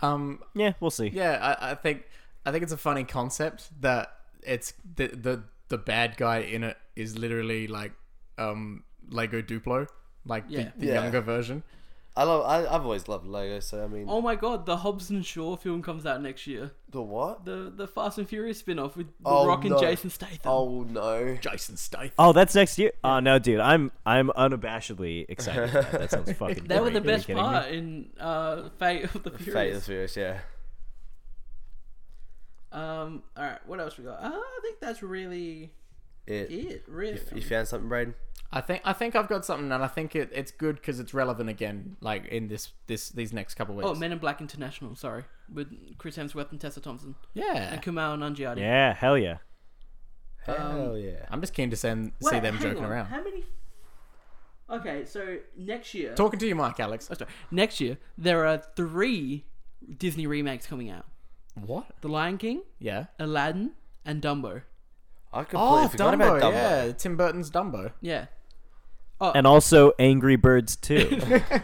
[SPEAKER 1] Um,
[SPEAKER 4] Yeah, we'll see.
[SPEAKER 1] Yeah, I, I think I think it's a funny concept that it's the the the bad guy in it is literally like um Lego Duplo, like
[SPEAKER 3] Yeah.
[SPEAKER 1] the, the
[SPEAKER 2] Yeah.
[SPEAKER 1] younger version.
[SPEAKER 2] I love. I, I've always loved Lego. So I mean,
[SPEAKER 3] Oh my god, the Hobbs and Shaw film comes out next year.
[SPEAKER 2] the what?
[SPEAKER 3] The the Fast and Furious spin off with The
[SPEAKER 2] Oh,
[SPEAKER 3] Rock and
[SPEAKER 2] no.
[SPEAKER 3] Jason Statham.
[SPEAKER 2] Oh no.
[SPEAKER 1] Jason Statham.
[SPEAKER 4] Oh, that's next year. Oh no, dude, I'm I'm unabashedly excited. About that. that sounds fucking.
[SPEAKER 3] They were
[SPEAKER 4] great.
[SPEAKER 3] the
[SPEAKER 4] Are you
[SPEAKER 3] best
[SPEAKER 4] kidding me?
[SPEAKER 3] part in uh, Fate of the Furious.
[SPEAKER 2] Fate of the Furious. Yeah.
[SPEAKER 3] Um. All right. What else we got? Uh, I think that's really
[SPEAKER 2] It.
[SPEAKER 3] it. Really.
[SPEAKER 2] You found something, Braden?
[SPEAKER 1] I think I think I've got something, and I think it, it's good because it's relevant again, like in this this these next couple weeks.
[SPEAKER 3] oh, Men in Black International. Sorry, with Chris Hemsworth and Tessa Thompson
[SPEAKER 1] yeah,
[SPEAKER 3] and Kumail Nanjiani.
[SPEAKER 4] Yeah, hell yeah.
[SPEAKER 1] Um,
[SPEAKER 2] Hell yeah.
[SPEAKER 1] I'm just keen to send, see
[SPEAKER 3] Wait,
[SPEAKER 1] them
[SPEAKER 3] hang
[SPEAKER 1] joking
[SPEAKER 3] on.
[SPEAKER 1] around.
[SPEAKER 3] How many? Okay, so next year,
[SPEAKER 1] Talking to your mic, Alex.
[SPEAKER 3] oh, sorry. next year there are three Disney remakes coming out:
[SPEAKER 1] What?
[SPEAKER 3] The Lion King,
[SPEAKER 1] Yeah.
[SPEAKER 3] Aladdin, and Dumbo.
[SPEAKER 2] I completely
[SPEAKER 1] Oh,
[SPEAKER 2] forgot
[SPEAKER 1] Dumbo,
[SPEAKER 2] about Dumbo.
[SPEAKER 1] Yeah, Tim Burton's Dumbo.
[SPEAKER 3] Yeah,
[SPEAKER 4] And also Angry Birds 2.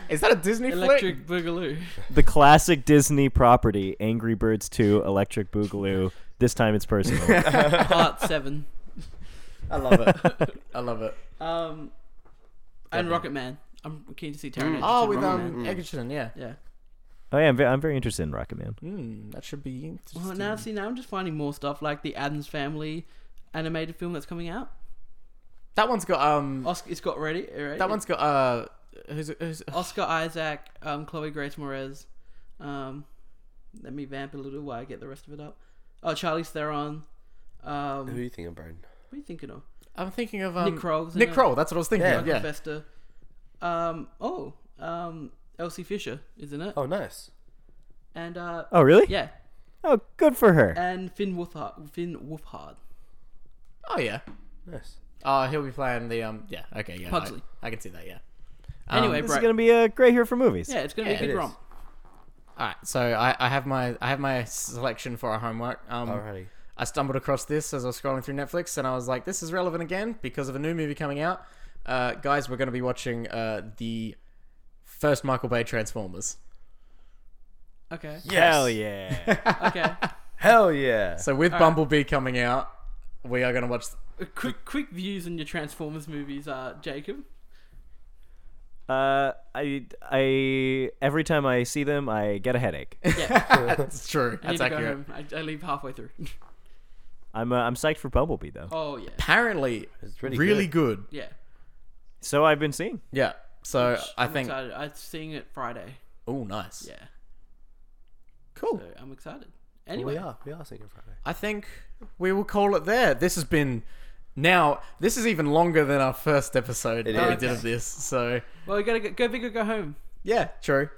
[SPEAKER 1] Is that a Disney flick?
[SPEAKER 3] Electric Boogaloo.
[SPEAKER 4] the classic Disney property, Angry Birds 2, Electric Boogaloo. This time it's personal.
[SPEAKER 3] Part seven.
[SPEAKER 1] I love it. I love it.
[SPEAKER 3] Um, and Rocket Man. I'm keen to see Taron.
[SPEAKER 1] Oh, with
[SPEAKER 3] Rocketman.
[SPEAKER 1] um Egerton, yeah.
[SPEAKER 3] yeah.
[SPEAKER 4] oh, yeah, I'm very, I'm very interested in Rocket Man.
[SPEAKER 1] Mm, that should
[SPEAKER 3] Oh,
[SPEAKER 1] be interesting.
[SPEAKER 3] Well, now see, now I'm just finding more stuff like the Adams Family animated film that's coming out.
[SPEAKER 1] that one's got um
[SPEAKER 3] Oscar, it's got ready. already-
[SPEAKER 1] that one's got uh who's who's
[SPEAKER 3] Oscar Isaac, um, Chloe Grace Moretz. Um, let me vamp a little while I get the rest of it up. Oh, Charlie Theron. Um,
[SPEAKER 2] Who
[SPEAKER 3] what
[SPEAKER 2] do you think I'm Braden?
[SPEAKER 3] are you thinking of?
[SPEAKER 1] I'm thinking of um
[SPEAKER 3] Nick Kroll's in
[SPEAKER 1] Nick
[SPEAKER 3] it.
[SPEAKER 1] Kroll, that's what I was thinking.
[SPEAKER 2] Yeah.
[SPEAKER 1] of,
[SPEAKER 3] Yeah.
[SPEAKER 1] yeah.
[SPEAKER 3] Festa. Um, oh, um, Elsie Fisher, isn't it?
[SPEAKER 2] Oh, nice.
[SPEAKER 3] And uh,
[SPEAKER 4] Oh, really?
[SPEAKER 3] yeah,
[SPEAKER 4] Oh, good for her.
[SPEAKER 3] and Finn Wolfhard. Finn Wolfhard.
[SPEAKER 1] Oh yeah.
[SPEAKER 2] Nice.
[SPEAKER 1] Oh, he'll be playing the um yeah, okay, yeah. I-
[SPEAKER 3] Pugsley.
[SPEAKER 1] I, can see that, yeah. Um,
[SPEAKER 3] Anyway,
[SPEAKER 4] This
[SPEAKER 3] Bra-
[SPEAKER 4] is going to be a great year for movies.
[SPEAKER 3] yeah, it's gonna
[SPEAKER 1] Yeah,
[SPEAKER 3] be a
[SPEAKER 1] it
[SPEAKER 3] good
[SPEAKER 1] is.
[SPEAKER 3] romp.
[SPEAKER 1] Alright, so I, I have my I have my selection for our homework. Um
[SPEAKER 2] Alrighty.
[SPEAKER 1] I stumbled across this as I was scrolling through Netflix, and I was like, "This is relevant again because of a new movie coming out." Uh, guys, we're going to be watching uh, the first Michael Bay Transformers.
[SPEAKER 3] Okay,
[SPEAKER 4] Hell yeah.
[SPEAKER 3] okay.
[SPEAKER 2] Hell yeah.
[SPEAKER 1] So with Bumblebee coming out, we are going to watch.
[SPEAKER 3] Uh, quick, quick views on your Transformers movies, uh, Jacob.
[SPEAKER 4] Uh, I, I, every time I see them, I get a headache.
[SPEAKER 1] That's true.
[SPEAKER 3] I need
[SPEAKER 1] That's
[SPEAKER 3] to go
[SPEAKER 1] accurate.
[SPEAKER 3] home. I, I leave halfway through.
[SPEAKER 4] I'm, uh, I'm psyched for Bumblebee though.
[SPEAKER 3] oh yeah,
[SPEAKER 1] Apparently,
[SPEAKER 2] It's pretty
[SPEAKER 1] really, good.
[SPEAKER 3] yeah.
[SPEAKER 4] So I've been seeing.
[SPEAKER 1] Yeah. So Uh, I
[SPEAKER 3] I'm
[SPEAKER 1] think.
[SPEAKER 3] excited. I'm seeing it Friday.
[SPEAKER 1] Oh, nice.
[SPEAKER 3] Yeah.
[SPEAKER 1] Cool.
[SPEAKER 3] So I'm excited.
[SPEAKER 2] We
[SPEAKER 3] Anyway,
[SPEAKER 2] are. We are singing Friday.
[SPEAKER 1] I think we will call it there. This has been. Now, this is even longer than our first episode
[SPEAKER 2] It
[SPEAKER 1] that we
[SPEAKER 2] is.
[SPEAKER 1] did of this. So
[SPEAKER 3] well, we gotta go, go big or go home.
[SPEAKER 1] Yeah, true.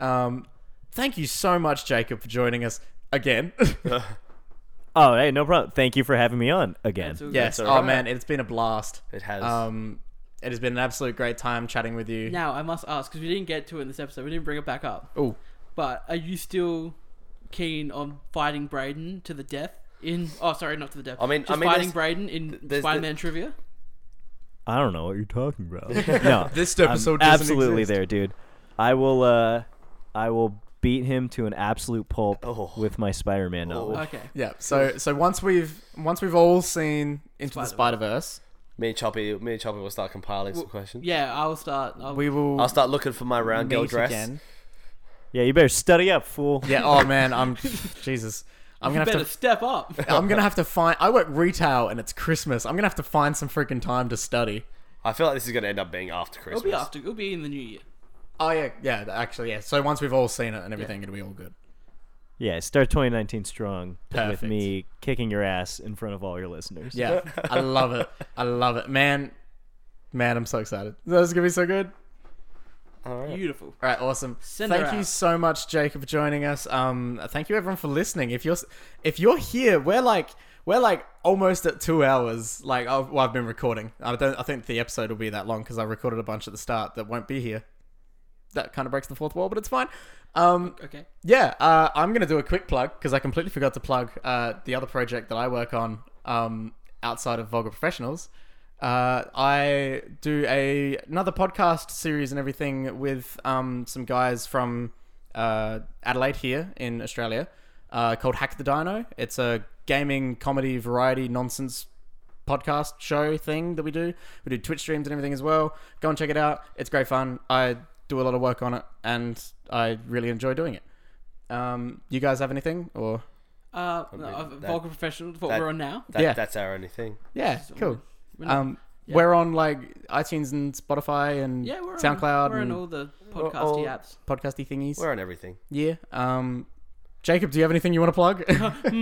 [SPEAKER 1] Um, thank you so much, Jacob, for joining us again.
[SPEAKER 4] Oh, hey, no problem. Thank you for having me on again.
[SPEAKER 3] So
[SPEAKER 1] yes.
[SPEAKER 2] all
[SPEAKER 1] Oh
[SPEAKER 2] right.
[SPEAKER 1] man, it's been a blast.
[SPEAKER 2] It has.
[SPEAKER 1] Um, it has been an absolute great time chatting with you.
[SPEAKER 3] Now I must ask because we didn't get to it in this episode. We didn't bring it back up.
[SPEAKER 1] Oh,
[SPEAKER 3] But are you still keen on fighting Braden to the death? In oh, sorry, not to the death.
[SPEAKER 2] I mean-
[SPEAKER 3] just
[SPEAKER 2] I mean,
[SPEAKER 3] fighting
[SPEAKER 2] there's-
[SPEAKER 3] Braden in
[SPEAKER 2] there's the-
[SPEAKER 3] Spider-Man trivia.
[SPEAKER 4] I don't know what you're talking about. no,
[SPEAKER 1] This
[SPEAKER 4] I'm
[SPEAKER 1] episode doesn't
[SPEAKER 4] absolutely
[SPEAKER 1] exist.
[SPEAKER 4] there, dude. I will. uh I will beat him to an absolute pulp
[SPEAKER 2] Oh.
[SPEAKER 4] with my Spider-Man knowledge.
[SPEAKER 3] Okay.
[SPEAKER 1] yeah. So so once we've once we've all seen Into the Spider Verse,
[SPEAKER 2] me and Choppy, me and Choppy will start compiling some questions.
[SPEAKER 3] Yeah, I'll start. I'll,
[SPEAKER 1] we will
[SPEAKER 2] I'll start looking for my round girl
[SPEAKER 1] meet
[SPEAKER 2] dress.
[SPEAKER 1] again.
[SPEAKER 4] Yeah, you better study up, fool.
[SPEAKER 1] Yeah. Oh man, I'm Jesus. I'm gonna
[SPEAKER 3] better
[SPEAKER 1] have to.
[SPEAKER 3] step up.
[SPEAKER 1] I'm gonna have to find. I work retail and it's Christmas. I'm gonna have to find some freaking time to study.
[SPEAKER 2] I feel like this is going to end up being after Christmas.
[SPEAKER 3] it'll be after. It'll be in the new year.
[SPEAKER 1] Oh yeah, yeah. Actually, yeah. So once we've all seen it and everything, it'll be all good.
[SPEAKER 4] Yeah, start 2019 strong
[SPEAKER 1] Perfect.
[SPEAKER 4] with me kicking your ass in front of all your listeners.
[SPEAKER 1] Yeah, I love it. I love it, man. Man, I'm so excited. This is gonna be so good.
[SPEAKER 3] Beautiful.
[SPEAKER 1] All right, awesome.
[SPEAKER 3] Send her
[SPEAKER 1] thank you
[SPEAKER 3] out.
[SPEAKER 1] so much, Jacob, for joining us. Um, thank you everyone for listening. If you're if you're here, we're like we're like almost at two hours. Like I've, well, I've been recording. I don't. I think the episode will be that long because I recorded a bunch at the start that won't be here. That kind of breaks the fourth wall, but it's fine. Um,
[SPEAKER 3] Okay.
[SPEAKER 1] yeah, uh, I'm gonna do a quick plug because I completely forgot to plug uh, the other project that I work on um, outside of Vulgar Professionals. Uh, I do a another podcast series and everything with um, some guys from uh, Adelaide here in Australia uh, called Hack the Dino. It's a gaming comedy variety nonsense podcast show thing that we do. We do Twitch streams and everything as well. Go and check it out. It's great fun. I do a lot of work on it and I really enjoy doing it. Um, you guys have anything or
[SPEAKER 3] Uh,
[SPEAKER 2] mean,
[SPEAKER 3] no,
[SPEAKER 2] that-
[SPEAKER 3] Vulgar Professional is what
[SPEAKER 2] that-
[SPEAKER 3] we're on now.
[SPEAKER 2] That,
[SPEAKER 1] Yeah.
[SPEAKER 2] That's our only thing.
[SPEAKER 1] yeah, cool.
[SPEAKER 3] We're not-
[SPEAKER 1] Um, we're on like iTunes and Spotify and
[SPEAKER 3] yeah, we're
[SPEAKER 1] SoundCloud
[SPEAKER 3] On, we're on
[SPEAKER 1] and
[SPEAKER 3] all the podcasty
[SPEAKER 2] all-
[SPEAKER 3] apps.
[SPEAKER 1] podcasty thingies.
[SPEAKER 2] We're on everything.
[SPEAKER 1] Yeah. Um, Jacob, do you have anything you want to plug?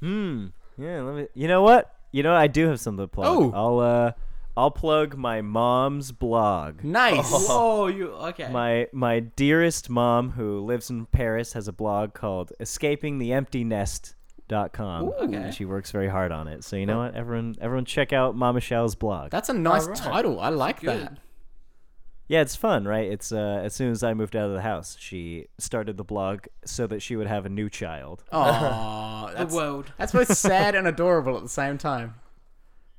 [SPEAKER 4] Hmm. Yeah. Let me. You know what? You know I do have something to plug.
[SPEAKER 1] Oh.
[SPEAKER 4] I'll uh, I'll plug my mom's blog.
[SPEAKER 1] nice.
[SPEAKER 3] Oh, you okay?
[SPEAKER 4] My my dearest mom, who lives in Paris, has a blog called Escaping the Empty Nest. Dot com.
[SPEAKER 3] Ooh. Okay.
[SPEAKER 4] And she works very hard on it. So you know what? Everyone everyone check out Mama Shao's blog.
[SPEAKER 1] That's a nice
[SPEAKER 3] Alright.
[SPEAKER 1] title. I like that.
[SPEAKER 3] Good.
[SPEAKER 4] Yeah, it's fun, right? It's uh, as soon as I moved out of the house, she started the blog so that she would have a new child.
[SPEAKER 1] Oh,
[SPEAKER 3] The
[SPEAKER 1] that's,
[SPEAKER 3] world.
[SPEAKER 1] that's both sad and adorable at the same time.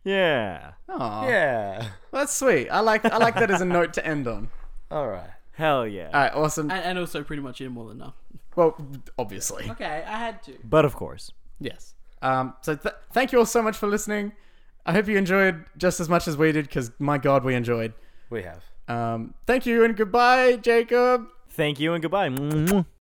[SPEAKER 4] Yeah.
[SPEAKER 1] Oh,
[SPEAKER 2] Yeah.
[SPEAKER 1] that's sweet. I like I like that as a note to end on.
[SPEAKER 2] All right.
[SPEAKER 4] Hell yeah.
[SPEAKER 1] All right, awesome.
[SPEAKER 3] And, and also pretty much in more than enough.
[SPEAKER 1] Well, obviously.
[SPEAKER 3] Okay, I had to.
[SPEAKER 4] but of course.
[SPEAKER 1] Yes. Um, so th- thank you all so much for listening. I hope you enjoyed just as much as we did, because my God, we enjoyed.
[SPEAKER 2] We have.
[SPEAKER 1] Um, thank you and goodbye, Jacob.
[SPEAKER 4] Thank you and goodbye.